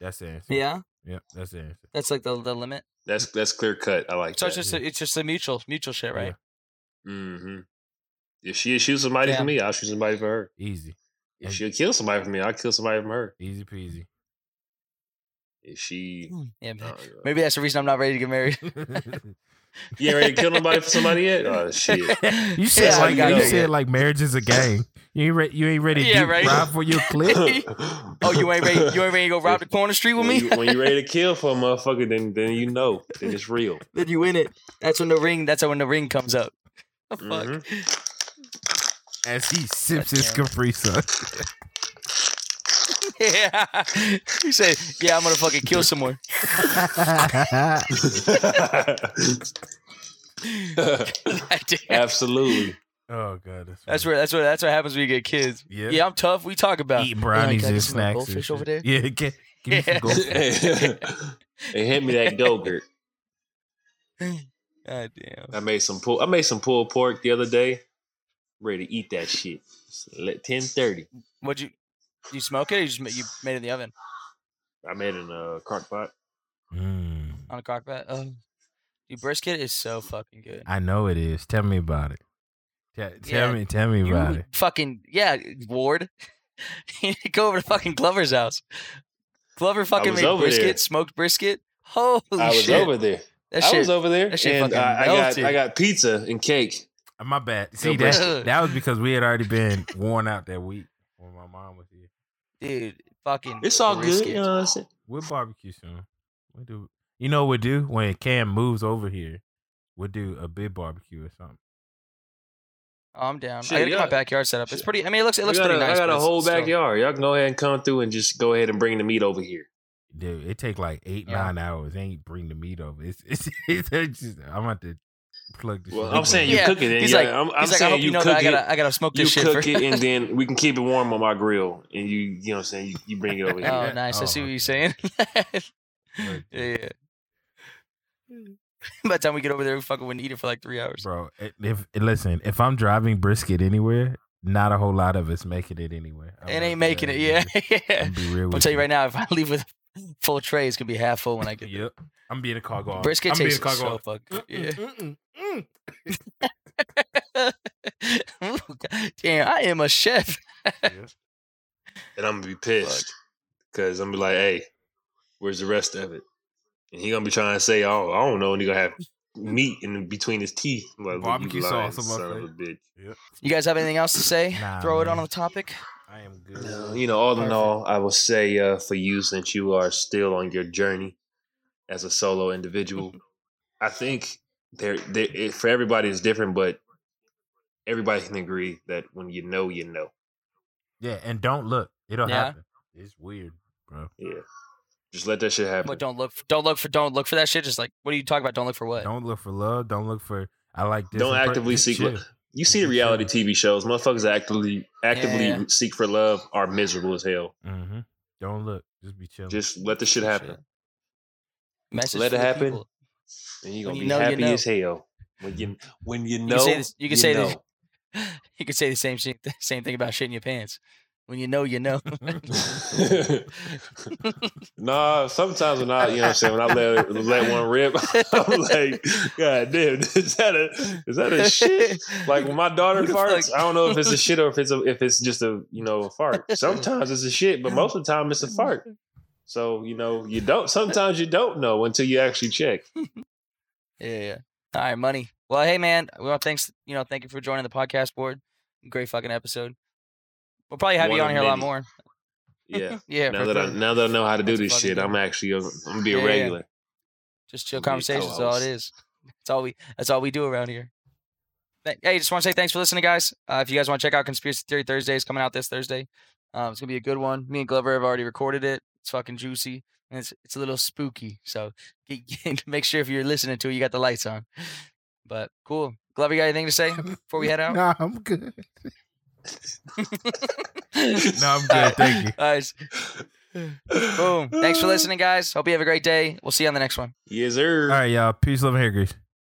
Speaker 3: That's the answer.
Speaker 1: yeah,
Speaker 3: Yep, that's the answer.
Speaker 1: that's like the the limit.
Speaker 2: that's that's clear cut. I like
Speaker 1: So
Speaker 2: that.
Speaker 1: it's just a, it's just a mutual mutual shit, right?
Speaker 2: hmm If she shoots somebody
Speaker 1: Yeah.
Speaker 2: for me, I'll shoot somebody for her.
Speaker 3: Easy,
Speaker 2: If
Speaker 3: And-
Speaker 2: she'll kill somebody for me, I'll kill somebody from her.
Speaker 3: easy peasy.
Speaker 2: If she,
Speaker 1: Hmm. Yeah.
Speaker 2: uh,
Speaker 1: ma- Maybe that's the reason I'm not ready to get married.
Speaker 2: you ain't ready to kill nobody for somebody yet? Oh shit!
Speaker 3: you said
Speaker 2: Yeah,
Speaker 3: like
Speaker 2: I
Speaker 3: you
Speaker 2: know.
Speaker 3: said like marriage is a game. You ain't re- you ain't ready to
Speaker 1: Yeah,
Speaker 3: deep
Speaker 1: right.
Speaker 3: ride for your clip.
Speaker 1: Oh, you ain't ready. You ain't ready to go rob the corner street with
Speaker 2: When
Speaker 1: me.
Speaker 2: you, when you ready to kill for a motherfucker, then then you know, then it's real.
Speaker 1: Oh, then you win it. That's when the ring. That's when the ring comes up. The fuck?
Speaker 3: as he sips
Speaker 1: God
Speaker 3: his
Speaker 1: damn.
Speaker 3: Capri Sun.
Speaker 1: Yeah. He said, "Yeah, I'm gonna fucking kill someone." Goddamn.
Speaker 2: Absolutely.
Speaker 3: oh god, that's,
Speaker 1: that's
Speaker 3: funny.
Speaker 1: where that's what that's what happens when you get kids.
Speaker 3: Yeah.
Speaker 1: Yeah, I'm uh, tough. We talk about.
Speaker 3: Eat
Speaker 1: Yeah,
Speaker 3: brownies
Speaker 1: can I
Speaker 3: and
Speaker 1: get some of that
Speaker 3: snacks. and
Speaker 1: goldfish
Speaker 3: shit.
Speaker 1: over there?
Speaker 3: Yeah, get, give me some
Speaker 1: Yeah.
Speaker 3: goldfish.
Speaker 2: hey, hit me that Gogurt.
Speaker 1: God damn.
Speaker 2: I made some pull. I made some pulled pork the other day. Ready to eat that shit. Ten thirty.
Speaker 1: What'd you? did You smoke it? Or you just ma- you made it in the oven
Speaker 2: I made it in a crock pot.
Speaker 3: Mm,
Speaker 1: on a crock pot. Oh, dude, brisket is so fucking good.
Speaker 3: I know it is. Tell me about it. Tell, tell
Speaker 1: Yeah,
Speaker 3: me, tell me about
Speaker 1: You
Speaker 3: it.
Speaker 1: fucking yeah, Ward. Go over to fucking Glover's house. Glover fucking
Speaker 2: was
Speaker 1: made
Speaker 2: over
Speaker 1: brisket,
Speaker 2: there.
Speaker 1: smoked brisket. Holy
Speaker 2: I was
Speaker 1: shit!
Speaker 2: over there.
Speaker 1: that
Speaker 2: I
Speaker 1: shit.
Speaker 2: was over there,
Speaker 1: that shit
Speaker 2: and
Speaker 1: fucking
Speaker 2: I, I got
Speaker 1: melted.
Speaker 2: I got pizza and cake.
Speaker 3: Uh, My bad. See
Speaker 2: bro.
Speaker 3: that that was because we had already been worn out that week when my mom was here.
Speaker 1: dude, fucking.
Speaker 2: It's all good.
Speaker 1: brisket.
Speaker 2: You know what I'm saying?
Speaker 3: We'll barbecue soon. We do. You know what we do when Cam moves over here? We'll do a big barbecue or something.
Speaker 1: I'm down.
Speaker 2: Shit,
Speaker 1: I gotta
Speaker 2: you
Speaker 1: get my
Speaker 2: got-
Speaker 1: backyard set up. It's
Speaker 2: shit.
Speaker 1: pretty. I mean, it looks it looks
Speaker 2: I got,
Speaker 1: pretty
Speaker 2: a,
Speaker 1: nice.
Speaker 2: I got
Speaker 1: but
Speaker 2: a
Speaker 1: it's
Speaker 2: whole
Speaker 1: still-
Speaker 2: backyard. Y'all can go ahead and come through and just go ahead and bring the meat over here.
Speaker 3: Dude, it take like eight
Speaker 1: Yeah.
Speaker 3: nine hours. They ain't bring the meat over. It's it's, it's, just I'm about to plug this.
Speaker 2: Well,
Speaker 3: shit
Speaker 2: I'm
Speaker 3: in.
Speaker 2: saying you
Speaker 1: Yeah,
Speaker 2: cook it. And
Speaker 1: he's
Speaker 2: yeah,
Speaker 1: like-
Speaker 2: I'm, I'm
Speaker 1: He's like, I
Speaker 2: saying
Speaker 1: hope you
Speaker 2: you
Speaker 1: know
Speaker 2: cook
Speaker 1: that I
Speaker 2: it.
Speaker 1: gotta I gotta smoke
Speaker 2: you
Speaker 1: this shit.
Speaker 2: cook
Speaker 1: first. Oh,
Speaker 2: it, and then we can keep it warm on my grill. And you, you know, what I'm saying you, you bring it over here.
Speaker 1: Oh, nice. I
Speaker 3: Oh,
Speaker 1: see what
Speaker 3: okay.
Speaker 1: you're saying. yeah.
Speaker 3: Right.
Speaker 1: yeah. By the time we get over there, we fucking wouldn't eat it for like three hours.
Speaker 3: bro. i- If listen, if I'm driving brisket anywhere, not a whole lot of it's making it anywhere. I'm
Speaker 1: it
Speaker 3: gonna
Speaker 1: ain't
Speaker 3: be
Speaker 1: making
Speaker 3: real
Speaker 1: it.
Speaker 3: with
Speaker 1: Yeah.
Speaker 3: you.
Speaker 1: yeah.
Speaker 3: I'm gonna be real
Speaker 1: I'll
Speaker 3: with
Speaker 1: tell you right now, if I leave with a full tray, it's gonna be half full when I get there.
Speaker 3: Yep, I'm being a cargo. all-
Speaker 1: Brisket
Speaker 3: I'm being a
Speaker 1: tastes
Speaker 3: cargo
Speaker 1: so
Speaker 3: all-
Speaker 1: fucking good. Yeah.
Speaker 3: Mm, mm, mm, mm,
Speaker 1: Ooh, God Damn, I am a chef.
Speaker 3: mm.
Speaker 2: And I'm gonna be pissed because I'm gonna be like, "Hey, where's the rest of it?" And he gonna be trying to say, "Oh, I don't know," and he gonna have meat in between his teeth. I'm like, "Look, you
Speaker 3: Barbecue
Speaker 2: lying
Speaker 3: sauce on my
Speaker 2: son of a bitch.
Speaker 1: You guys have anything else to say?
Speaker 3: Nah,
Speaker 1: Throw it on
Speaker 3: man.
Speaker 1: the topic.
Speaker 3: I am good.
Speaker 2: No, you know, all in
Speaker 1: Perfect.
Speaker 2: all, I will say uh, for you, since you are still on your journey as a solo
Speaker 1: Mm-hmm.
Speaker 2: individual, I think there, there it, for everybody is different, but everybody can agree that when you know, you know.
Speaker 3: Yeah, and don't look. It'll
Speaker 1: Yeah.
Speaker 3: happen. It's weird, bro.
Speaker 2: Yeah, just let that shit happen.
Speaker 1: But don't look, don't look for, don't look for that shit. Just like, what are you talking about? Don't look for what?
Speaker 3: Don't look for love. Don't look for. I like this.
Speaker 2: Don't
Speaker 3: and per-
Speaker 2: actively
Speaker 3: just
Speaker 2: seek
Speaker 3: chill.
Speaker 2: love. You see the
Speaker 3: Just
Speaker 2: reality
Speaker 3: chill.
Speaker 2: TV shows, motherfuckers that actively actively
Speaker 1: Yeah.
Speaker 2: seek for love are miserable as hell.
Speaker 3: Mhm. Don't look. Just be chilling.
Speaker 2: Just let the shit happen,
Speaker 1: Message
Speaker 2: Let
Speaker 1: for
Speaker 2: it
Speaker 1: the
Speaker 2: happen.
Speaker 1: people.
Speaker 2: and you're
Speaker 1: When
Speaker 2: gonna
Speaker 1: you
Speaker 2: be
Speaker 1: know, you
Speaker 2: happy
Speaker 1: know.
Speaker 2: as hell when you when you
Speaker 1: can
Speaker 2: know.
Speaker 1: say this- you can say this-
Speaker 2: know.
Speaker 1: You could say the same shit, the same thing about shit in your pants. When you know, you know.
Speaker 2: nah, sometimes when I, you know what I'm saying, when I let, let one rip, I'm like, God damn, is that a, is that a shit? Like when my daughter farts, I don't know if it's a shit or if it's a, if it's just a, you know, a fart. Sometimes it's a shit, but most of the time it's a fart. So, you know, you don't, sometimes you don't know until you actually check.
Speaker 1: Yeah, yeah. All right, money. Well, hey, man. Well, thanks. You know, thank you for joining the podcast board. Great fucking episode. We'll probably have you
Speaker 2: One
Speaker 1: on
Speaker 2: of
Speaker 1: here a lot
Speaker 2: many.
Speaker 1: more.
Speaker 2: Yeah.
Speaker 1: Yeah,
Speaker 2: Now
Speaker 1: for
Speaker 2: that I,
Speaker 1: sure.
Speaker 2: now that I know how to do
Speaker 1: That's
Speaker 2: this
Speaker 1: fucking
Speaker 2: shit,
Speaker 1: dope.
Speaker 2: I'm actually, I'm gonna be
Speaker 1: Yeah,
Speaker 2: a
Speaker 1: yeah.
Speaker 2: regular.
Speaker 1: just chill
Speaker 2: We'll be a
Speaker 1: conversations. That's all it
Speaker 2: co-host.
Speaker 1: is. That's all we. That's all we do around here. Th- Hey, just want to say thanks for listening, guys. Uh, if you guys want to check out Conspiracy Theory Thursdays coming out this Thursday, um, it's gonna be a good one. Me and Glover have already recorded it. It's fucking juicy and it's it's a little spooky. So get, get- make sure if you're listening to it, you got the lights on. But cool, Glover, you got anything to say before we head out?
Speaker 3: Nah, I'm good.
Speaker 1: no,
Speaker 3: No, I'm good. Thank you.
Speaker 1: Guys, boom. Thanks for listening, guys. Hope you have a great day. We'll see you on the next one.
Speaker 2: Yes, sir.
Speaker 3: All right, y'all. Peace, love, and hair grease.